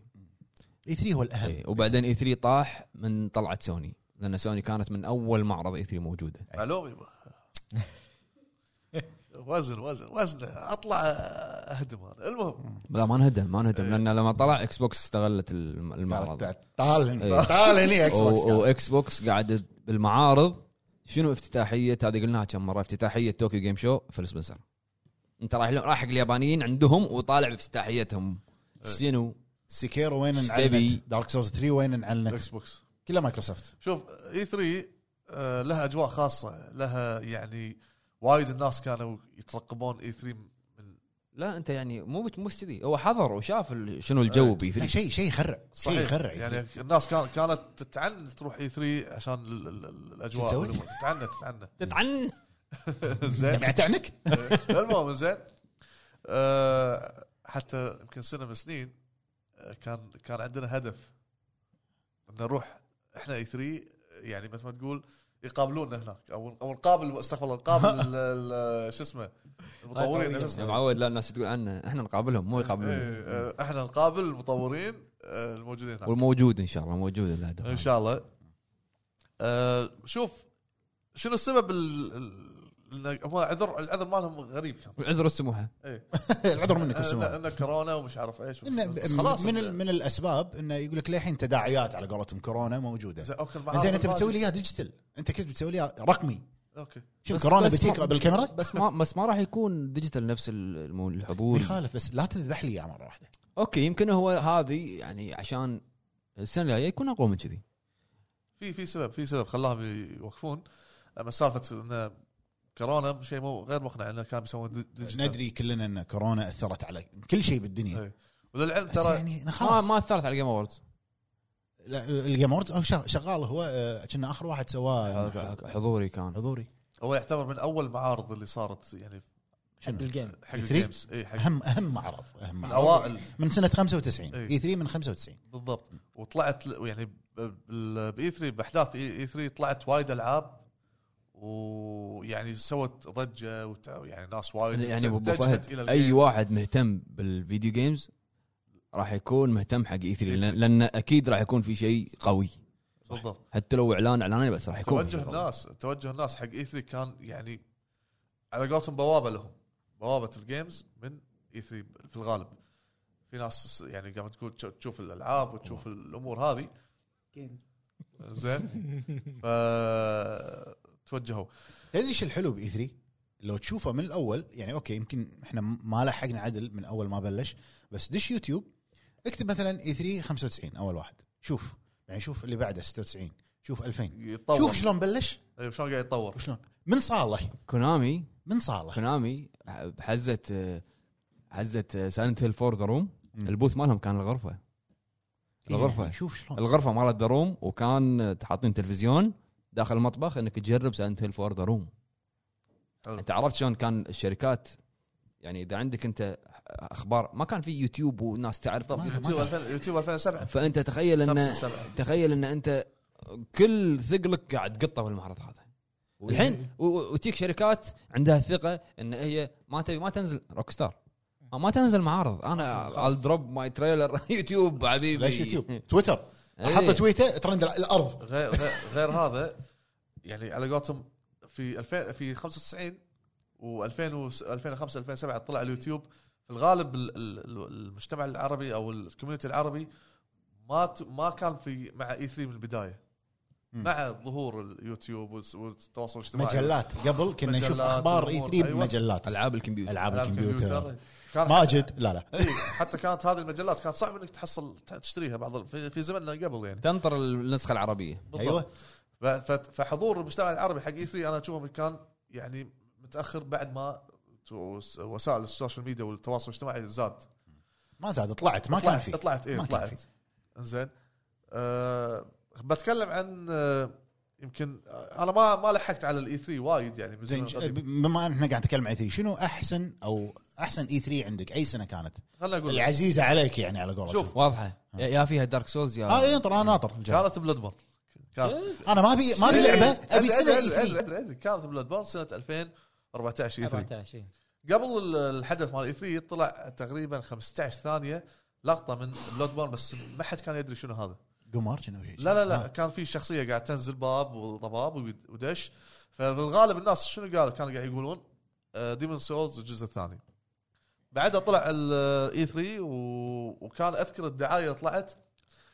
S3: اي 3 E هو الاهم
S1: إيه، وبعدين اي 3 طاح من طلعت سوني لان سوني كانت من اول معرض E اي 3 موجوده
S2: معلومي
S3: [laughs]
S2: وزن وزن وزن اطلع اهدم انا المهم
S1: لا ما نهدم ما نهدم لان لما طلع اكس بوكس استغلت الم-
S3: إيه. تعال
S1: المعرض
S3: تعال- تعال هنا
S1: إيه.
S3: تعال هنا اكس بوكس
S1: و- واكس بوكس قاعد بالمعارض شنو افتتاحيه هذه قلناها كم مره افتتاحيه طوكيو جيم شو فيل سبنسر انت رايح لهم- رايح حق اليابانيين عندهم وطالع بافتتاحيتهم
S2: إيه.
S1: شنو
S3: سيكيرو وين
S1: إيش
S3: انعلنت؟
S1: تبي؟
S3: دارك سولز 3 وين انعلنت؟
S2: اكس بوكس
S3: كلها مايكروسوفت
S2: شوف اي 3 آه، لها اجواء خاصه لها يعني وايد الناس كانوا يترقبون E اي 3 من
S1: لا انت يعني مو مو بس كذي هو حضر وشاف ال- شنو
S2: إيه.
S1: الجو بي
S3: لا
S1: 3
S3: شيء شيء يخرع شيء يخرع
S2: يعني الناس كان كانت تتعن تروح اي 3 عشان ال- ال- ال- الاجواء
S3: شو تسوي؟
S2: والأمور. تتعنى تتعنى
S1: تتعن
S2: [laughs] زين
S3: يعني تعنك
S2: [laughs] المهم زين آه، حتى يمكن سنه من سنين كان كان عندنا هدف ان نروح احنا اي 3 يعني مثل ما تقول يقابلونا هناك او او نقابل استغفر الله نقابل ال- ال- شو اسمه المطورين
S1: يا
S2: نفسهم
S1: معود لا الناس تقول عنا احنا نقابلهم مو
S2: إيه،
S1: طيب، يقابلونا
S2: آه، احنا نقابل المطورين آه، الموجودين هناك
S1: والموجود ان شاء الله موجود الهدف
S2: ان شاء الله أه شوف شنو السبب ال ال- إن هم عذر العذر مالهم غريب كان
S1: عذر السموحه
S2: ايه
S3: [laughs] العذر منك
S2: إن-
S3: السماء
S2: انه كورونا ومش عارف ايش
S3: إن
S2: بس خلاص
S3: من ال- من الاسباب انه يقول لك للحين تداعيات على قولتهم كورونا موجوده
S2: زين اوكي المعارض
S3: زين انت
S2: الماضي.
S3: بتسوي لي اياها ديجيتال انت كنت بتسوي لي إياه رقمي
S2: اوكي
S3: شوف
S1: بس-
S3: كورونا
S1: بس
S3: بتجيك
S1: ما-
S3: بالكاميرا
S1: بس ما بس ما راح يكون ديجيتال نفس الم-
S3: ما
S1: الحضور
S3: يخالف بس لا تذبح لي اياها مره واحده
S1: اوكي يمكن هو هذه يعني عشان السنه الجايه يكون اقوى من كذي
S2: في في سبب في سبب خلاهم يوقفون اما سالفه ان كورونا شيء مو غير مقنع انه كانوا يسوون دي- ديجيتال
S3: ندري كلنا ان كورونا اثرت على كل شيء بالدنيا
S2: إيه. وللعلم
S3: بس
S2: ترى
S3: يعني أنا
S1: ما
S3: خلاص
S1: ما اثرت على الجيم اووردز
S3: لا، الجيم أووردز هو شغ- شغال هو آه، كنا اخر واحد سواه
S1: حضوري كان
S3: حضوري
S2: هو يعتبر من اول المعارض اللي صارت يعني
S4: حق الجيم
S2: حق
S3: E3
S2: الجيمز اي حق
S3: اهم اهم معرض اهم معرض
S2: الاوائل
S3: من سنه 95
S2: إيه.
S3: اي 3 من 95
S2: بالضبط وطلعت ل- يعني باي 3 باحداث اي 3 طلعت وايد العاب ويعني سوت ضجه وتع- يعني ناس وايد
S1: يعني ابو
S2: اتجهت إلى
S1: فهد
S2: الجيمز.
S1: اي واحد مهتم بالفيديو جيمز راح يكون مهتم حق اي 3 لان, لأن اكيد راح يكون في شيء قوي
S2: بالضبط
S1: حتى لو اعلان اعلاني بس راح يكون
S2: توجه الناس توجه الناس حق اي 3 كان يعني على قولتهم بوابه لهم بوابه الجيمز من اي 3 في الغالب في ناس يعني قامت تقول تش- تشوف الالعاب وتشوف الامور هذه
S3: [laughs]
S2: زين ف توجهوا
S3: تدري ايش الحلو باي 3 لو تشوفه من الاول يعني اوكي يمكن احنا ما لحقنا عدل من اول ما بلش بس دش يوتيوب اكتب مثلا اي 3 95 اول واحد شوف يعني شوف اللي بعده 96 شوف 2000
S2: يتطور
S3: شوف شلون بلش
S2: أيوة، شلون قاعد يتطور
S3: وشلون من صاله
S1: كونامي
S3: من صاله
S1: كونامي حزت آه، حزت سايلنت هيل 4 دروم
S3: مم.
S1: البوث مالهم كان الغرفه إيه، الغرفة.
S3: يعني شوف شلون
S1: الغرفه مالت دروم وكان آه، حاطين تلفزيون داخل المطبخ انك تجرب سايلنت هيل 4 دروم
S2: حلو.
S1: انت عرفت شلون كان الشركات يعني اذا عندك انت اخبار ما كان في يوتيوب وناس تعرف
S2: طب
S3: ما- ما
S2: يوتيوب
S3: كان.
S2: 2000 يوتيوب 2007
S1: فانت تخيل ان
S2: 2007
S1: تخيل ان انت كل ثقلك قاعد قطه بالمعرض هذا
S2: إيه.
S1: الحين و- و- وتيك شركات عندها ثقه ان هي ما تبي ما تنزل روك ستار ما تنزل معارض انا الدروب ماي تريلر [laughs] يوتيوب حبيبي
S3: ليش يوتيوب تويتر
S1: إيه.
S3: حط تويته ترند على الارض
S2: غير غير- غير هذا يعني على قولتهم في 2000 في 95 و2000 2005 2007 طلع اليوتيوب في الغالب ال- ال- ال- المجتمع العربي او الكوميونتي العربي ما ت- ما كان في مع اي 3 من البدايه
S3: مم.
S2: مع ظهور اليوتيوب والس- والتواصل الاجتماعي
S3: مجلات قبل كنا نشوف
S2: مجلات
S3: اخبار اي
S2: وأمور.
S3: 3
S2: أيوة.
S3: بمجلات
S1: العاب الكمبيوتر
S3: العاب
S2: على
S3: الكمبيوتر
S2: كان
S3: ماجد لا لا
S2: إيه، حتى كانت هذه المجلات كانت صعب انك تحصل تشتريها بعض ال- في- في زمننا قبل يعني
S1: تنطر النسخه العربيه
S2: بالضبط.
S3: ايوه
S2: ف- ف- فحضور المجتمع العربي حق E اي 3 انا اشوفه كان يعني متاخر بعد ما تو- وسائل السوشيال ميديا والتواصل الاجتماعي زاد
S3: ما زاد طلعت ما كان
S2: طلعت-
S3: في
S2: طلعت اي
S3: ما كان
S2: طلعت زين أه بتكلم عن أه يمكن آه، انا ما ما لحقت على الاي 3 وايد يعني من زمن
S3: زين
S2: قديم.
S3: بما ان احنا قاعد نتكلم عن اي 3 شنو احسن او احسن اي 3 E عندك اي سنه كانت؟
S2: خليني اقول لك.
S3: العزيزه عليك يعني على قولتهم آه،
S2: شوف.
S3: شوف
S1: واضحه يا- يا فيها دارك سولز يا
S3: انا ينطر انا ناطر الجواب.
S2: كانت بلاد بورن كانت
S3: انا ما ابي ما ابي
S2: إيه،
S3: لعبه ابي
S2: أدري-
S3: سنه
S2: أدري-
S3: E3.
S2: أدري- ادري ادري كانت بلاد بورن سنه 2014 اي 3
S4: 14
S2: قبل ال- الحدث مال اي 3 طلع تقريبا 15 ثانيه لقطه من بلود بورن بس ما حد كان يدري شنو هذا
S3: قمار شنو شيء
S2: لا لا لا كان في شخصيه قاعد تنزل باب وضباب ويد- ودش فبالغالب الناس شنو قالوا كانوا قاعد يقولون ديمون سولز الجزء الثاني بعدها طلع الاي 3 وكان اذكر الدعايه طلعت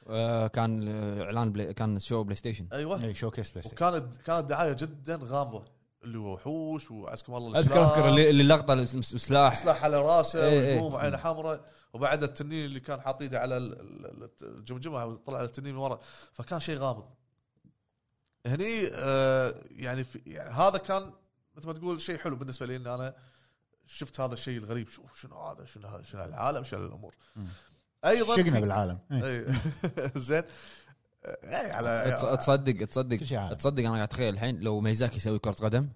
S1: آه، كان آه، اعلان بلاي كان شو بلاي ستيشن
S2: ايوه
S3: اي آه. إيه، شو كيس بلاي ستيشن
S2: وكانت كانت دعايه جدا غامضه اللي هو وحوش وعزكم الله
S1: اذكر
S2: الكلاب.
S1: اذكر اللي اللي اللقطه اللي الس- سلاح
S2: سلاح على راسه
S1: إيه إيه.
S2: ويقوم عينه حمراء وبعد التنين اللي كان حاط ايده على ال- ال- ال- الجمجمه طلع التنين من ورا فكان شيء غامض هني آه يعني, في يعني هذا كان مثل ما تقول شيء حلو بالنسبه لي ان انا شفت هذا الشيء الغريب شوف شنو هذا شنو هذا شنو العالم شنو الامور
S3: مم.
S2: ايضا
S3: شقنا بالعالم إيه.
S2: إيه. [laughs] زين اي على
S1: تص- تصدق تصدق
S3: كل شيء عالم.
S1: تصدق انا قاعد اتخيل الحين لو ميزاكي يسوي كره قدم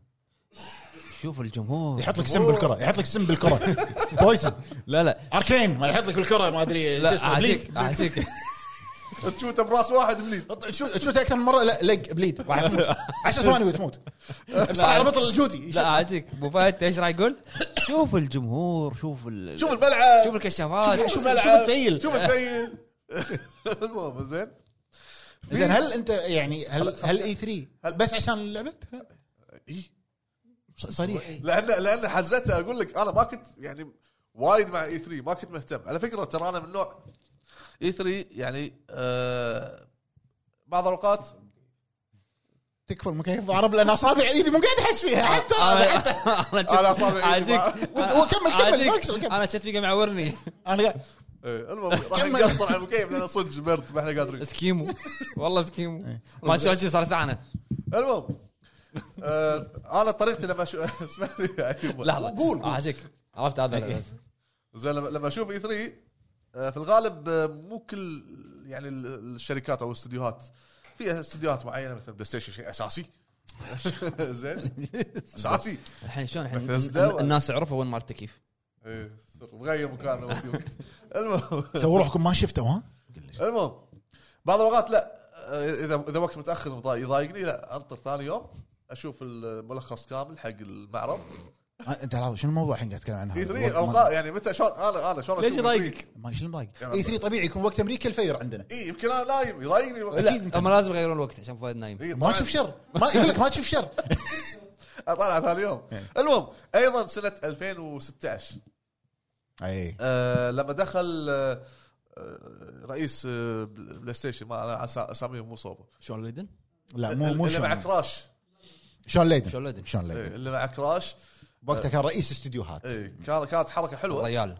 S1: شوف الجمهور
S3: يحط لك سم بالكره يحط لك سم
S2: [laughs]
S3: بالكره بويسن
S1: لا لا
S3: اركين ما يحط لك بالكره ما ادري شو
S1: لا
S3: اسمه بليد
S1: اعطيك اعطيك
S2: [laughs] تشوته براس واحد بليد
S3: شو- شو اكثر من مره لا لق بليد راح تموت
S2: [laughs]
S3: 10 ثواني وتموت بس على بطل الجودي
S1: لا اعطيك ابو فهد أنت ايش راح يقول؟ شوف الجمهور شوف ال...
S2: شوف الملعب
S1: شوف الكشافات
S3: شوف-
S2: الملعب.
S3: شوف الثقيل.
S2: شوف الثقيل [laughs] المهم زين
S3: زين هل انت يعني هل هل اي 3 بس عشان اللعبه؟
S2: إيه.
S3: ص- صريح
S2: لان لان حزتها اقول لك انا ما كنت يعني وايد مع اي 3 ما كنت مهتم على فكره ترى انا من نوع اي 3 يعني آه بعض الاوقات
S3: تكفر مكيف عرب لان اصابع ايدي مو قاعد احس فيها
S2: آه،
S3: حتى هذا حتى
S2: انا اصابع إيدي ما-
S1: اعطيك
S3: وكمل كمل ما أقصد، كمل
S1: انا كنت فيك معورني
S2: آه.
S3: انا قاعد-
S2: إيه، المهم راح
S3: كمل.
S2: نقصر على المكيف لان صدق مرت ما احنا قادرين
S1: سكيمو والله سكيمو ما شاء شيء صار ساعه
S2: المهم آه انا طريقتي لما شو [laughs] اسمح لي يا أيوب.
S1: لحظه
S3: قول.
S1: اعجيك آه، عرفت هذا
S2: زين لما لما اشوف اي 3 في الغالب آه، مو كل يعني ال- الشركات او الاستديوهات فيها استديوهات معينه مثل بلاي ستيشن شيء اساسي [laughs]
S1: [laughs]
S2: زين اساسي
S1: الحين شلون الحين
S2: Bethesda.
S1: الناس عرفوا وين مال التكييف
S2: إيه، صر- مغير مكانه وديوك. المهم
S3: سووا روحكم ما شفتوا ها؟
S2: المهم بعض الاوقات لا آه، اذا اذا وقت متاخر مضا- يضايقني لا انطر ثاني يوم اشوف الملخص كامل حق المعرض
S3: آه، انت لحظه شنو الموضوع الحين قاعد تتكلم عنه؟
S2: اي 3 اوقات يعني متى شلون انا انا شلون
S1: ليش
S2: أشوف E
S1: يضايقك؟
S3: ما شنو مضايق؟
S2: يلا.
S3: اي 3 طبيعي يكون وقت امريكا الفير عندنا
S2: اي إيه، يمكن انا نايم يضايقني الوقت.
S3: أكيد أنت.
S1: لا هم لازم يغيرون الوقت عشان فهد نايم
S2: إي،
S3: ما
S2: طبعاً.
S3: تشوف شر ما يقول لك ما تشوف
S2: [laughs]
S3: شر
S2: اطلع ثاني يوم
S3: إيه.
S2: المهم ايضا سنه 2016
S3: اي
S2: آه لما دخل آه آه، رئيس آه، بل- بلاي ستيشن ما انا أسا- اساميهم مو صوبه
S1: شلون ليدن؟
S3: لا مو مو
S2: اللي مع
S3: شلون
S2: كراش
S3: شلون ليدن
S1: شلون ليدن؟
S3: شلون
S2: إيه،
S3: ليدن
S2: اللي مع كراش
S3: وقتها كان رئيس استديوهات
S2: إيه، كان كانت حركه حلوه
S1: ريال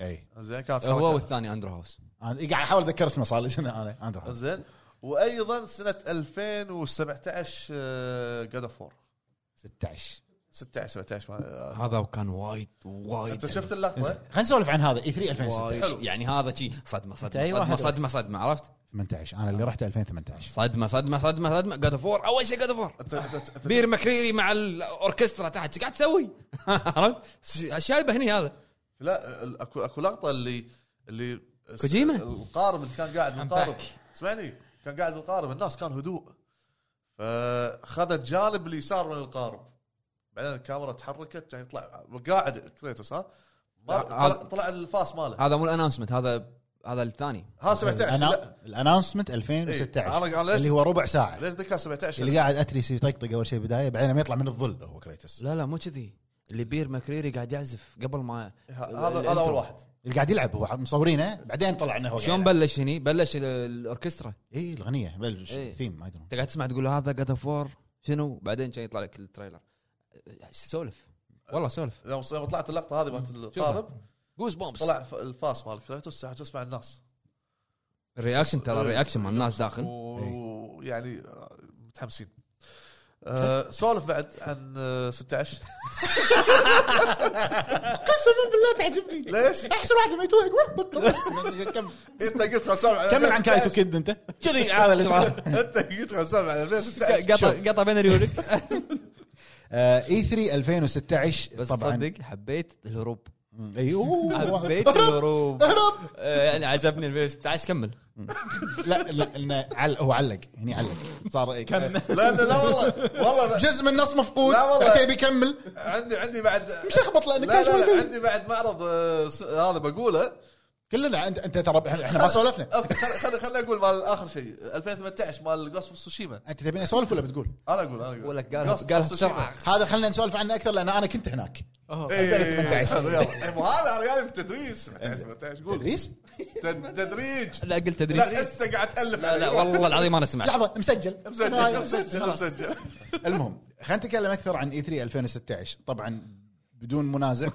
S3: اي
S2: زين كانت حركه
S1: هو والثاني اندرو هاوس
S3: انا إيه. قاعد احاول اتذكر اسمه صار [laughs] لي سنه انا اندرو
S2: زين وايضا سنه 2017 جاد اوف
S3: 16
S2: 16 17
S3: آه،
S2: ما-
S1: هذا كان وايد وايد
S2: انت شفت اللقطه
S3: خلينا نسولف عن هذا E اي 3 2016
S1: وايد.
S2: حلو.
S1: يعني هذا شيء صدمه صدمه
S4: أي
S1: صدمه
S4: واحد؟
S1: صدمه صدمه عرفت؟
S3: 18 انا اللي رحت 2018
S1: صدمه صدمه صدمه صدمه جاد فور اول شيء جاد فور
S2: انت انت أنت-
S1: بير مكريري مع الاوركسترا تحت ايش قاعد تسوي؟ [laughs] عرفت؟ ش- شايبه هني هذا
S2: لا ال- اكو اكو لقطه اللي اللي
S1: كوجيما؟
S2: القارب اللي كان قاعد
S4: I'm
S2: بالقارب
S4: back.
S2: اسمعني كان قاعد بالقارب الناس كان هدوء فخذت جانب اليسار من القارب بعدين الكاميرا تحركت كان يطلع قاعد كريتوس ها ما-
S1: لا،
S2: طلع, طلع الفاس ماله
S1: هذا مو الانونسمنت هذا هذا الثاني
S2: ها 17 لا
S3: أنا... الانونسمنت
S2: إيه، أنا- أنا
S3: 2016
S2: ليش-
S3: اللي هو ربع ساعه
S2: ليش ذكر 17
S3: اللي قاعد اتريس يطقطق اول شيء بدايه بعدين لما يطلع من الظل هو كريتوس
S1: لا لا مو كذي اللي بير مكريري قاعد يعزف قبل ما
S2: ه- هذا
S1: الانترو.
S2: هذا اول واحد
S3: اللي قاعد يلعب هو مصورينه بعدين طلع انه هو
S1: شلون بلش هني؟ بلش ال- الاوركسترا
S3: اي الاغنيه بلش
S1: إيه.
S3: الثيم ما ادري
S1: انت قاعد تسمع تقول هذا جاد فور شنو؟ بعدين كان يطلع لك التريلر سولف والله سولف
S2: يوم يوم طلعت اللقطه هذه مالت القارب
S1: جوز بومبس
S2: طلع ف- الفاس مال كريتوس قاعد تسمع الناس
S1: الرياكشن ترى الرياكشن مال الناس
S2: [laughs]
S1: داخل
S3: إيه.
S2: ويعني آه، متحمسين أه، سولف بعد عن أه، 16
S3: قسما بالله تعجبني
S2: [laughs] ليش؟
S3: احسن واحد لما يتوه [laughs] يقول كم
S2: انت قلت خلنا نسولف عن
S3: كمل عن
S2: 2016.
S3: كايتو كيد انت كذي هذا اللي صار
S2: [laughs] انت قلت خلنا نسولف عن
S3: [laughs]
S2: 2016
S1: قطع قطع بين
S2: [laughs]
S1: ريولك
S3: اي 3 2016
S1: بس
S3: طبعا
S1: تصدق حبيت الهروب
S3: اي إيه، أوه.
S1: حبيت
S2: [laughs]
S1: الهروب
S3: اهرب
S1: آه، يعني عجبني 2016 كمل
S3: لا لا انه عل... هو علق هني علق صار إيه.
S2: لا لا لا والله والله
S3: جزء من النص مفقود
S2: لا والله.
S3: حتى يبي يكمل
S2: عندي عندي
S3: [laughs]
S2: بعد
S3: مشخبط لانه
S2: لا
S3: كان شوي
S2: لا
S3: بعيد.
S2: عندي بعد معرض أه، س- هذا بقوله
S3: كلنا انت انت ترى احنا ما سولفنا
S2: اوكي خل خل خليني اقول مال اخر شيء 2018 مال جوست اوف سوشيما
S3: انت تبيني اسولف ولا بتقول؟
S2: انا اقول انا اقول
S1: ولا قالها-
S2: Ghost of
S1: قالها
S2: Tsushima.
S1: بسرعة.
S3: هذا خلينا نسولف عنه اكثر لان انا كنت هناك
S2: إيه،
S3: 2018.
S2: يلا. إيه، مو هذا انا جاي بالتدريس 17 18 قول
S3: ادريس
S2: تد- تدريج
S1: لا قلت تدريس
S2: لا انت قاعد تالف
S1: لا لا والله العظيم انا سمعت
S3: لحظه مسجل
S2: مسجل مسجل مسجل
S3: المهم خلينا نتكلم اكثر عن اي 3 2016 طبعا بدون منازع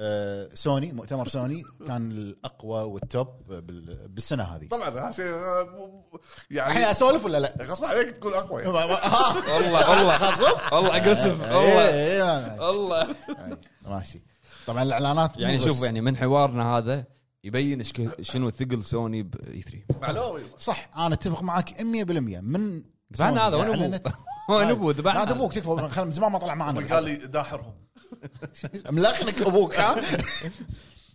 S3: آه، سوني مؤتمر سوني كان الاقوى والتوب بال- بالسنه هذه
S2: طبعا هذا شيء آه، مو-
S3: الحين
S2: يعني
S3: اسولف ولا لا؟
S2: [laughs] غصب عليك تقول اقوى يعني.
S3: والله
S1: والله والله خاصه والله اقسم
S2: إيه.
S1: والله
S3: إيه،
S1: والله
S3: ماشي طبعا الاعلانات مو
S1: يعني
S3: بس-
S1: شوف يعني من حوارنا هذا يبين E إيش كه- شنو ثقل سوني باي 3
S2: معلومي
S3: صح انا اتفق معك 100% من
S1: ذبحنا هذا وين
S3: أعلنت.
S1: ابوه [laughs] وين ابوه
S3: لا هذا
S1: ذبحنا
S3: ابوك تكفى خل- من زمان ما طلع معنا
S2: قال لي داحرهم
S3: [laughs] ملخنك
S1: [laughs]
S3: ابوك ها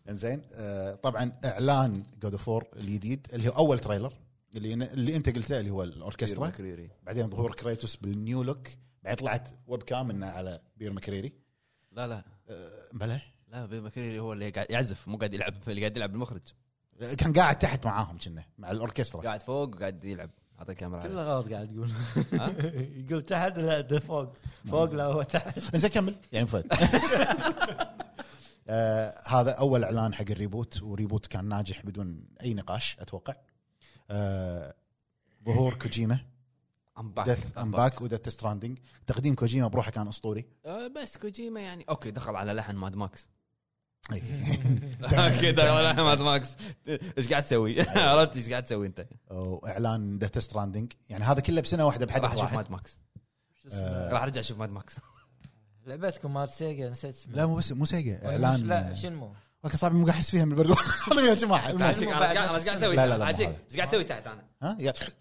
S3: انزين آه، طبعا اعلان جود اوف الجديد اللي هو اول تريلر اللي اللي انت قلته اللي هو الاوركسترا
S1: كريري.
S3: بعدين ظهور كريتوس بالنيو لوك بعدين طلعت ويب كام منه على بير مكريري
S1: لا لا
S3: آه، بلى
S1: لا بيل ماكريري هو اللي قاعد يعزف مو قاعد يلعب اللي قاعد يلعب المخرج
S3: كان قاعد تحت معاهم كنا مع الاوركسترا
S1: قاعد فوق وقاعد يلعب اعطي الكاميرا عليه.
S4: كله غلط
S1: [laughs]
S4: قاعد تقول يقول تحت لا ده فوق فوق لا هو تحت
S3: انزين كمل يعني فهد
S1: [laughs]
S3: آه هذا اول اعلان حق الريبوت وريبوت كان ناجح بدون اي نقاش اتوقع آه
S1: [laughs]
S3: ظهور كوجيما
S1: I'm back.
S3: ديث ام باك وديث ستراندنج تقديم كوجيما بروحه كان اسطوري
S1: آه، بس كوجيما يعني اوكي دخل على لحن ماد
S3: [laughs]
S1: ماكس [laughs]
S3: أوكي.
S1: إيه.
S3: [laughs]
S1: اوكي دخل على لحن ماد ماكس ايش قاعد تسوي؟ [laughs] عرفت ايش قاعد تسوي انت؟
S3: واعلان ديث ستراندنج يعني هذا كله بسنه واحده بحدث
S1: راح اشوف
S3: واحد آه،
S1: ماد ماكس
S4: شو اسمه؟
S1: راح ارجع اشوف ماد ماكس
S4: لعبتكم مال سيجا نسيت اسمها
S3: لا مو بس مو سيجا اعلان
S4: لا شنو
S3: اوكي صعب مو قاعد احس فيها من [laughs] البرد والله يا جماعه
S1: انا
S3: المهم.
S1: ايش قاعد أنا إيش قاعد اسوي؟
S3: لا، لا، لا، مو
S1: عجيب.
S3: هذا.
S1: ايش قاعد اسوي تحت انا؟
S3: ها يا- [laughs]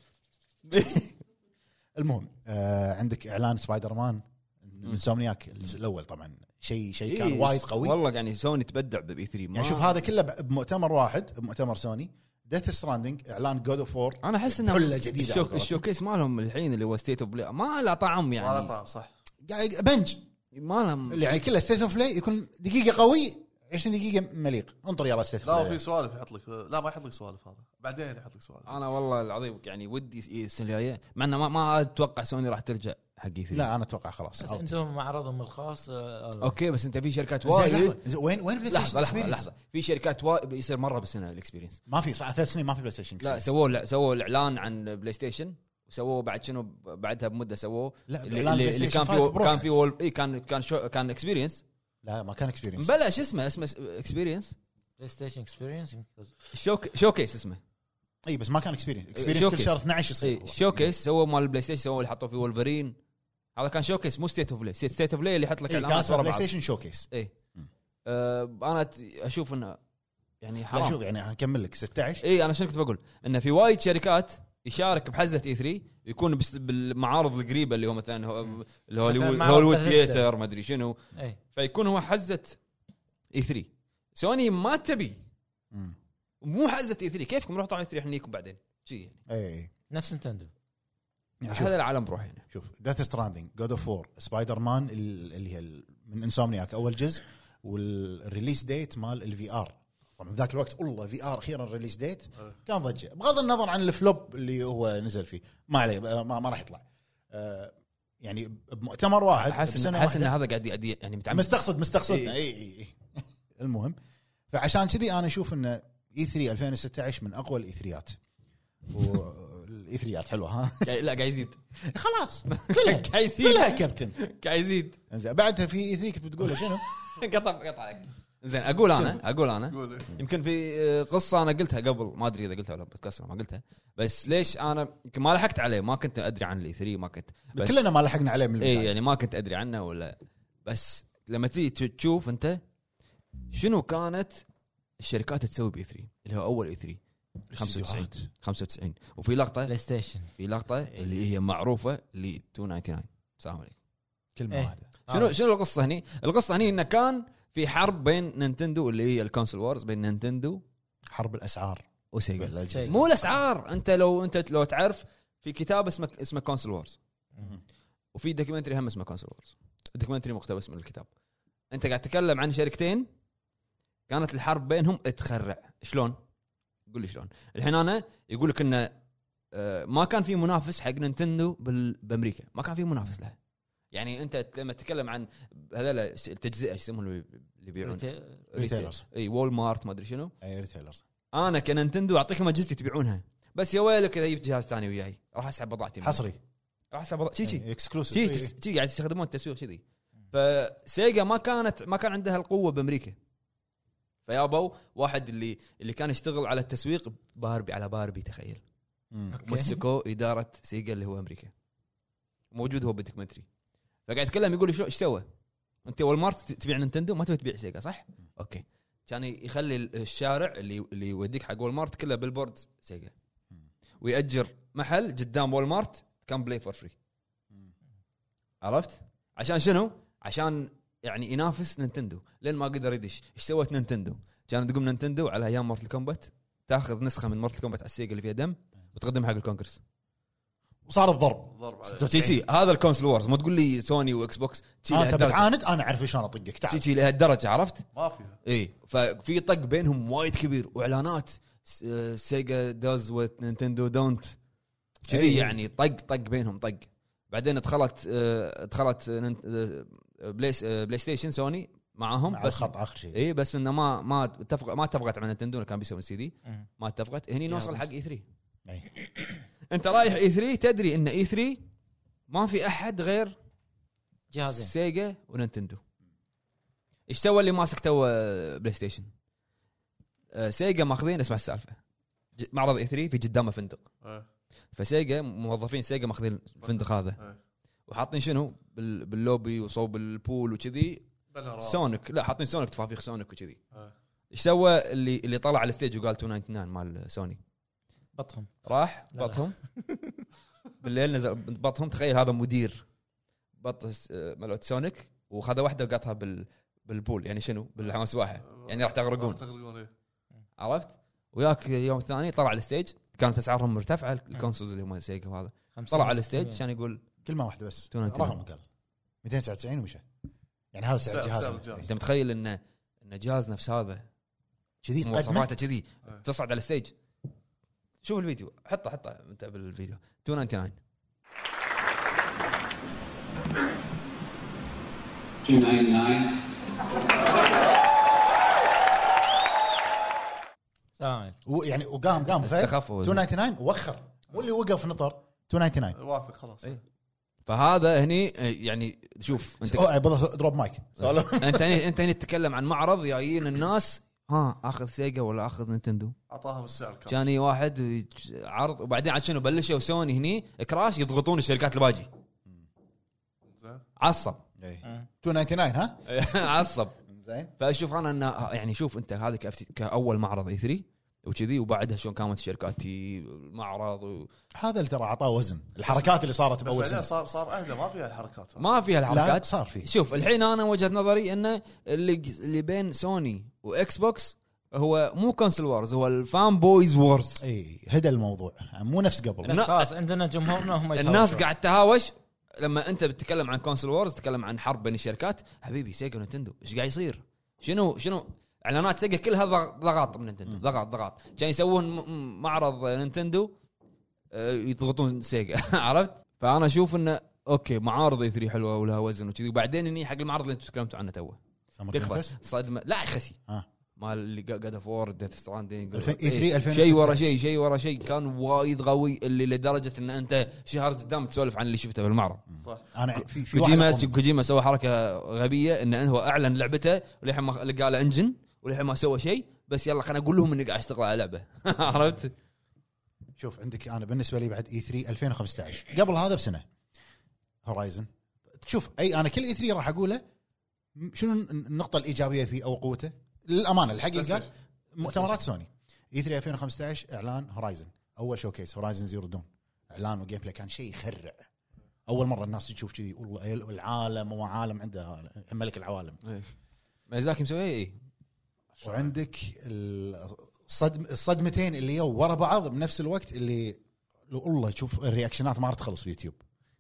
S3: المهم آه عندك اعلان سبايدر مان من سومنياك الجزء الاول طبعا شيء شيء كان وايد قوي
S1: والله يعني سوني تبدع باي 3
S3: يعني شوف هذا كله ب- بمؤتمر واحد بمؤتمر سوني ديث ستراندنج اعلان جود اوف وور
S1: انا احس انه
S3: حله جديده
S1: الشوك الشوكيس مالهم الحين اللي هو ستيت اوف بلاي ما له طعم
S2: ما له
S1: يعني
S2: طعم صح
S3: قاعد- بنج
S1: ما له
S3: يعني كله ستيت اوف بلاي يكون دقيقه قوي 20 دقيقه مليق انطر يلا ستيت
S2: لا
S3: اوف
S2: في
S3: بلاي
S2: سوالف يحط لك لا ما يحط لك سوالف هذا بعدين يحط لك سوالف
S1: انا والله العظيم يعني ودي السنه الجايه مع انه ما, ما اتوقع سوني راح ترجع حق E اي 3
S3: لا انا اتوقع خلاص
S4: بس
S3: أوت.
S4: عندهم معرضهم الخاص آه،
S1: اوكي بس انت في شركات
S3: زين،
S1: وايد
S3: لحظة، زين، وين وين بلاي ستيشن
S1: لحظه لحظه
S3: experience؟
S1: لحظه في شركات وايد يصير مره بالسنه الاكسبيرينس
S3: ما في صار ثلاث سنين ما في بلاي ستيشن
S1: لا
S3: experience.
S1: سووا لا سووا الاعلان عن بلاي ستيشن وسووه بعد شنو بعدها بمده سووه
S3: لا،
S1: اللي,
S3: إعلان
S1: اللي,
S3: بلاي
S1: اللي
S3: ستيشن
S1: كان في
S3: فايف
S1: وول-
S3: بروحه.
S1: كان في وول اي كان كان شو كان اكسبيرينس
S3: لا ما كان اكسبيرينس
S1: بلا شو اسمه اسمه اكسبيرينس
S4: بلاي ستيشن اكسبيرينس
S1: شوك شوكيس اسمه
S3: اي إيه، بس ما كان اكسبيرينس اكسبيرينس كل
S1: showcase.
S3: شهر 12 يصير
S1: اي
S3: هو.
S1: إيه، شوكيس سووا مال البلاي ستيشن سووا اللي حطوا فيه وولفرين هذا كان شوكيس مو ستيت اوف بلاي ستيت اوف بلاي اللي يحط لك
S3: إي، كان
S1: اعلانات
S3: اسمه
S1: ورا
S3: بلاي
S1: بعض
S3: ستيشن شوكيس
S1: اي
S3: مم.
S1: آه انا ت- اشوف انه يعني
S3: لا
S1: حرام إيه.
S3: شوف يعني هنكمل لك 16
S1: اي انا شنو كنت بقول انه في وايد شركات يشارك بحزه اي 3 E يكون بس بالمعارض القريبه اللي هو مثلا هو- الهوليوود
S4: معرض
S1: هوليوود
S4: Bethesda.
S1: ثيتر ما ادري شنو
S4: اي
S1: فيكون هو حزه اي 3 سوني ما تبي
S3: مم.
S1: مو حزه اي 3 كيفكم E روحوا طلعوا اي 3 احنيكم بعدين شي يعني
S3: اي اي
S4: نفس نتندو
S3: إيه، يعني شوف
S1: هذا العالم بروحه يعني
S3: شوف ديث ستراندنج جود اوف وور سبايدر مان ال- اللي هي ال- من انسومنياك اول جزء والريليس ديت مال الفي ار طبعا ذاك الوقت والله في ار اخيرا ريليس ديت
S1: إيه.
S3: كان ضجه بغض النظر عن الفلوب اللي هو نزل فيه ما عليه ب- ما, ما راح يطلع آه، يعني بمؤتمر واحد
S1: حاسس إن-
S3: بسنة
S1: حاسس ان
S3: واحدة.
S1: هذا قاعد ي- ي- يعني متعمد
S3: مستقصد مستقصدنا اي اي اي المهم فعشان كذي انا اشوف ان اي 3 2016 من اقوى الاثريات والاثريات حلوه ها
S1: قاعد- لا قاعد يزيد
S3: خلاص كلها
S1: قاعد يزيد
S3: كلها كابتن
S1: قاعد يزيد
S3: انزين بعدها في اي 3 كنت بتقول شنو؟
S1: [laughs] قطع قطع عليك زين اقول انا اقول انا
S2: يقول إيه.
S1: يمكن في آه، قصه انا قلتها قبل ما ادري اذا قلتها ولا بودكاست ولا ما قلتها بس ليش انا يمكن ما لحقت عليه ما كنت ادري عن الاي 3 ما كنت بس
S3: كلنا ما لحقنا عليه من
S1: اي
S3: البدايه
S1: يعني ما كنت ادري عنه ولا بس لما تيجي ت- تشوف انت شنو كانت الشركات تسوي باي 3 اللي هو اول اي 3 95
S3: استديوهات.
S1: 95 وفي لقطه
S4: بلاي ستيشن
S1: في لقطه اللي هي معروفه اللي 299 السلام عليكم
S3: كلمه
S4: إيه.
S3: واحده
S1: شنو شنو القصه هني؟ القصه هني انه كان في حرب بين نينتندو اللي هي الكونسول وورز بين نينتندو
S3: حرب الاسعار
S1: وسيجا
S3: بالأجهزة.
S1: إيه. مو الاسعار انت لو انت لو تعرف في كتاب اسمه اسمه كونسل وورز وفي دوكيومنتري هم اسمه كونسل وورز الدوكيومنتري مقتبس من الكتاب انت قاعد تتكلم عن شركتين كانت الحرب بينهم تخرع شلون قول لي شلون الحين انا يقول لك انه آه، ما كان في منافس حق نينتندو بال- بامريكا ما كان في منافس لها يعني انت لما تتكلم عن هذول التجزئه ايش يسمونهم اللي يبيعون
S4: ريتيل-
S3: ريتيلرز.
S1: اي وول مارت ما ادري شنو
S3: اي ريتيلرز
S1: انا كننتندو اعطيكم اجهزتي تبيعونها بس يا ويلك اذا جبت جهاز ثاني وياي راح اسحب بضاعتي منك.
S3: حصري إيه،
S1: راح اسحب بضاعتي شي شي شي
S3: اكسكلوسيف
S1: تس- شي قاعد يستخدمون التسويق كذي فسيجا ما كانت ما كان عندها القوه بامريكا فيابوا واحد اللي اللي كان يشتغل على التسويق باربي على باربي تخيل مسكوا اداره سيجا اللي هو امريكا موجود هو بالدوكيومنتري فقاعد يتكلم يقول شو ايش سوى؟ انت والمارت تبيع نينتندو ما تبي تبيع سيجا صح؟ اوكي كان يخلي الشارع اللي اللي يوديك حق والمارت كله بالبورد سيجا ويأجر محل قدام والمارت كان بلاي فور فري عرفت؟ عشان شنو؟ عشان يعني ينافس نينتندو لين ما قدر يدش، ايش سوت نينتندو؟ كانت تقوم نينتندو على ايام مورتل كومبات تاخذ نسخه من مورتل كومبات على السيجا اللي فيها دم وتقدمها حق الكونغرس
S3: وصار الضرب
S2: ضرب عليه.
S1: شي شي
S3: إيه.
S1: هذا الكونسل وورز مو تقول لي سوني واكس بوكس شي
S3: انت
S1: لهالدرجة.
S3: بتعاند انا اعرف شلون اطقك تعال
S1: شي شي لهالدرجه عرفت؟
S2: ما فيها
S1: اي ففي طق بينهم وايد كبير واعلانات س- آه، سيجا داز وات نينتندو دونت كذي
S3: إي.
S1: يعني طق طق بينهم طق بعدين دخلت آه، دخلت آه، نينت- آه، بلاي آه، بلاي ستيشن سوني معاهم
S3: مع
S1: بس
S3: الخط اخر شيء
S1: اي بس انه ما ما اتفق ما اتفقت مع نينتندو اللي كان بيسوي سي دي
S4: مم.
S1: ما اتفقت هني نوصل حق اي 3
S3: إي.
S1: انت رايح اي 3 تدري ان اي 3 ما في احد غير
S4: جهازين
S1: سيجا وننتندو ايش سوى اللي ماسك تو بلاي ستيشن؟ آه، سيجا ماخذين اسمع السالفه ج- معرض اي 3 في قدامه فندق
S2: إيه.
S1: فسيجا موظفين سيجا ماخذين الفندق هذا
S2: إيه.
S1: وحاطين شنو بال- باللوبي وصوب البول وكذي
S2: بنرات.
S1: سونيك لا حاطين سونيك تفافيخ سونيك وكذي
S2: إيه.
S1: ايش سوى اللي اللي طلع على الستيج وقال 299 مال سوني
S4: بطهم
S1: راح
S4: لا لا.
S1: بطهم [laughs] بالليل نزل بطهم تخيل هذا مدير بط س- مالوت سونيك وخذ واحده وقطها بال بالبول يعني شنو بالحمام السباحه يعني راح تغرقون
S2: راح تغرقون إيه.
S1: عرفت وياك اليوم الثاني طلع على الستيج كانت اسعارهم مرتفعه الكونسولز اللي هم سيجا وهذا طلع على الستيج عشان يقول
S3: كلمه واحده بس
S1: 299.
S3: رقم قال 299 ومشى يعني هذا سعر
S2: سعر-
S3: جهاز
S2: سعر الجهاز.
S1: انت متخيل انه ان جهاز نفس هذا
S3: كذي تقدمه
S1: مواصفاته كذي
S2: إيه.
S1: تصعد على الستيج شوف الفيديو حطه حطه انت بالفيديو 299
S5: 299.
S4: السلام عليكم
S3: ويعني يعني وقام قام فايت
S1: استخفوا.
S3: 299 وخر مو اللي وقف نطر 299
S2: واثق خلاص
S1: إيه. فهذا هني آه، يعني شوف انت
S3: أوه، بالضبط، دروب مايك
S1: [laughs]
S3: سؤال
S1: انت هني انت هني تتكلم عن معرض جايين الناس ها اخذ سيجا ولا اخذ نينتندو
S2: اعطاهم السعر كامل
S1: كان يجي واحد ويج- عرض وبعدين عاد شنو بلشوا سوني هني كراش يضغطون الشركات الباجي
S2: زين
S1: عصب [laughs]
S3: إي.
S4: آه.
S3: 299 ها
S1: عصب
S3: زين
S1: فاشوف انا انه يعني شوف انت هذا كأفت- كاول معرض اي 3 وكذي وبعدها شلون كانت الشركات تي، المعرض و...
S3: هذا اللي ترى اعطاه وزن الحركات اللي صارت
S2: بس
S3: باول
S2: بعدين
S3: سنه
S2: صار صار اهدى ما فيها الحركات
S1: ما فيها
S3: لا
S1: الحركات
S3: صار فيه
S1: شوف الحين انا وجهه نظري انه اللي اللي بين سوني واكس بوكس هو مو كونسل وورز هو الفان بويز وورز
S3: اي إيه، هدى الموضوع مو نفس قبل
S1: لا.
S4: لا، خلاص عندنا جمهورنا هم
S1: الناس قاعد تهاوش لما انت بتتكلم عن كونسل وورز تتكلم عن حرب بين الشركات حبيبي سيجا ونتندو ايش قاعد يصير؟ شنو شنو اعلانات سيجا كلها ضغ- ضغط من نتندو ضغط ضغط كان يسوون م- م- معرض نتندو آه، يضغطون سيجا [laughs] عرفت؟ فانا اشوف انه اوكي معارض اي 3 حلوه ولها وزن وكذي وبعدين اني حق المعرض اللي انتم تكلمتوا عنه توه
S3: سمر
S1: تكفى
S3: كونفست.
S1: صدمه لا خسي
S3: ها.
S1: مال اللي جاد اوف وور ديث ستراندنج
S3: الفين- E3 2006.
S1: شيء ورا شيء شيء ورا شيء كان وايد قوي اللي لدرجه ان انت شهر قدام تسولف عن اللي شفته بالمعرض
S2: صح
S3: انا في في
S1: كوجيما
S3: واحد أطم.
S1: كوجيما سوى حركه غبيه انه هو اعلن لعبته وللحين ما لقى له انجن وللحين ما سوى شيء بس يلا خليني اقول لهم اني قاعد اشتغل على لعبه [laughs] عرفت؟
S3: شوف عندك انا بالنسبه لي بعد E اي 3 2015 قبل هذا بسنه هورايزن تشوف اي انا كل اي 3 راح اقوله م- شنو الن- النقطه الايجابيه فيه او قوته للامانه الحقيقه قال مؤتمرات سوني E اي 3 2015 اعلان هورايزن اول شو كيس هورايزن زيرو دون اعلان وجيم بلاي كان شيء يخرع اول مره الناس تشوف كذي والله العالم هو عالم عنده ملك العوالم
S1: ميزاكي مسوي إيه؟ اي
S3: وعندك الصدم الصدمتين اللي يو ورا بعض بنفس الوقت اللي لو والله شوف الرياكشنات ما راح تخلص في يوتيوب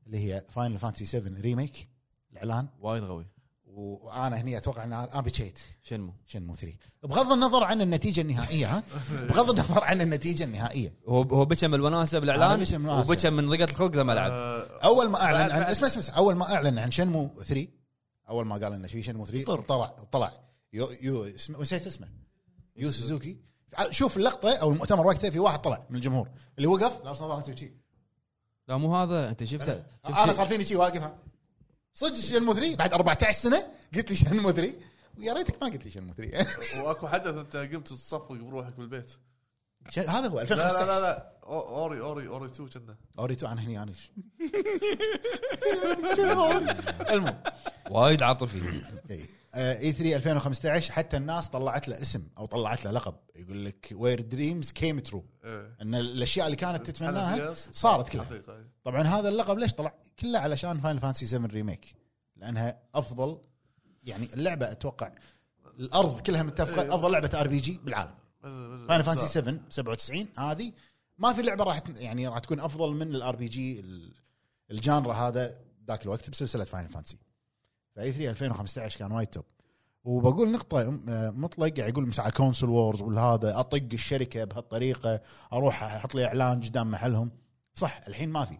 S3: اللي هي فاينل فانتسي 7 ريميك الاعلان
S1: وايد قوي
S3: و- وانا هني اتوقع ان انا بكيت
S1: شنمو
S3: شنمو 3 بغض النظر عن النتيجه النهائيه ها بغض النظر عن النتيجه النهائيه
S1: هو هو بكى من الوناسه بالاعلان
S3: أنا بكى من الوناسة. آه.
S1: وبكى من ضيقه الخلق لما لعب
S3: اول ما اعلن
S2: بعد-
S3: عن
S2: بعد-
S3: اسمع اسمع اسمع. اول ما اعلن عن شنمو 3 اول ما قال انه في شنمو 3 طلع طلع يو يو اسم- نسيت اسمه يو سوزوكي ع- شوف اللقطه او المؤتمر وقتها في واحد طلع من الجمهور اللي وقف لابس نظاره يسوي شي.
S1: لا مو هذا انت شفته شفت
S3: انا
S1: شي-
S3: صار فيني شي واقف ها. صدق شنمو 3 بعد 14 سنه قلت لي شنمو 3 ويا ريتك ما قلت لي شنمو 3
S2: واكو حدث انت قمت تصفق بروحك بالبيت
S3: [laughs] شن- هذا هو
S2: لا لا
S3: 2015
S2: لا, لا. أو- اوري اوري اوري 2 كنا
S3: اوريتو انا هني [laughs] انا ش- المهم
S1: وايد عاطفي
S3: إي. اي 3 2015 حتى الناس طلعت له اسم او طلعت له لقب يقول لك وير دريمز كيم ترو
S2: إيه.
S3: ان الاشياء اللي كانت تتمناها
S2: حلقة
S3: صارت كلها
S2: حقيقة، إيه.
S3: طبعا هذا اللقب ليش طلع؟ كله علشان فاينل فانسي 7 ريميك لانها افضل يعني اللعبه اتوقع الارض كلها متفقه افضل لعبه ار بي جي بالعالم فاينل فانسي 7 97 هذه ما في لعبه راح ت- يعني راح تكون افضل من الار بي جي الجانرا هذا ذاك الوقت بسلسله فاينل فانسي فاي 3 2015 كان وايد توب وبقول نقطة م- مطلق قاعد يقول مساعة كونسل وورز والهذا اطق الشركة بهالطريقة اروح احط لي اعلان قدام محلهم صح الحين ما في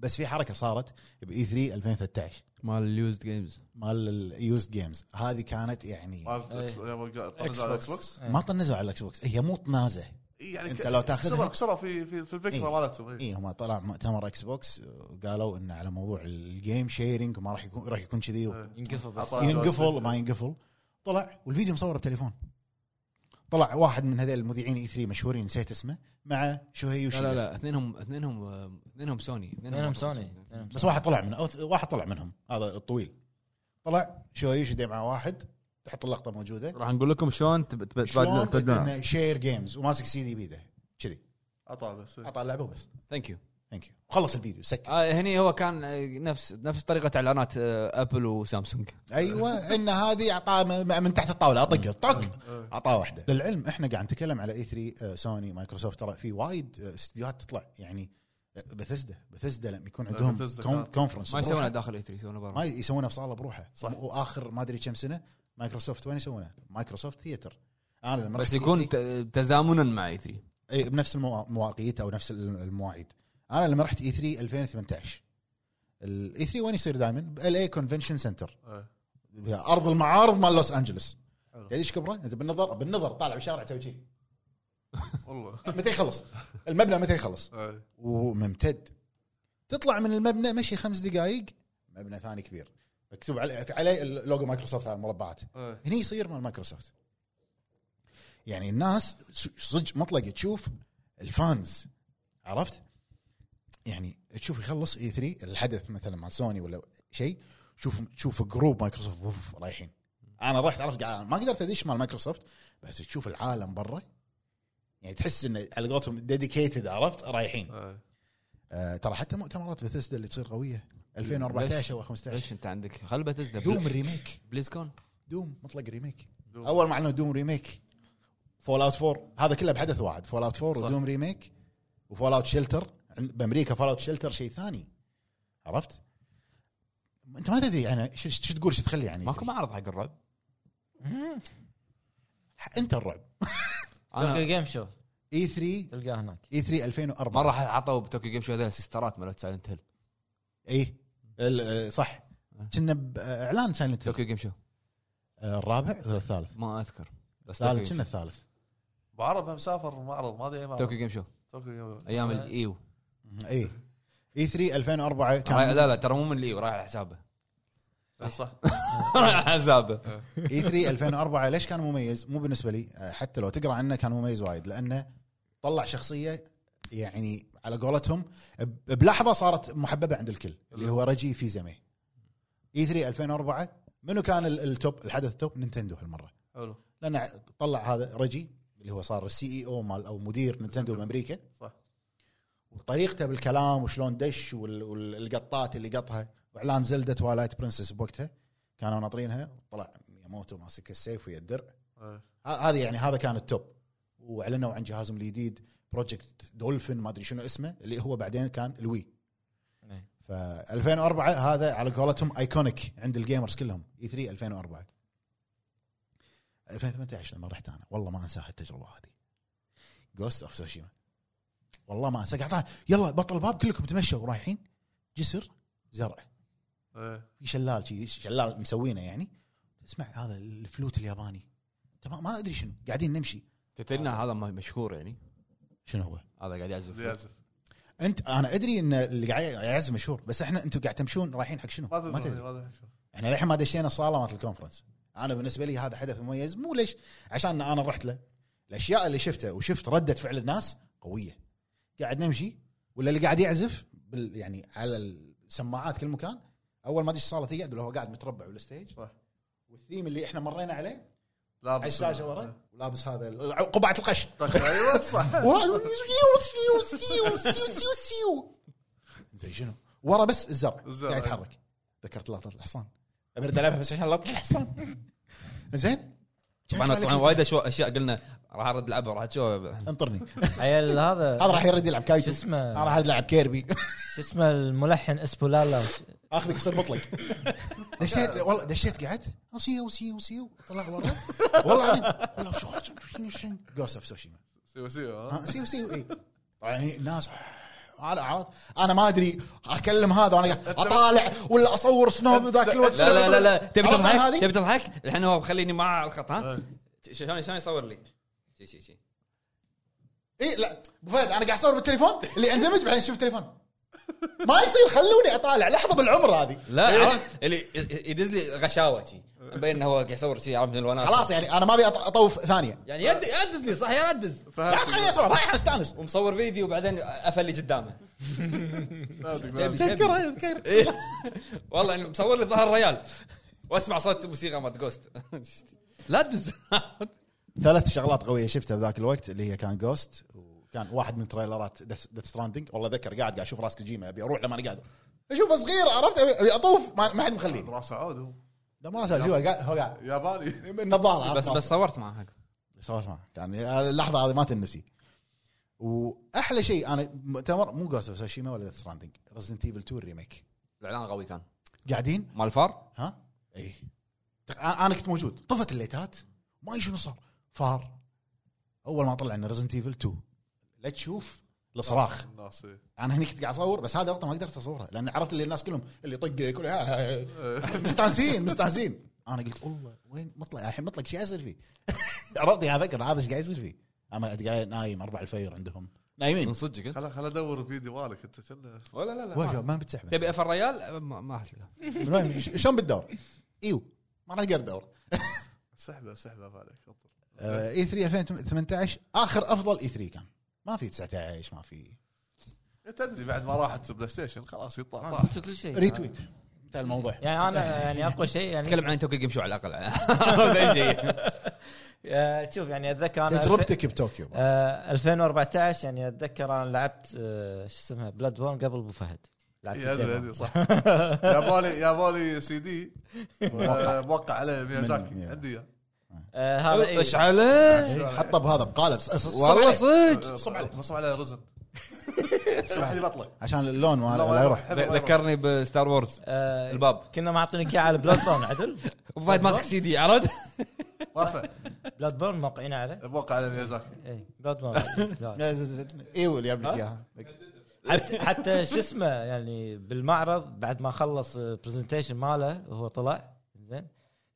S3: بس في حركة صارت باي 3 2013
S1: مال اليوزد جيمز
S3: مال اليوزد جيمز هذه كانت يعني
S2: عرفت
S4: إيه.
S2: إكس- يوم قا- طنزوا على الاكس بوكس
S3: ما طنزوا على الاكس بوكس هي مو طنازه
S2: إيه، يعني
S3: أنت
S2: ك-
S3: لو تاخذها-
S2: كسروا- كسروا في في في الفكره
S3: إيه.
S2: مالتهم إيه.
S3: اي هم طلع مؤتمر اكس بوكس وقالوا انه على موضوع الجيم شيرنج وما راح يكون راح يكون كذي
S1: آه،
S2: إيه.
S4: ينقفل بس.
S2: عطاها
S3: ينقفل
S2: جويستيك.
S3: ما ينقفل طلع والفيديو مصور بتليفون طلع واحد من هذول المذيعين اي 3 مشهورين نسيت اسمه مع شوهي
S1: لا
S3: يوشيدا
S1: لا لا اثنينهم اثنينهم اثنينهم سوني
S4: اثنينهم سوني اثنينهم
S3: بس واحد طلع من أو ث- واحد طلع منهم هذا الطويل طلع شوهي يوشيدا مع واحد تحط اللقطه موجوده
S1: راح نقول لكم شلون تب- تب-
S3: شلون
S1: تبادلون
S3: إنه شير جيمز وماسك سي دي بيده كذي
S2: عطاها بس إيه.
S3: عطى اللعبه وبس
S1: ثانك يو
S3: ثانك يو خلص الفيديو سكر
S1: آه هني هو كان آه، نفس نفس طريقه اعلانات آه، ابل وسامسونج
S3: ايوه ان هذه اعطاه م- من تحت الطاوله اطقه طق
S2: إيه.
S3: اعطاه واحده للعلم احنا قاعد نتكلم على اي 3 سوني مايكروسوفت ترى في وايد آه، استديوهات تطلع يعني بثزدا بثزدا لما يكون عندهم
S2: Bethesda
S3: كون-
S2: كان-
S3: كونفرنس
S1: ما
S3: بروحه.
S1: يسوونه داخل اي 3 يسوونه برا
S3: ما يسوونه بصاله بروحه
S2: صح.
S3: صح واخر ما ادري كم سنه مايكروسوفت وين يسوونه؟ مايكروسوفت ثيتر انا لما
S1: بس
S3: رحت E3
S1: يكون ت- تزامنا مع E اي 3
S3: اي بنفس الموا- المواقيت او نفس ال- المواعيد انا لما رحت اي 3 2018 الاي 3 وين يصير دائما؟ بال اي كونفنشن سنتر
S2: إيه.
S3: ارض المعارض مال لوس يعني انجلس
S2: حلو.
S3: تدري ايش كبره؟ انت بالنظر بالنظر طالع بالشارع تسوي شيء
S2: والله
S3: متى يخلص؟ المبنى متى يخلص؟
S2: إيه.
S3: وممتد تطلع من المبنى مشي خمس دقائق مبنى ثاني كبير مكتوب عليه عليه اللوجو مايكروسوفت على المربعات
S2: إيه.
S3: هني يصير مال مايكروسوفت يعني الناس س- صدق مطلق تشوف الفانز عرفت يعني تشوف يخلص اي 3 الحدث مثلا مع سوني ولا شيء شوف تشوف جروب مايكروسوفت وف رايحين انا رحت عرفت قاعد ما قدرت ادش مال مايكروسوفت بس تشوف العالم برا يعني تحس انه على قولتهم ديديكيتد عرفت رايحين
S2: إيه.
S3: آه ترى حتى مؤتمرات بثيسدا اللي تصير قويه 2014 او
S1: ليش
S3: 15
S1: انت عندك خل بتزدا
S3: دوم الريميك
S1: بليز كون
S3: دوم مطلق ريميك
S2: دوم.
S3: اول ما اعلنوا دوم ريميك فول اوت 4 هذا كله بحدث واحد فول اوت 4
S2: صح.
S3: ودوم ريميك وفول اوت شيلتر بامريكا فول اوت شيلتر شيء ثاني عرفت؟ انت ما تدري يعني شو شو تقول شو تخلي يعني
S1: ماكو معرض حق الرعب
S3: ح- انت الرعب E
S4: طوكيو
S1: انا
S4: جيم شو
S3: اي 3
S4: تلقاه هناك
S3: اي 3 2004
S1: مره عطوا بتوكيو جيم شو هذول السيسترات مالت سايلنت هيل
S3: اي إيه. ال- آه، صح كنا آه، باعلان سايلنت
S1: توكيو جيم شو
S3: الرابع ولا الثالث؟
S1: ما اذكر بس توكيو
S3: الثالث
S1: جيم
S3: كنا
S1: شو.
S3: الثالث
S2: بعرف مسافر معرض ما ادري اي معرض إيه،
S1: توكيو جيم شو
S2: طوكيو
S1: ايام الايو
S3: اي اي 3 2004
S1: رايح-
S3: كان
S1: لا لا ترى مو من الايو رايح على [laughs] حسابه
S2: إيه، صح
S1: رايح على حسابه
S3: اي 3 2004 ليش كان مميز؟ مو بالنسبه لي آه، حتى لو تقرا عنه كان مميز وايد لانه طلع شخصيه يعني على قولتهم ب- بلحظه صارت محببه عند الكل اللي هو رجي فيزامي اي 3 2004 منو كان ال- التوب الحدث التوب نينتندو هالمره
S2: حلو
S3: لان طلع هذا رجي اللي هو صار السي اي او مال او مدير نينتندو بامريكا
S2: صح.
S3: وطريقته بالكلام وشلون دش وال- والقطات اللي قطها واعلان زلدة توالايت برنسس بوقتها كانوا ناطرينها وطلع مياموتو ماسك السيف ويا الدرع
S2: إيه.
S3: ه- هذا يعني هذا كان التوب واعلنوا عن جهازهم الجديد بروجكت دولفين ما ادري شنو اسمه اللي هو بعدين كان الوي
S4: إيه.
S3: ف 2004 هذا على قولتهم ايكونيك عند الجيمرز كلهم E اي 3 2004 2018 لما رحت انا والله ما انساها التجربه هذه جوست اوف سوشيما والله ما انسى قاعد طالع، يلا بطل الباب كلكم تمشوا رايحين جسر زرع
S2: إيه.
S3: في شلال شي شلال مسوينه يعني اسمع هذا الفلوت الياباني تمام ما ادري شنو قاعدين نمشي
S1: تدرينا هذا ما- مشهور يعني
S3: شنو هو؟
S1: هذا قاعد يعزف
S2: يعزف.
S3: انت انا ادري ان اللي قاعد يعزف مشهور بس احنا انتم قاعد تمشون رايحين حق شنو؟
S2: ما تدري ما تدري شو.
S3: احنا يعني للحين ما دشينا الصاله مالت الكونفرنس انا بالنسبه لي هذا حدث مميز مو ليش عشان انا رحت له الاشياء اللي شفتها وشفت رده فعل الناس قويه قاعد نمشي ولا اللي قاعد يعزف بال يعني على السماعات كل مكان اول ما ادش الصاله تقعد ولا هو قاعد متربع بالستيج
S2: صح.
S3: والثيم اللي احنا مرينا عليه
S2: لابس آه.
S3: على الشاشه ورا ولابس هذا ال- قبعه القش
S2: ايوه صح [laughs]
S3: ورا- سيو- سيو- سيو- سيو- سيو. زين شنو؟ ورا بس الزرع
S2: الزرع.
S3: قاعد يتحرك ذكرت لقطه الحصان ابرد العبها بس عشان لقطه الحصان زين
S1: طبعا طبعا وايد أشوا- اشياء قلنا راح ارد لعبه راح تشوف
S3: انطرني
S4: عيل هذا
S3: هذا راح يرد يلعب
S4: شو
S3: كايتو انا
S4: اسمه
S3: راح العب كيربي
S4: شو اسمه الملحن اسبولالا
S3: اخذك يصير مطلق دشيت والله دشيت قعدت سيو سيو سيو طلع ورا والله العظيم والله شو شنو شنو جوست اوف سوشيما
S2: سيو سيو ها؟
S3: ها، إيه. سيو سيو اي طبعا هني الناس انا عرفت انا ما ادري اكلم هذا انا قاعد اطالع ولا اصور سنوب ذاك الوقت
S1: لا لا لا لا تبي
S3: عرفت أنا
S1: تضحك
S3: هذه
S1: تبي تضحك الحين هو خليني مع الخط ها
S2: إيه.
S1: شلون شلون يصور لي شي شي شي
S3: اي إيه، لا ابو فهد انا قاعد اصور بالتليفون اللي اندمج بعدين شوف التليفون ما يصير خلوني اطالع لحظه بالعمر هذه
S1: لا عرفت اللي يدز لي غشاوه شي مبين انه هو قاعد يصور شي عرفت من الوناسه
S3: خلاص يعني انا ما ابي أط- اطوف ثانيه
S1: يعني يد يدز لي صح يدز
S3: لا تخليني اصور رايح استانس
S1: ومصور فيديو وبعدين افلي قدامه
S2: فهمتك،
S1: تبي-
S2: فهمتك.
S1: تبي.
S3: اذكر اذكر
S1: [laughs] إيه. والله انه مصور لي ظهر ريال واسمع صوت موسيقى مالت جوست لا تدز
S3: ثلاث شغلات قويه شفتها بذاك الوقت اللي هي كان جوست وكان واحد من تريلرات ديث ستراندنج والله ذكر قاعد قاعد اشوف راس كوجيما ابي اروح لما انا قادر اشوفه صغير عرفت أبي- ابي اطوف ما ما حد مخليه
S2: راس عود هو
S3: لا ما أسأل، شو هو قاعد- هو قاعد
S2: ياباني
S3: النظاره
S1: بس
S3: عرفت؟
S1: بس صورت معاه
S3: سوالف معه يعني اللحظه هذه ما تنسي واحلى شيء انا مؤتمر مو جوست اوف سوشيما ولا ديث ستراندنج ريزنت ايفل 2 ريميك
S1: الاعلان قوي كان
S3: قاعدين
S1: مال فار
S3: ها اي تق- انا كنت موجود طفت الليتات ما أدري شنو صار فار اول ما طلع انه ريزنت ايفل 2 لا تشوف الصراخ
S2: الناس إيه.
S3: انا هني كنت قاعد اصور بس هذه لقطه ما قدرت اصورها لان عرفت اللي الناس كلهم اللي طقه كل ها- ها- ها. مستانسين مستانسين انا قلت والله وين مطلع الحين مطلق شو قاعد يصير فيه؟ [laughs] عرفت قاعد افكر هذا ايش قاعد يصير فيه؟ انا قاعد نايم اربع الفير عندهم
S1: من
S3: نايمين
S1: صدقك أنت؟
S2: خل خل ادور الفيديو مالك انت كنا
S1: ولا لا
S3: وجهه
S1: لا
S3: ما بتسحبه
S1: تبي افر ريال ما- ما حتلقاه
S3: المهم، ش- شلون بتدور؟ ايو ما راح اقدر ادور
S2: سحبه سحبه ما عليك انطر
S3: اي 3 2018 اخر افضل اي 3 كان ما في 19 ما في
S2: انت تدري بعد ما راحت بلاي ستيشن خلاص يطلع
S4: أنا
S2: طاح
S4: قلت كل شيء
S3: ريتويت انتهى الموضوع
S4: يعني انا يعني اقوى شيء يعني
S1: تكلم عن توكي جيم شو على الاقل [laughs] هذا شيء [laughs]
S4: آه، شوف يعني اتذكر انا
S3: تجربتك بطوكيو
S4: آه 2014 يعني اتذكر انا لعبت آه شو اسمها بلاد بورن قبل ابو فهد لعبت
S2: يدري
S4: الديمو.
S2: يدري صح ياباني ياباني سي دي آه، موقع عليه
S3: من-
S2: ميازاكي
S3: يا.
S2: عندي إياه.
S4: آه هذا إيه.
S1: ايش عليه
S3: حطه بهذا بقالب س- س-
S1: والله
S3: صبع
S1: صدق
S3: عليه.
S2: صب عليه آه، مصب عليه رزن شو حد يبطله
S3: عشان اللون ما
S2: لا،
S3: لا يروح
S2: حبه ما يروح.
S1: ذكرني بستار وورز
S4: آه
S1: الباب.
S4: كنا معطينك اياه على بلاد بورن عدل
S1: ابو فهد ماسك سي دي [laughs] عرفت؟
S2: ما اسمع
S4: بلاد بورن موقعين عليه إيه،
S2: موقع عليه ميازاكي
S4: اي بلاد بورن
S3: [laughs]
S4: لا.
S3: ايوه اللي قبلك اياها
S4: حتى, [laughs] حتى شو اسمه يعني بالمعرض بعد ما خلص برزنتيشن ماله وهو طلع زين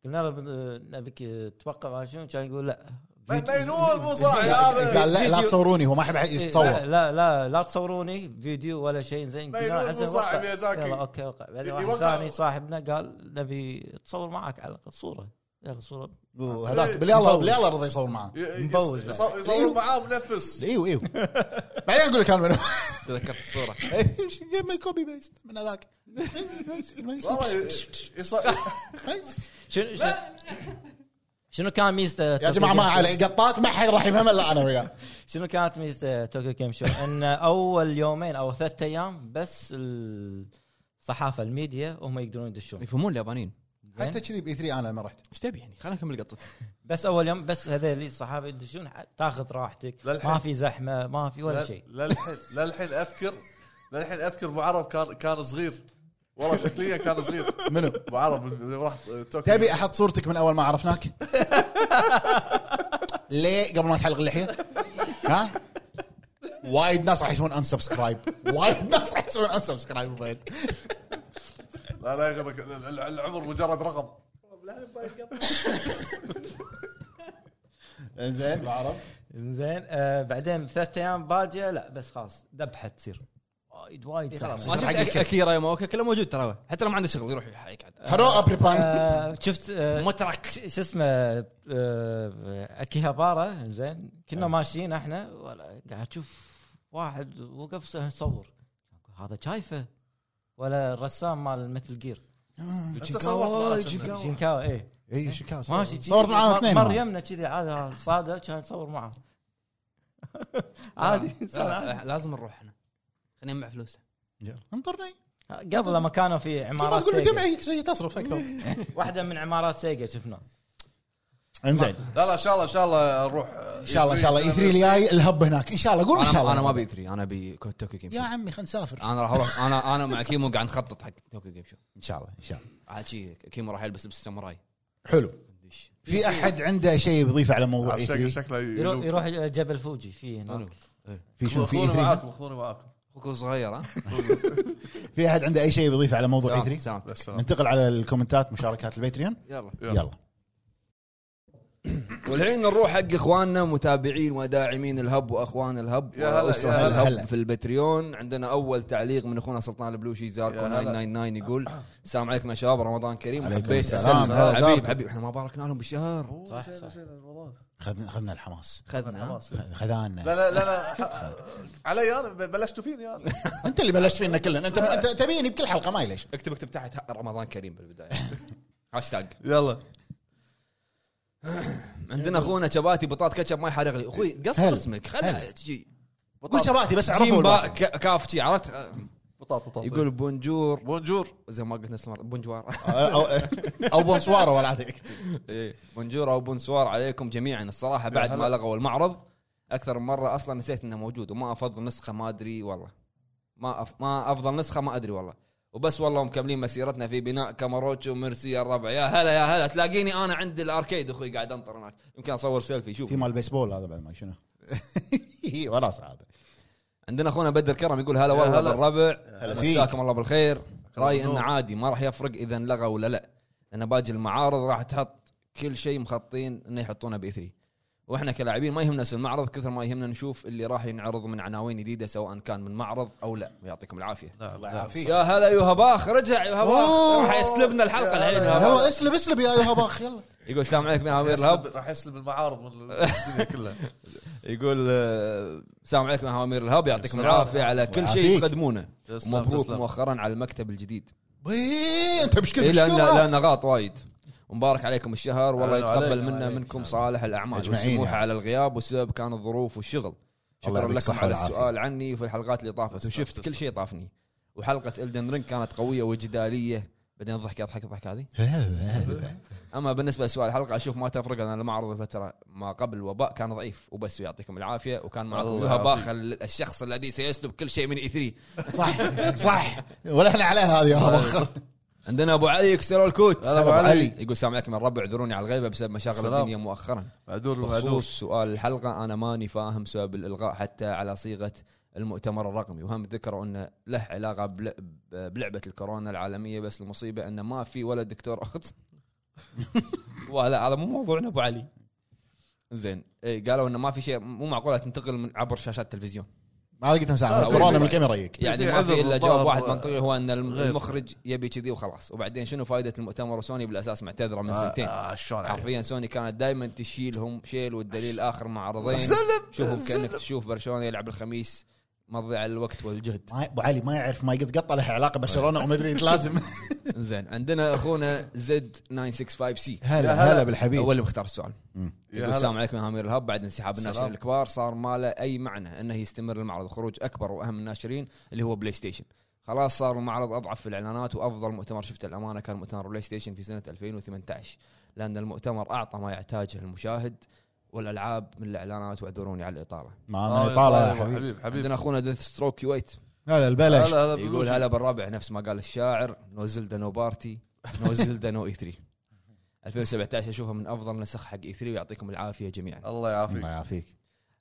S4: قلنا له بن- نبيك توقف على شنو كان يقول لا
S2: مجنون
S4: [laughs]
S2: مو صاحي هذا
S3: قال لا لا تصوروني هو ما يحب أحد
S4: لا
S3: يتصور
S4: إيه، لا لا, لا تصوروني فيديو ولا شيء زين
S2: لا، يقول
S4: عزم
S2: مو صاحب
S4: وقع.
S2: يا زاكي.
S4: يلا اوكي وقع بعدين واحد
S2: يوقع.
S4: ثاني صاحبنا قال نبي تصور معك على الأقل صوره يلا صوره
S3: هذاك بلي الله بلي الله رضى يصور معاه
S4: مبوز.
S2: يصورون معاه منفس
S3: ايوه ايوه بعدين اقول لك انا [laughs] منو
S1: تذكرت الصوره
S3: من كوبي بيست من هذاك
S2: والله
S3: [laughs]
S2: ي- يص-
S4: شنو شنو, شنو كان ميزته
S3: يا
S4: توكيو
S3: جماعه ما
S4: جيم شو؟
S3: علي قطات ما حد راح يفهم الا انا وياه
S4: شنو كانت ميزه توكيو جيم شو ان اول يومين او ثلاثة ايام بس الصحافه الميديا هم يقدرون يدشون
S1: يفهمون اليابانين
S4: زين؟
S3: حتى كذي باي 3 انا لما رحت
S1: ايش تبي يعني خلينا نكمل قطتي
S4: بس اول يوم بس هذول الصحافه يدشون تاخذ راحتك
S2: للحين.
S4: ما في زحمه ما في ولا
S2: لا-
S4: شيء
S2: للحين للحين اذكر للحين اذكر ابو عرب كان كان صغير والله شكليا كان صغير
S3: منو
S2: ابو عرب اللي راح طوكيو
S3: تبي احط صورتك من اول ما عرفناك ليه قبل ما تحلق اللحيه ها وايد ناس راح يسوون ان سبسكرايب وايد ناس راح يسوون ان سبسكرايب
S2: لا لا يغرك ال- ال- العمر مجرد رقم
S3: زين بعرف
S4: زين آه بعدين ثلاثة ايام باجيه لا بس خلاص ذبحه تصير وايد
S2: إيه،
S4: وايد زحمه
S1: ما شفت اكيرا يوم اوكي كله موجود ترى حتى لو ما عنده شغل يروح يقعد
S3: هرو ابريبان
S4: آه شفت آه
S1: [laughs] مترك
S4: ش- شو اسمه آه اكيهابارا زين
S3: آه.
S4: كنا ماشيين احنا ولا قاعد اشوف واحد وقف س- يصور هذا شايفه ولا الرسام مال متل جير
S2: انت صورت معاه شنو؟
S4: شينكاوا ايه
S3: اي شكاوى
S4: ماشي
S3: صور معاهم اثنين
S4: مر
S3: أنا.
S4: يمنا كذي عاده صادق كان يصور معه
S3: آه.
S4: عادي إنسان عادي.
S6: لا، لازم نروح احنا خلينا نجمع فلوس
S3: يلا، انطرني
S4: قبل لما كانوا في
S3: كل ما
S4: عمارات
S3: تقول
S4: سيجا
S3: تجمعي شيء تصرف
S4: [laughs]
S3: اكثر
S4: واحده من عمارات سيجا شفناه
S3: انزين
S2: لا لا ان شاء الله ان شاء الله نروح
S3: ان شاء الله ان شاء
S4: إيه،
S3: الله اي 3 الجاي الهب هناك ان شاء الله قول ان شاء
S1: انا
S3: الله
S1: انا ما ابي 3 انا ابي توكيو جيم
S3: يا
S1: شو
S3: عمي خلينا
S4: آه.
S3: نسافر
S1: انا راح اروح انا انا مع كيمو قاعد نخطط حق توكيو جيم شو
S3: ان شاء الله ان شاء الله
S1: عاد شي كيمو راح يلبس لبس الساموراي
S3: حلو
S4: إيه.
S3: في احد عنده شيء يضيفه على
S4: آه،
S3: موضوع اي
S2: شكله
S3: 3
S2: شكله
S4: يروح,
S2: يلوك.
S4: يروح جبل فوجي في
S1: منو؟
S4: هناك
S3: في شو في E
S2: خذوني
S3: اي 3
S2: معاكم خذوني معاكم
S1: اخوك صغير ها
S3: في احد عنده اي شيء يضيفه على موضوع اي
S1: سلام
S3: 3
S1: سلام.
S2: بس
S3: ننتقل على الكومنتات مشاركات الباتريون
S1: يلا
S3: يلا
S1: والحين نروح حق اخواننا متابعين وداعمين الهب واخوان الهب
S2: يا هلا،
S1: وأسرة
S2: يا هلا.
S1: الهب
S3: هلا.
S1: في البتريون عندنا اول تعليق من اخونا سلطان البلوشي زاركو
S2: يا هلا.
S1: 999 يقول السلام عليكم يا شباب رمضان كريم
S3: عليكم
S1: حبيت
S3: السلام.
S1: أسلم.
S3: هلا زاركو.
S1: حبيب حبيب احنا ما باركنا لهم بالشهر
S4: صح صح
S3: خذنا خذنا الحماس
S1: خذنا ها؟
S3: خ- خذانا [laughs]
S2: لا لا لا لا ح- علي انا ب- بلشتوا فيني انا
S3: انت اللي بلشت فينا كلنا انت انت تبيني بكل حلقه ما ليش
S1: اكتب اكتب تحت رمضان كريم بالبدايه
S2: [laughs]
S1: هاشتاج
S2: يلا
S1: عندنا اخونا شباتي بطاط كاتشب ما يحرق لي اخوي قصر
S3: هلا.
S1: اسمك
S3: هلا.
S1: خلنا جي
S3: قول شباتي بس
S1: جيم با-
S3: عرفوا
S1: ك- كاف جي عرفت
S2: بطاط بطاط
S1: يقول بونجور
S2: بونجور
S1: زي ما قلت نفس المره بونجوار
S3: او
S1: [laughs]
S3: او بونسوارة ولا عاد
S1: إيه. بونجور او بونسوار عليكم جميعا الصراحه بعد ما
S2: هلا.
S1: لغوا المعرض اكثر من مره اصلا نسيت انه موجود وما افضل نسخه ما ادري والله ما أف... ما افضل نسخه ما ادري والله وبس والله مكملين مسيرتنا في بناء كاماروتشو ميرسي يا الربع يا هلا يا هلا تلاقيني انا عند الاركيد اخوي قاعد انطر هناك يمكن اصور سيلفي شوف
S3: في مال بيسبول هذا بعد ما شنو [laughs] ولا هذا
S1: عندنا اخونا بدر كرم يقول هلا
S2: يا
S1: والله
S2: هلا.
S1: بالربع
S3: هلا فيك.
S1: مساكم الله بالخير رايي انه
S2: بالنور.
S1: عادي ما راح يفرق اذا انلغى ولا لا لان باقي المعارض راح تحط كل شيء مخططين انه يحطونه باي 3 واحنا كلاعبين ما يهمنا اسم المعرض كثر ما يهمنا نشوف اللي راح ينعرض من عناوين جديده سواء كان من معرض او لا ويعطيكم العافيه
S3: الله يعافيك
S1: يا هلا يا هباخ رجع يا هباخ
S3: أوه.
S1: راح يسلبنا الحلقه
S2: يا هلا
S1: الحين
S2: يا
S1: يا هباخ.
S3: هو اسلب اسلب يا ايها باخ يلا
S1: يقول السلام عليكم يا امير الهب
S2: راح يسلب المعارض من الدنيا كلها
S1: يقول آه، السلام عليكم يا امير الهب يعطيكم العافيه على كل شيء
S3: يعافيك.
S1: تقدمونه
S2: تسلم،
S1: مبروك
S2: تسلم.
S1: مؤخرا على المكتب الجديد
S3: بيه، انت مشكلة
S1: اي لان
S3: مشكلة.
S1: لان غاط وايد ومبارك عليكم الشهر والله
S2: أهلاً
S1: يتقبل
S2: عليك.
S1: منا منكم صالح الاعمال
S3: أجمعين
S1: والسموحه
S3: يعني.
S1: على الغياب والسبب كان الظروف والشغل
S3: الله
S1: شكرا
S3: يعطيك
S1: لكم
S3: الصحة
S1: على
S3: والعافية.
S1: السؤال عني في الحلقات اللي طافت
S2: تسلم،
S1: وشفت
S2: تسلم.
S1: كل شيء طافني وحلقه الدن رينج كانت قويه وجداليه بعدين ضحك اضحك الضحك هذه اما بالنسبه لسؤال الحلقه اشوف ما تفرق لان المعرض الفتره ما قبل الوباء كان ضعيف وبس يعطيكم العافيه وكان معكم
S2: الله
S1: يوها
S2: يعافيك.
S1: باخ ال- الشخص الذي سيسلب كل شيء من E اي 3
S3: صح صح ولا احنا عليها هذه يا باخ
S1: عندنا ابو علي يكسروا الكوت
S2: هلا أبو علي.
S1: يقول السلام عليكم يا الربع اعذروني على الغيبه بسبب مشاغل
S2: سلام.
S1: الدنيا مؤخرا
S2: معذور معذور
S1: بخصوص سؤال الحلقه انا ماني فاهم سبب الالغاء حتى على صيغه المؤتمر الرقمي وهم ذكروا انه له علاقه بل- بلعبه الكورونا العالميه بس المصيبه انه ما في ولا دكتور
S2: [laughs]
S1: اخت ولا هذا مو موضوعنا ابو علي زين إيه قالوا انه ما في شيء مو معقوله تنتقل من عبر شاشات التلفزيون
S3: ما قدرت مساعدة
S2: لا،
S3: كورونا
S1: لا.
S3: من الكاميرا يجيك
S1: يعني
S2: في
S1: ما
S2: عذر
S1: في الا
S2: بالضبط.
S1: جواب واحد منطقي هو ان
S2: غير.
S1: المخرج يبي كذي وخلاص وبعدين شنو فائده المؤتمر وسوني بالاساس معتذره من سنتين
S2: آه، شلون عليك؟
S1: حرفيا سوني كانت دائما تشيلهم شيل والدليل اخر معرضين
S2: سلم
S1: شوفهم كانك تشوف برشلونه يلعب الخميس مضي على الوقت والجهد
S3: ما- ابو علي ما يعرف ما قد قطع له علاقه برشلونه ومدريد لازم
S1: [laughs] زين عندنا اخونا زد 965 سي
S3: هلا
S2: هلا.
S3: هلا بالحبيب
S1: هو اللي مختار السؤال
S2: يا
S1: يقول
S2: هلا.
S1: السلام عليكم يا امير الهب بعد انسحاب
S2: السلام.
S1: الناشرين الكبار صار ما له اي معنى انه يستمر المعرض خروج اكبر واهم الناشرين اللي هو بلاي ستيشن خلاص صار المعرض اضعف في الاعلانات وافضل مؤتمر شفته الامانه كان مؤتمر بلاي ستيشن في سنه 2018 لان المؤتمر اعطى ما يحتاجه المشاهد والالعاب من الاعلانات واعذروني على الاطاله
S3: ما
S2: آه،
S3: من طالع يا
S2: يا
S3: حبيب
S2: حبيب حبيب
S1: عندنا اخونا ديث ستروك كويت
S3: هلا البلش
S2: هلا هلا
S1: يقول هلا بالربع نفس ما قال الشاعر نو زلدا نو بارتي نو زلدا نو اي [laughs] 3 2017 اشوفها من افضل نسخ حق اي 3 ويعطيكم العافيه جميعا
S2: الله
S3: الله
S2: يعافيك
S3: يعافيك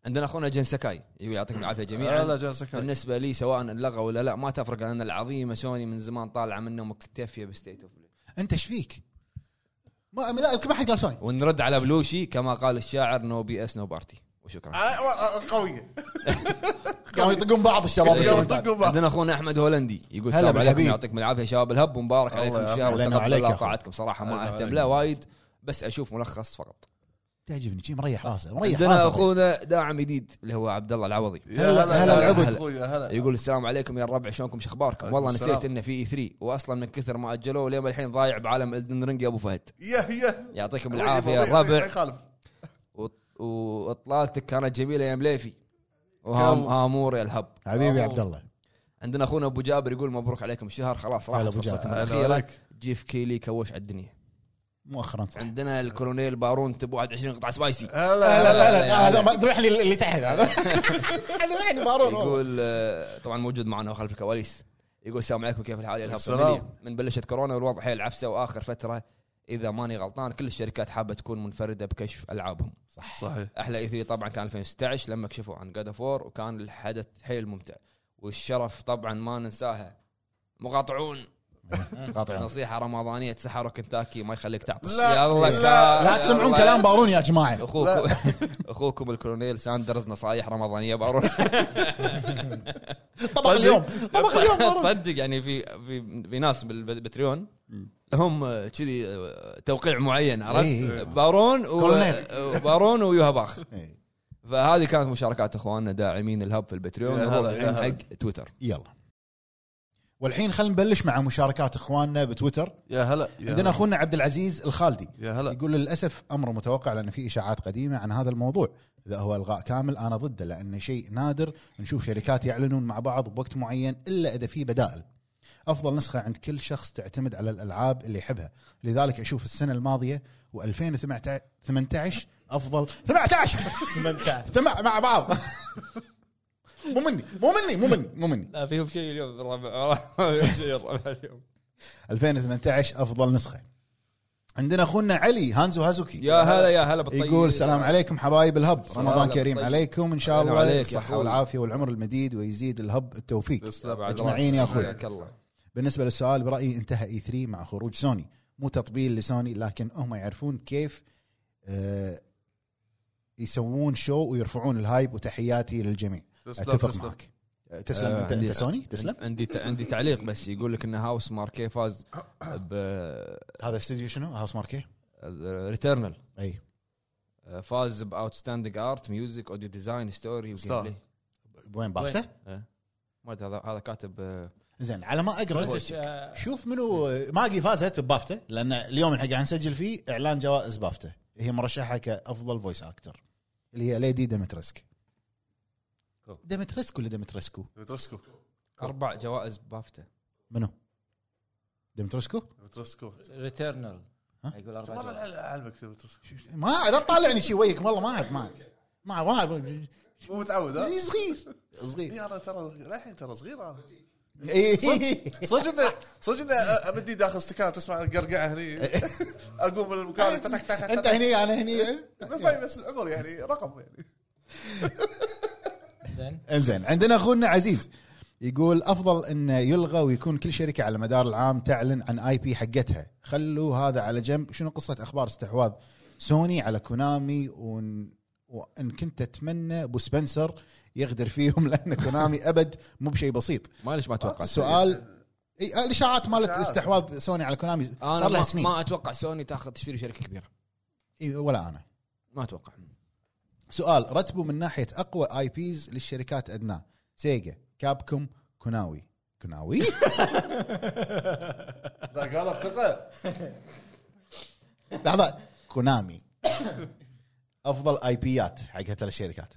S1: عندنا اخونا جن سكاي يقول يعطيكم العافيه
S2: هلا
S1: جميعا
S2: جان سكاي
S1: بالنسبه لي سواء انلغى ولا لا ما تفرق لان العظيمه سوني من زمان طالعه منه مكتفيه بستيت اوف
S3: انت ايش فيك؟ ما لا يمكن ما حد قال سوني
S1: ونرد على بلوشي كما قال الشاعر نو بي اس نو بارتي وشكرا
S2: آه، آه، قويه
S3: قاموا يطقون بعض الشباب
S2: قاموا
S3: بالكومنتات.
S2: يطقون بعض
S1: عندنا اخونا احمد هولندي يقول
S3: هلا
S1: السلام عليكم
S3: بالحبيب.
S1: يعطيكم العافيه شباب الهب ومبارك
S2: الله
S1: عليكم
S2: يعافيك.
S1: الشهر
S3: علينا
S1: وتقبل
S3: وعليك يا
S1: الله
S3: أخوي.
S1: طاعتكم صراحه ما
S2: علينا
S1: اهتم
S2: وعليك.
S1: لا وايد بس اشوف ملخص فقط
S3: تعجبني شي مريح راسه مريح
S1: عندنا
S3: راسه
S1: اخونا داعم جديد اللي هو عبد الله العوضي
S2: يا
S3: هلا- هلا العبد.
S2: أخوي، يا هلا
S1: يقول السلام عليكم يا الربع شلونكم شو اخباركم؟
S2: عليكم
S1: والله
S2: السلام.
S1: نسيت انه في اي 3 واصلا من كثر ما اجلوه لين الحين ضايع بعالم الدن رينج يا ابو فهد
S2: يا يا
S1: يعطيكم العافيه يا
S2: الله يعطيك- ما
S1: الربع
S2: يخالف
S1: وط- واطلالتك كانت جميله يا مليفي وهامور يا الهب
S3: حبيبي يا عبد الله
S1: عندنا اخونا ابو جابر يقول مبروك عليكم الشهر خلاص راح
S3: هلا أبو جابر.
S1: فرصتهم
S2: هلا
S1: الاخيره
S2: عليك.
S1: جيف كيلي كوش على الدنيا
S3: مؤخرا صح
S1: عندنا الكولونيل بارون تبو 21 قطعه سبايسي
S2: هلا هلا
S3: لا لا هذا ما- ذبح لي اللي تحت هذا ذبحني بارون والله.
S1: يقول آه، طبعا موجود معنا خلف الكواليس يقول السلام عليكم كيف الحال يا الهب
S2: السلام.
S1: الدنيا؟ من بلشت كورونا والوضع حيل عفسه واخر فتره اذا ماني غلطان كل الشركات حابه تكون منفرده بكشف العابهم
S2: صحيح
S1: احلى اي 3 طبعا كان 2016 لما كشفوا عن جاد فور وكان الحدث حيل ممتع والشرف طبعا ما ننساها مقاطعون
S3: قاطع
S1: نصيحه رمضانيه تسحروا كنتاكي ما يخليك تعطش
S2: لا،
S1: يلا
S2: لا،
S1: كا-
S3: لا تسمعون
S1: يلا. [laughs]
S3: كلام بارون يا جماعه
S1: اخوكم [laughs] اخوكم الكولونيل ساندرز نصايح رمضانيه بارون
S3: طبخ اليوم طبخ اليوم بارون
S1: تصدق يعني في في في ناس بالبتريون هم آه، كذي آه، توقيع معين
S3: إي،
S1: عرفت
S3: إي.
S1: بارون و...
S3: كولونيل.
S1: بارون ويوهباخ
S3: إيه.
S1: فهذه كانت مشاركات اخواننا داعمين الهب في البتريون
S2: يا هلا،
S1: نروح
S2: يا
S1: الحين
S2: هلا.
S1: حق تويتر
S3: يلا والحين خلينا نبلش مع مشاركات اخواننا بتويتر
S2: يا هلا يا
S3: عندنا
S2: هلا.
S3: اخونا عبد العزيز الخالدي
S2: يا هلا
S3: يقول للاسف امر متوقع لان في اشاعات قديمه عن هذا الموضوع اذا هو الغاء كامل انا ضده لان شيء نادر نشوف شركات يعلنون مع بعض بوقت معين الا اذا في بدائل افضل نسخه عند كل شخص تعتمد على الالعاب اللي يحبها لذلك اشوف السنه الماضيه و2018 افضل [laughs] 18
S4: ممتع
S3: ثم- مع بعض [laughs] مو مني مو مني مو مني مو مني
S1: لا فيهم شيء اليوم الربع فيهم شيء الربع اليوم
S3: 2018 افضل نسخه عندنا اخونا علي هانزو هازوكي
S1: يا هلا يا هلا بالطيب
S3: يقول السلام عليكم حبايب الهب
S1: السلام
S3: رمضان
S1: عليكم.
S3: كريم
S1: طيب.
S3: عليكم ان شاء
S1: علينا
S3: الله
S1: وعليك يا
S3: الصحه
S1: أخوي.
S3: والعافيه والعمر المديد ويزيد الهب التوفيق
S2: تسلم
S3: أجمعين يا أخوي.
S1: حياك الله
S3: بالنسبه للسؤال برايي انتهى اي 3 مع خروج سوني مو تطبيل لسوني لكن هم يعرفون كيف آه، يسوون شو ويرفعون الهايب وتحياتي للجميع
S2: تسلم
S3: اتفق
S2: تسلم
S3: معك آه، تسلم
S1: آه،
S3: انت
S1: عندي-
S3: انت سوني تسلم
S1: عندي ت- عندي تعليق بس يقول لك ان هاوس ماركي فاز ب
S3: هذا استوديو شنو هاوس ماركي
S1: ريتيرنال
S3: اي
S1: آه، فاز باوتستاندينج ارت ميوزك اوديو ديزاين ستوري
S2: ستار.
S1: وجيم
S3: وين بافته
S1: ما أدري هذا هذا كاتب آه،
S3: زين على ما اقرا
S1: بوش.
S4: آه،
S3: شوف منو ماجي فازت ببافته لان اليوم اللي قاعد نسجل فيه اعلان جوائز بافته هي مرشحه كافضل فويس اكتر اللي هي ليدي ديمترسك
S1: كو.
S3: ديمترسك ولا ديمترسكو؟
S2: بترسكو
S1: اربع جوائز بافتا
S3: منو؟ ديمترسكو؟
S2: بترسكو
S4: ريتيرنال
S3: ها؟
S4: يقول
S2: كم مرة
S4: اربع
S2: ألع- اعلمك بترسكو
S3: ما أعرف، لا تطالعني شي ويك والله ما اعرف ما اعرف ما أعرف، ما أعرف.
S2: مو متعود ها
S3: صغير صغير
S2: يا أنا ترى للحين ترى صغير انا
S3: إيه. [laughs]
S2: صدق انه صدق انه بدي داخل استكان تسمع قرقعه
S3: [laughs]
S2: هني اقوم من المكان تك- تك- تك-
S3: انت
S2: تك.
S3: هني انا هني
S2: بس- بس العمر يعني رقم يعني
S4: زين
S3: انزين عندنا اخونا عزيز يقول افضل انه يلغى ويكون كل شركه على مدار العام تعلن عن اي بي حقتها خلوا هذا على جنب شنو قصه اخبار استحواذ سوني على كونامي ون... وان كنت اتمنى ابو سبنسر يغدر فيهم [laughs] لان كونامي ابد مو بشيء بسيط
S1: معليش ما اتوقع
S3: سؤال اي الاشاعات مالت
S2: إشاعات.
S3: استحواذ سوني على كونامي
S1: انا
S3: صار لها
S1: ما,
S3: سنين
S1: ما اتوقع سوني تاخذ تشتري شركه كبيره
S3: إي ولا انا
S1: ما اتوقع
S3: سؤال رتبوا من ناحيه اقوى اي بيز للشركات ادناه سيجا كابكوم كوناوي كوناوي
S2: لا قال بثقه
S3: لحظه كونامي افضل اي بيات حق هذول الشركات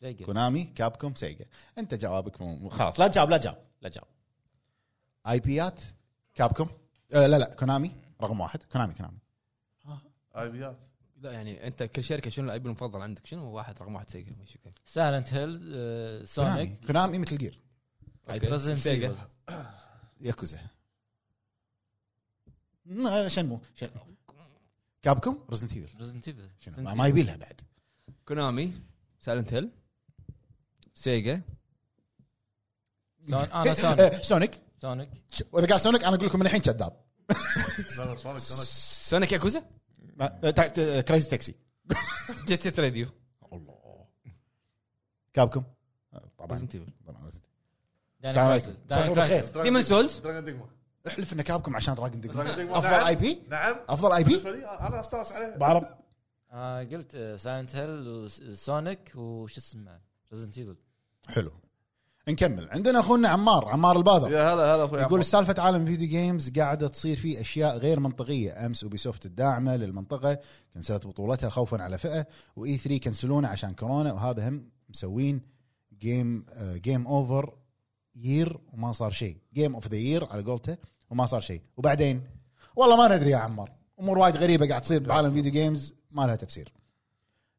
S4: سيجا
S3: كونامي كابكوم سيجا انت جوابك مو مو- خلاص لا تجاوب لا تجاوب لا تجاوب اي بيات كابكوم آه لا لا كونامي رقم واحد كونامي كونامي
S2: عيبيات
S1: لا يعني انت كل شركه شنو اللاعب المفضل عندك شنو واحد رقم واحد سيجا ماشي كيف.
S4: سايلنت هيل uh,
S3: كونامي
S4: سونيك
S3: كونامي مثل جير
S1: أوكي.
S4: Resident
S1: سيجا
S4: Evil.
S3: ياكوزا لا، شنمو شنمو كابكوم رزنت ايفل
S4: ريزنت ايفل
S3: شنو؟ ما- ما يبي لها بعد
S1: كونامي سايلنت هيل سيجا
S3: [laughs]
S4: انا سونيك
S3: آه، سونيك
S4: سونيك
S3: ش- واذا قال سونيك انا اقول لكم من الحين كذاب
S2: لا لا سونيك سونيك
S1: سونيك ياكوزا
S3: ما- آه، تع- آه، كريزي تاكسي
S1: جيت سيت راديو
S3: الله كابكم طبعا
S1: Resident Evil.
S3: أه، طبعاً. السلام
S4: داينو
S3: عليكم
S4: كرايسس.
S3: مساكم
S4: داينو
S3: بالخير
S4: كرايسس.
S1: ديمون سولز
S2: دراجون ديجما
S3: احلف ان كابكم عشان دراجون ديجما
S2: دراجون ديجما
S3: افضل
S2: نعم.
S3: اي بي
S2: نعم
S3: افضل اي بي
S2: بالنسبه لي انا استانس عليه
S3: بعرب
S4: آه قلت ساينت هيل وسونيك وش اسمه ريزنت ايفل
S3: حلو نكمل عندنا اخونا عمار عمار البادر
S2: يا هلا هلا اخوي
S3: يقول
S2: يقول
S3: سالفة عالم فيديو جيمز قاعدة تصير فيه أشياء غير منطقية أمس أوبيسوفت الداعمة للمنطقة كنسلت بطولتها خوفا على فئة وإي 3 كنسلونه عشان كورونا وهذا هم مسوين جيم آه، جيم أوفر يير وما صار شيء جيم أوف ذا يير على قولته وما صار شيء وبعدين والله ما ندري يا عمار أمور وايد غريبة قاعد تصير بعالم فيديو جيمز ما لها تفسير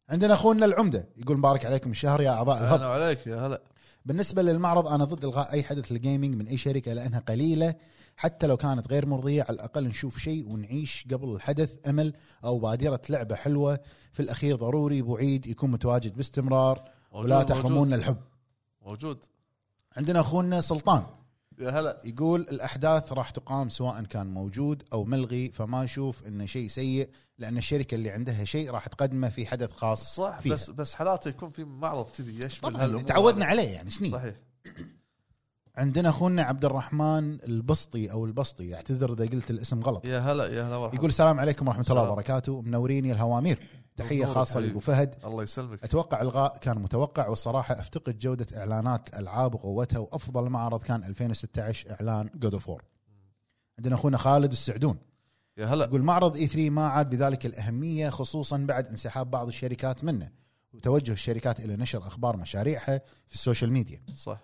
S3: عندنا أخونا العمدة يقول مبارك عليكم الشهر يا أعضاء الهب
S2: اهلا عليك يا هلا
S3: بالنسبه للمعرض انا ضد الغاء اي حدث للجيمنج من اي شركه لانها قليله حتى لو كانت غير مرضيه على الاقل نشوف شيء ونعيش قبل الحدث امل او بادره لعبه حلوه في الاخير ضروري ابو عيد يكون متواجد باستمرار
S2: موجود،
S3: ولا
S2: موجود،
S3: تحرمونا الحب
S2: موجود
S3: عندنا اخونا سلطان
S2: يا هلا
S3: يقول الاحداث راح تقام سواء كان موجود او ملغي فما اشوف انه شيء سيء لان الشركه اللي عندها شيء راح تقدمه في حدث خاص
S2: صح
S3: فيها.
S2: بس بس حالاته يكون في معرض كذي يشمل
S3: طبعا
S2: هالأمور.
S3: تعودنا عليه يعني سنين
S2: صحيح
S3: عندنا اخونا عبد الرحمن البسطي او البسطي اعتذر اذا قلت الاسم غلط
S2: يا هلا يا هلا مرحبا
S3: يقول السلام عليكم ورحمه الله
S2: السلام.
S3: وبركاته منورين يا الهوامير تحيه
S2: منورك
S3: خاصه
S2: حبيبي.
S3: لابو فهد
S2: الله يسلمك
S3: اتوقع الغاء كان متوقع والصراحه افتقد جوده اعلانات العاب وقوتها وافضل معرض كان 2016 اعلان جود اوف وور عندنا اخونا خالد السعدون
S2: يا هلا
S3: يقول معرض اي 3 ما عاد بذلك الاهميه خصوصا بعد انسحاب بعض الشركات منه وتوجه الشركات الى نشر اخبار مشاريعها في السوشيال ميديا
S2: صح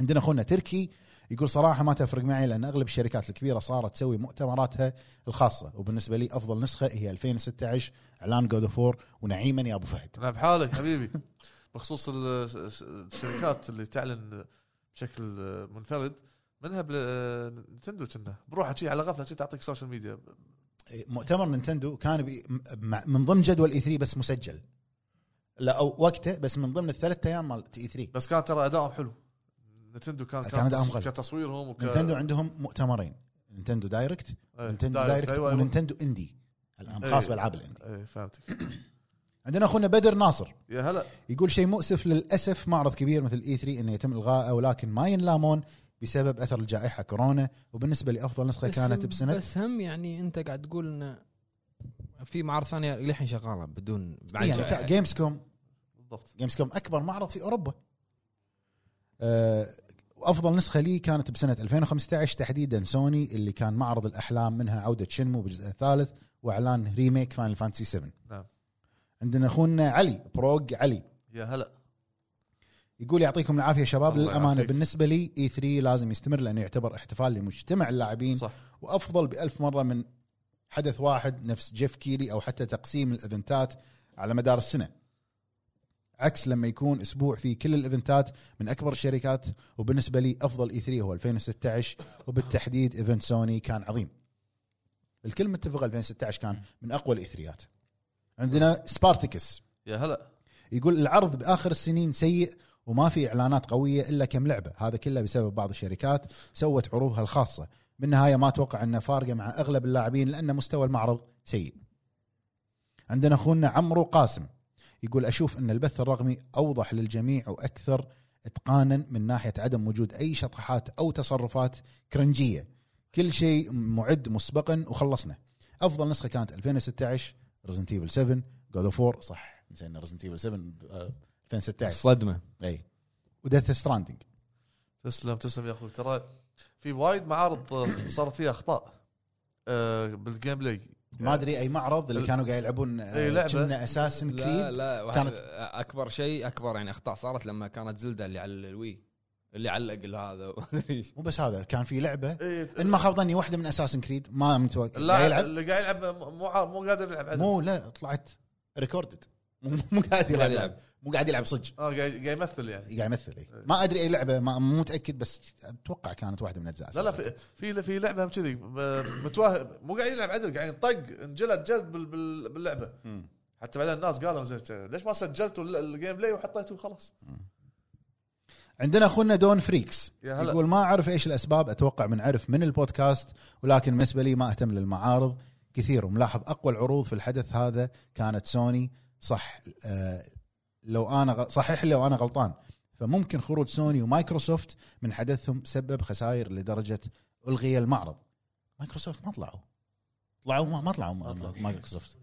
S3: عندنا اخونا تركي يقول صراحه ما تفرق معي لان اغلب الشركات الكبيره صارت تسوي مؤتمراتها الخاصه وبالنسبه لي افضل نسخه هي 2016 اعلان جود اوف ونعيما يا ابو فهد
S2: انا بحالك نعم، حبيبي
S3: [laughs]
S2: بخصوص ال- الشركات اللي تعلن بشكل منفرد منها بل- نتندو كنا بروحها شي على غفله شي تعطيك سوشيال ميديا
S3: مؤتمر نينتندو كان بي- مع- من ضمن جدول اي 3 بس مسجل لا او وقته بس من ضمن الثلاث ايام مال اي 3
S2: بس كان ترى ادائهم حلو نتندو كان
S3: كان أدائهم غلط.
S2: كتصويرهم وك
S3: نينتندو عندهم مؤتمرين نينتندو دايركت
S2: إيه،
S3: نينتندو
S2: دايركت،
S3: دايركت
S2: أيوة، أيوة.
S3: ونينتندو اندي الان
S2: إيه.
S3: خاص بالالعاب الاندي
S2: ايه فهمتك
S3: عندنا اخونا بدر ناصر
S2: يا هلا
S3: يقول شيء مؤسف للاسف معرض كبير مثل اي 3 انه يتم الغائه ولكن ما ينلامون بسبب اثر الجائحه كورونا وبالنسبه لافضل نسخه كانت بسنه
S6: بس هم يعني انت قاعد تقول ان في معارض ثانيه للحين شغاله بدون مع الجائحة.
S3: يعني جيمز كوم
S2: بالضبط
S3: جيمز كوم اكبر معرض في اوروبا آه، وافضل نسخه لي كانت بسنه 2015 تحديدا سوني اللي كان معرض الاحلام منها عوده شنمو بالجزء الثالث واعلان ريميك فاينل فانتسي 7
S2: نعم.
S3: عندنا اخونا علي بروج علي
S2: يا هلا
S3: يقول يعطيكم العافيه شباب
S2: الله
S3: للامانه
S2: يعافيك.
S3: بالنسبه لي اي 3 لازم يستمر لانه يعتبر احتفال لمجتمع اللاعبين
S2: صح.
S3: وافضل بألف مره من حدث واحد نفس جيف كيلي او حتى تقسيم الايفنتات على مدار السنه عكس لما يكون اسبوع فيه كل الايفنتات من اكبر الشركات وبالنسبه لي افضل اي 3 هو 2016 وبالتحديد ايفنت سوني كان عظيم الكل متفق 2016 كان من اقوى الاي 3 عندنا سبارتكس
S2: يا هلا
S3: يقول العرض باخر السنين سيء وما في اعلانات قويه الا كم لعبه هذا كله بسبب بعض الشركات سوت عروضها الخاصه بالنهايه ما اتوقع انه فارقه مع اغلب اللاعبين لان مستوى المعرض سيء عندنا اخونا عمرو قاسم يقول اشوف ان البث الرقمي اوضح للجميع واكثر اتقانا من ناحيه عدم وجود اي شطحات او تصرفات كرنجيه كل شيء معد مسبقا وخلصنا افضل نسخه كانت 2016 ريزنت ايفل 7 جود اوف 4 صح نسينا ريزنت ايفل 7 آه، 2016
S1: صدمه
S3: اي وديث ستراندنج
S2: تسلم تسلم يا اخوي ترى في وايد معارض صارت فيها اخطاء آه، بالجيم بلاي
S3: ما ادري اي معرض اللي كانوا قاعد يلعبون آه،
S2: أي لعبة.
S3: كنا اساسن
S1: لا
S3: كريد
S1: لا
S3: كانت-
S1: كانت اكبر شيء اكبر يعني اخطاء صارت لما كانت زلدة اللي على الوي اللي علق له هذا
S3: مو بس هذا كان في لعبه
S2: إيه،
S3: ان ما خاب ظني واحده من اساسن كريد ما متوقع قاعد
S2: اللاعب
S3: يلعب
S2: اللي قاعد يلعب مو مو- مو قادر يلعب عدل.
S3: مو لا طلعت ريكوردد مو مو قاعد
S1: قاعد
S3: يلعب
S1: [laughs] يلعب.
S3: مو قاعد يلعب صدق
S2: اه قاعد قاعد يمثل يعني
S3: قاعد يمثل إي. ما ادري اي لعبه ما مو متاكد بس اتوقع كانت واحده من اجزاء
S2: لا لا في في في لعبه هم كذي ب- متوهق مو قاعد يلعب عدل قاعد يطق انجلد جلد بال- بال- باللعبه
S3: مم.
S2: حتى بعدين الناس قالوا زين ليش ما سجلتوا ال- الجيم بلاي وحطيته وخلاص
S3: عندنا اخونا دون فريكس
S2: يا هلا.
S3: يقول ما اعرف ايش الاسباب اتوقع من عرف من البودكاست ولكن بالنسبه لي ما اهتم للمعارض كثير وملاحظ اقوى العروض في الحدث هذا كانت سوني صح آه لو انا غ- صحيح لي لو انا غلطان فممكن خروج سوني ومايكروسوفت من حدثهم سبب خسائر لدرجه الغي المعرض مايكروسوفت ما طلعوا طلعوا ما ما طلعوا
S2: ما طلعوا.
S3: مايكروسوفت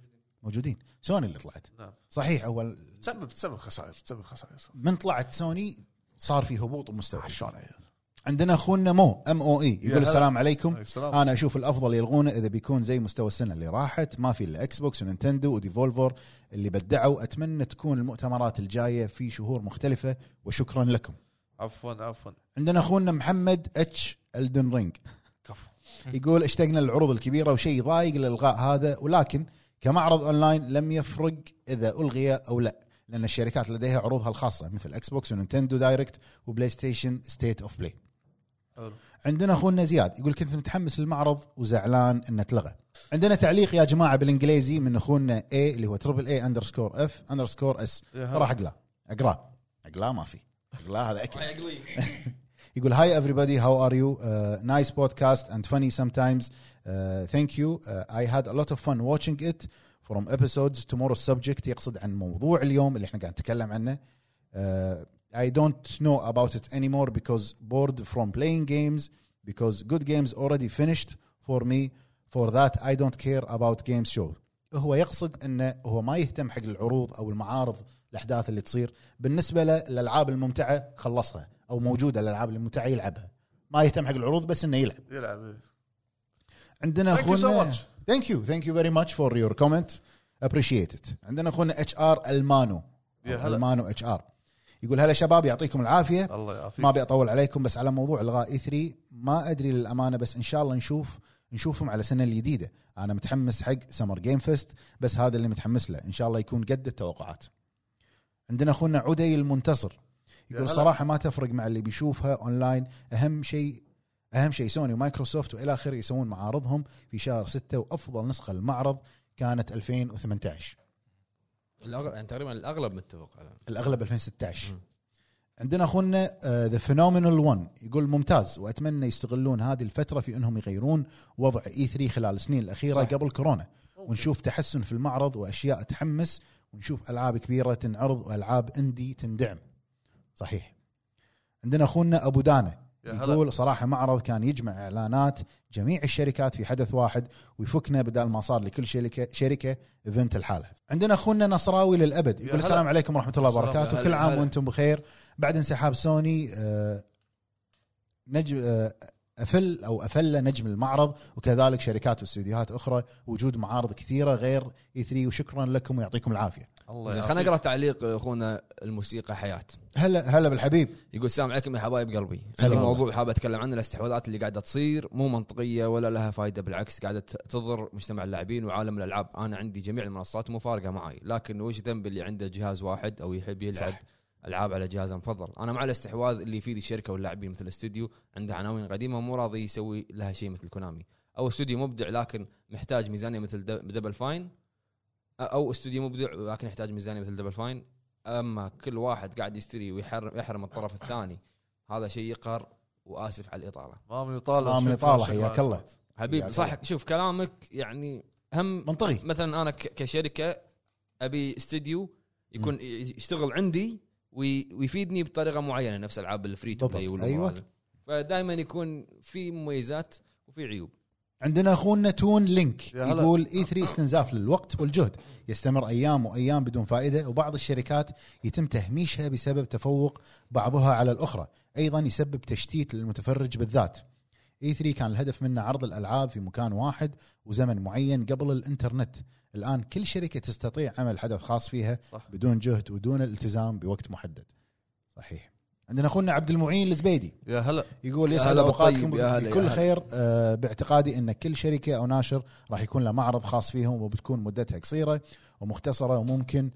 S3: موجودين سوني اللي طلعت
S2: نعم.
S3: صحيح اول
S2: تسبب تسبب خسائر تسبب خسائر
S3: من طلعت سوني صار في هبوط ومستوى
S2: شلون يعني؟ عيال
S3: عندنا اخونا مو ام او اي
S2: يا هلا. طيب.
S3: يقول السلام عليكم آه.
S2: السلام
S3: انا اشوف الافضل يلغونه اذا بيكون زي مستوى السنه اللي راحت ما في الا اكس بوكس ونينتندو وديفولفر اللي بدعوا اتمنى تكون المؤتمرات الجايه في شهور مختلفه وشكرا لكم
S2: عفوا عفوا
S3: عندنا اخونا محمد اتش الدن رينج
S2: كفو
S3: يقول اشتقنا للعروض الكبيره وشيء ضايق الالغاء هذا ولكن كمعرض اونلاين لم يفرق اذا الغي او لا لان الشركات لديها عروضها الخاصه مثل اكس بوكس ونينتندو دايركت وبلاي ستيشن ستيت اوف بلاي
S2: حلو
S3: عندنا اخونا زياد يقول كنت متحمس للمعرض وزعلان انه اتلغى عندنا تعليق يا جماعه بالانجليزي من اخونا اي اللي هو تربل اي اندرسكور اف اندرسكور اس
S2: يا هلا.
S3: راح اقلاه اقراه اقلاه ما في اقلاه هذا اكل [laughs] يقول هاي everybody how are you uh, nice podcast and funny sometimes uh, thank you uh, I had a lot of fun watching it from episodes tomorrow's subject يقصد عن موضوع اليوم اللي احنا قاعد نتكلم عنه uh, I don't know about it anymore because bored from playing games because good games already finished for me for that I don't care about games show هو يقصد انه هو ما يهتم حق العروض او المعارض الاحداث اللي تصير بالنسبه له الالعاب الممتعه خلصها او موجوده الالعاب الممتعه يلعبها ما يهتم حق العروض بس انه يلعب
S2: يلعب إيه.
S3: عندنا
S2: Thank you so
S3: اخونا
S2: much.
S3: ثانك يو ثانك يو فيري ماتش فور يور كومنت ابريشيتد عندنا اخونا اتش ار المانو
S2: يا
S3: أو
S2: هلا.
S3: المانو اتش ار يقول هلا شباب يعطيكم العافيه
S2: الله يعافيك
S3: ما ابي اطول عليكم بس على موضوع الغاء اي 3 ما ادري للامانه بس ان شاء الله نشوف نشوفهم على السنه الجديده انا متحمس حق سمر جيم فيست بس هذا اللي متحمس له ان شاء الله يكون قد التوقعات عندنا اخونا عدي المنتصر
S2: يا
S3: يقول
S2: هلا.
S3: صراحه ما تفرق مع اللي بيشوفها اونلاين اهم شيء اهم شيء سوني ومايكروسوفت والى اخره يسوون معارضهم في شهر 6 وافضل نسخه للمعرض كانت 2018
S1: الأغلب يعني تقريبا الاغلب متفق على
S3: الاغلب 2016
S1: مم.
S3: عندنا آه، اخونا ذا فينومينال 1 يقول ممتاز واتمنى يستغلون هذه الفتره في انهم يغيرون وضع اي 3 خلال السنين الاخيره صح. قبل كورونا ونشوف تحسن في المعرض واشياء تحمس ونشوف العاب كبيره تنعرض والعاب اندي تندعم صحيح عندنا اخونا ابو دانا
S2: يا هلا.
S3: يقول صراحه معرض كان يجمع اعلانات جميع الشركات في حدث واحد ويفكنا بدل ما صار لكل شركه شركه ايفنت لحالها. عندنا اخونا نصراوي للابد
S2: يا
S3: يقول
S2: هلا.
S3: السلام عليكم ورحمه الله
S2: السلام
S3: وبركاته
S1: يا
S3: كل
S1: هلا،
S3: عام
S1: هلا.
S3: وانتم بخير بعد انسحاب سوني آه، نجم آه، افل او افل نجم المعرض وكذلك شركات واستديوهات اخرى وجود معارض كثيره غير اي 3 وشكرا لكم ويعطيكم العافيه.
S2: الله
S1: زين
S2: يعافيك
S1: خلينا نقرا تعليق اخونا الموسيقى حياه
S3: هلا هلا بالحبيب
S1: يقول السلام عليكم يا حبايب قلبي
S3: هلا
S1: عندي
S3: والله.
S1: موضوع حاب اتكلم عنه الاستحواذات اللي قاعده تصير مو منطقيه ولا لها فائده بالعكس قاعده تضر مجتمع اللاعبين وعالم الالعاب انا عندي جميع المنصات مو فارقه معي لكن وش ذنب اللي عنده جهاز واحد او يحب يلعب
S3: صح.
S1: صح. العاب على جهازه المفضل انا مع الاستحواذ اللي يفيد الشركه واللاعبين مثل استوديو عنده عناوين قديمه مو راضي يسوي لها شيء مثل كونامي او استوديو مبدع لكن محتاج ميزانيه مثل دب- دبل فاين او استوديو مبدع لكن يحتاج ميزانيه مثل دبل فاين اما كل واحد قاعد يشتري ويحرم يحرم الطرف الثاني هذا شيء يقهر واسف على الاطاله
S2: ما من يطالع
S3: ما من
S2: شوف-
S3: يطالع،
S2: شوف-
S3: حياك الله.
S1: حبيبي
S3: يعني
S1: صح شوف كلامك يعني هم
S3: منطقي
S1: مثلا انا ك- كشركه ابي استديو يكون ي- يشتغل عندي وي- ويفيدني بطريقه معينه نفس العاب الفري تو
S3: بالضبط،
S1: بلاي
S3: أيوة.
S1: فدائما يكون في مميزات وفي عيوب
S3: عندنا اخونا تون لينك
S2: يا هلا.
S3: يقول اي 3 استنزاف للوقت والجهد يستمر ايام وايام بدون فائده وبعض الشركات يتم تهميشها بسبب تفوق بعضها على الاخرى ايضا يسبب تشتيت للمتفرج بالذات اي 3 كان الهدف منه عرض الالعاب في مكان واحد وزمن معين قبل الانترنت الان كل شركه تستطيع عمل حدث خاص فيها
S2: صح.
S3: بدون جهد ودون الالتزام بوقت محدد صحيح عندنا اخونا عبد المعين الزبيدي
S2: يا هلا
S3: يقول
S1: يا
S3: يسعد
S1: هلا
S3: اوقاتكم
S1: بالطيب، يا هلا، يا
S3: بكل
S1: هلا.
S3: خير آه، باعتقادي ان كل شركه او ناشر راح يكون له معرض خاص فيهم وبتكون مدتها قصيره ومختصره وممكن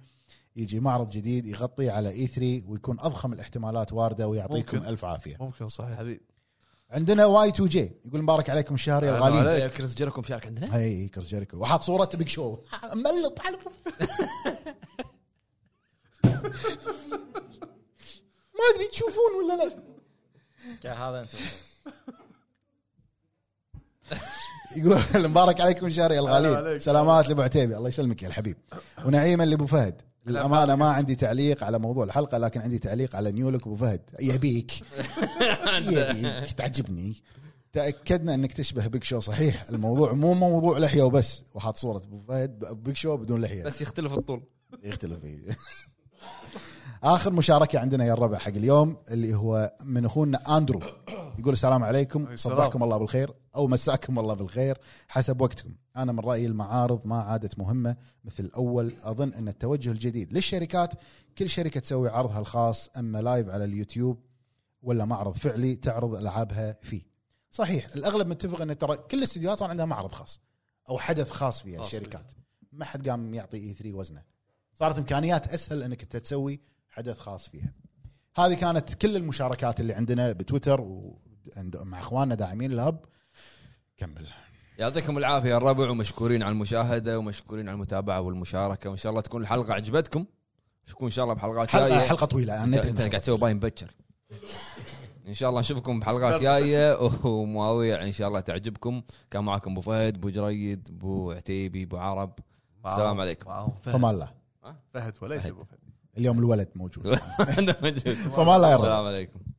S3: يجي معرض جديد يغطي على اي 3 ويكون اضخم الاحتمالات وارده ويعطيكم
S2: ممكن.
S3: الف عافيه.
S2: ممكن صحيح حبيبي
S3: عندنا واي 2 جي يقول مبارك عليكم الشهر يا الغاليين.
S2: عليك.
S1: إيه، كريس جيركم شارك عندنا
S3: هي كرس جيريكو وحاط صوره بيج شو [laughs] ملط على [laughs] ما ادري تشوفون ولا لا
S4: هذا انت
S3: يقول [laughs] مبارك عليكم شهر يا
S2: هلا عليك.
S3: الغالي سلامات لابو عتيبي الله يسلمك يا الحبيب ونعيما لابو فهد للامانه ما عندي تعليق على موضوع الحلقه لكن عندي تعليق على نيولك ابو فهد يبيك يبيك تعجبني تاكدنا انك تشبه بيج شو صحيح الموضوع مو موضوع لحيه وبس وحاط صوره ابو فهد بيج شو بدون لحيه
S1: بس يختلف الطول
S3: يختلف إيه. اخر مشاركه عندنا يا الربع حق اليوم اللي هو من اخونا اندرو يقول السلام عليكم
S2: السلام.
S3: صباحكم الله بالخير او مساكم الله بالخير حسب وقتكم انا من رايي المعارض ما عادت مهمه مثل الاول اظن ان التوجه الجديد للشركات كل شركه تسوي عرضها الخاص اما لايف على اليوتيوب ولا معرض فعلي تعرض العابها فيه صحيح الاغلب متفق ان ترى كل الاستديوهات صار عندها معرض خاص او حدث خاص فيها
S2: خاص
S3: الشركات ما حد قام يعطي اي 3 وزنه صارت امكانيات اسهل انك انت تسوي حدث خاص فيها هذه كانت كل المشاركات اللي عندنا بتويتر وعند- مع اخواننا داعمين الهب كمل
S1: يعطيكم العافيه يا الربع ومشكورين على المشاهده ومشكورين على المتابعه والمشاركه وان شاء الله تكون الحلقه عجبتكم تكون ان شاء الله بحلقات
S3: حلقه
S1: جايه
S3: حلقه طويله
S1: انت
S3: انا
S1: أنت قاعد تسوي باين بكر ان شاء الله نشوفكم بحلقات
S2: بالضبط.
S1: جايه [laughs] ومواضيع ان شاء الله تعجبكم كان معاكم ابو فهد ابو جريد ابو عتيبي ابو عرب [laughs] السلام عليكم
S2: معاهم فهد
S3: فما الله
S2: فهد وليس
S1: فهد.
S2: ابو فهد
S3: اليوم الولد موجود
S1: [laughs] عندنا مجد.
S3: فما الله يا رب
S1: السلام عليكم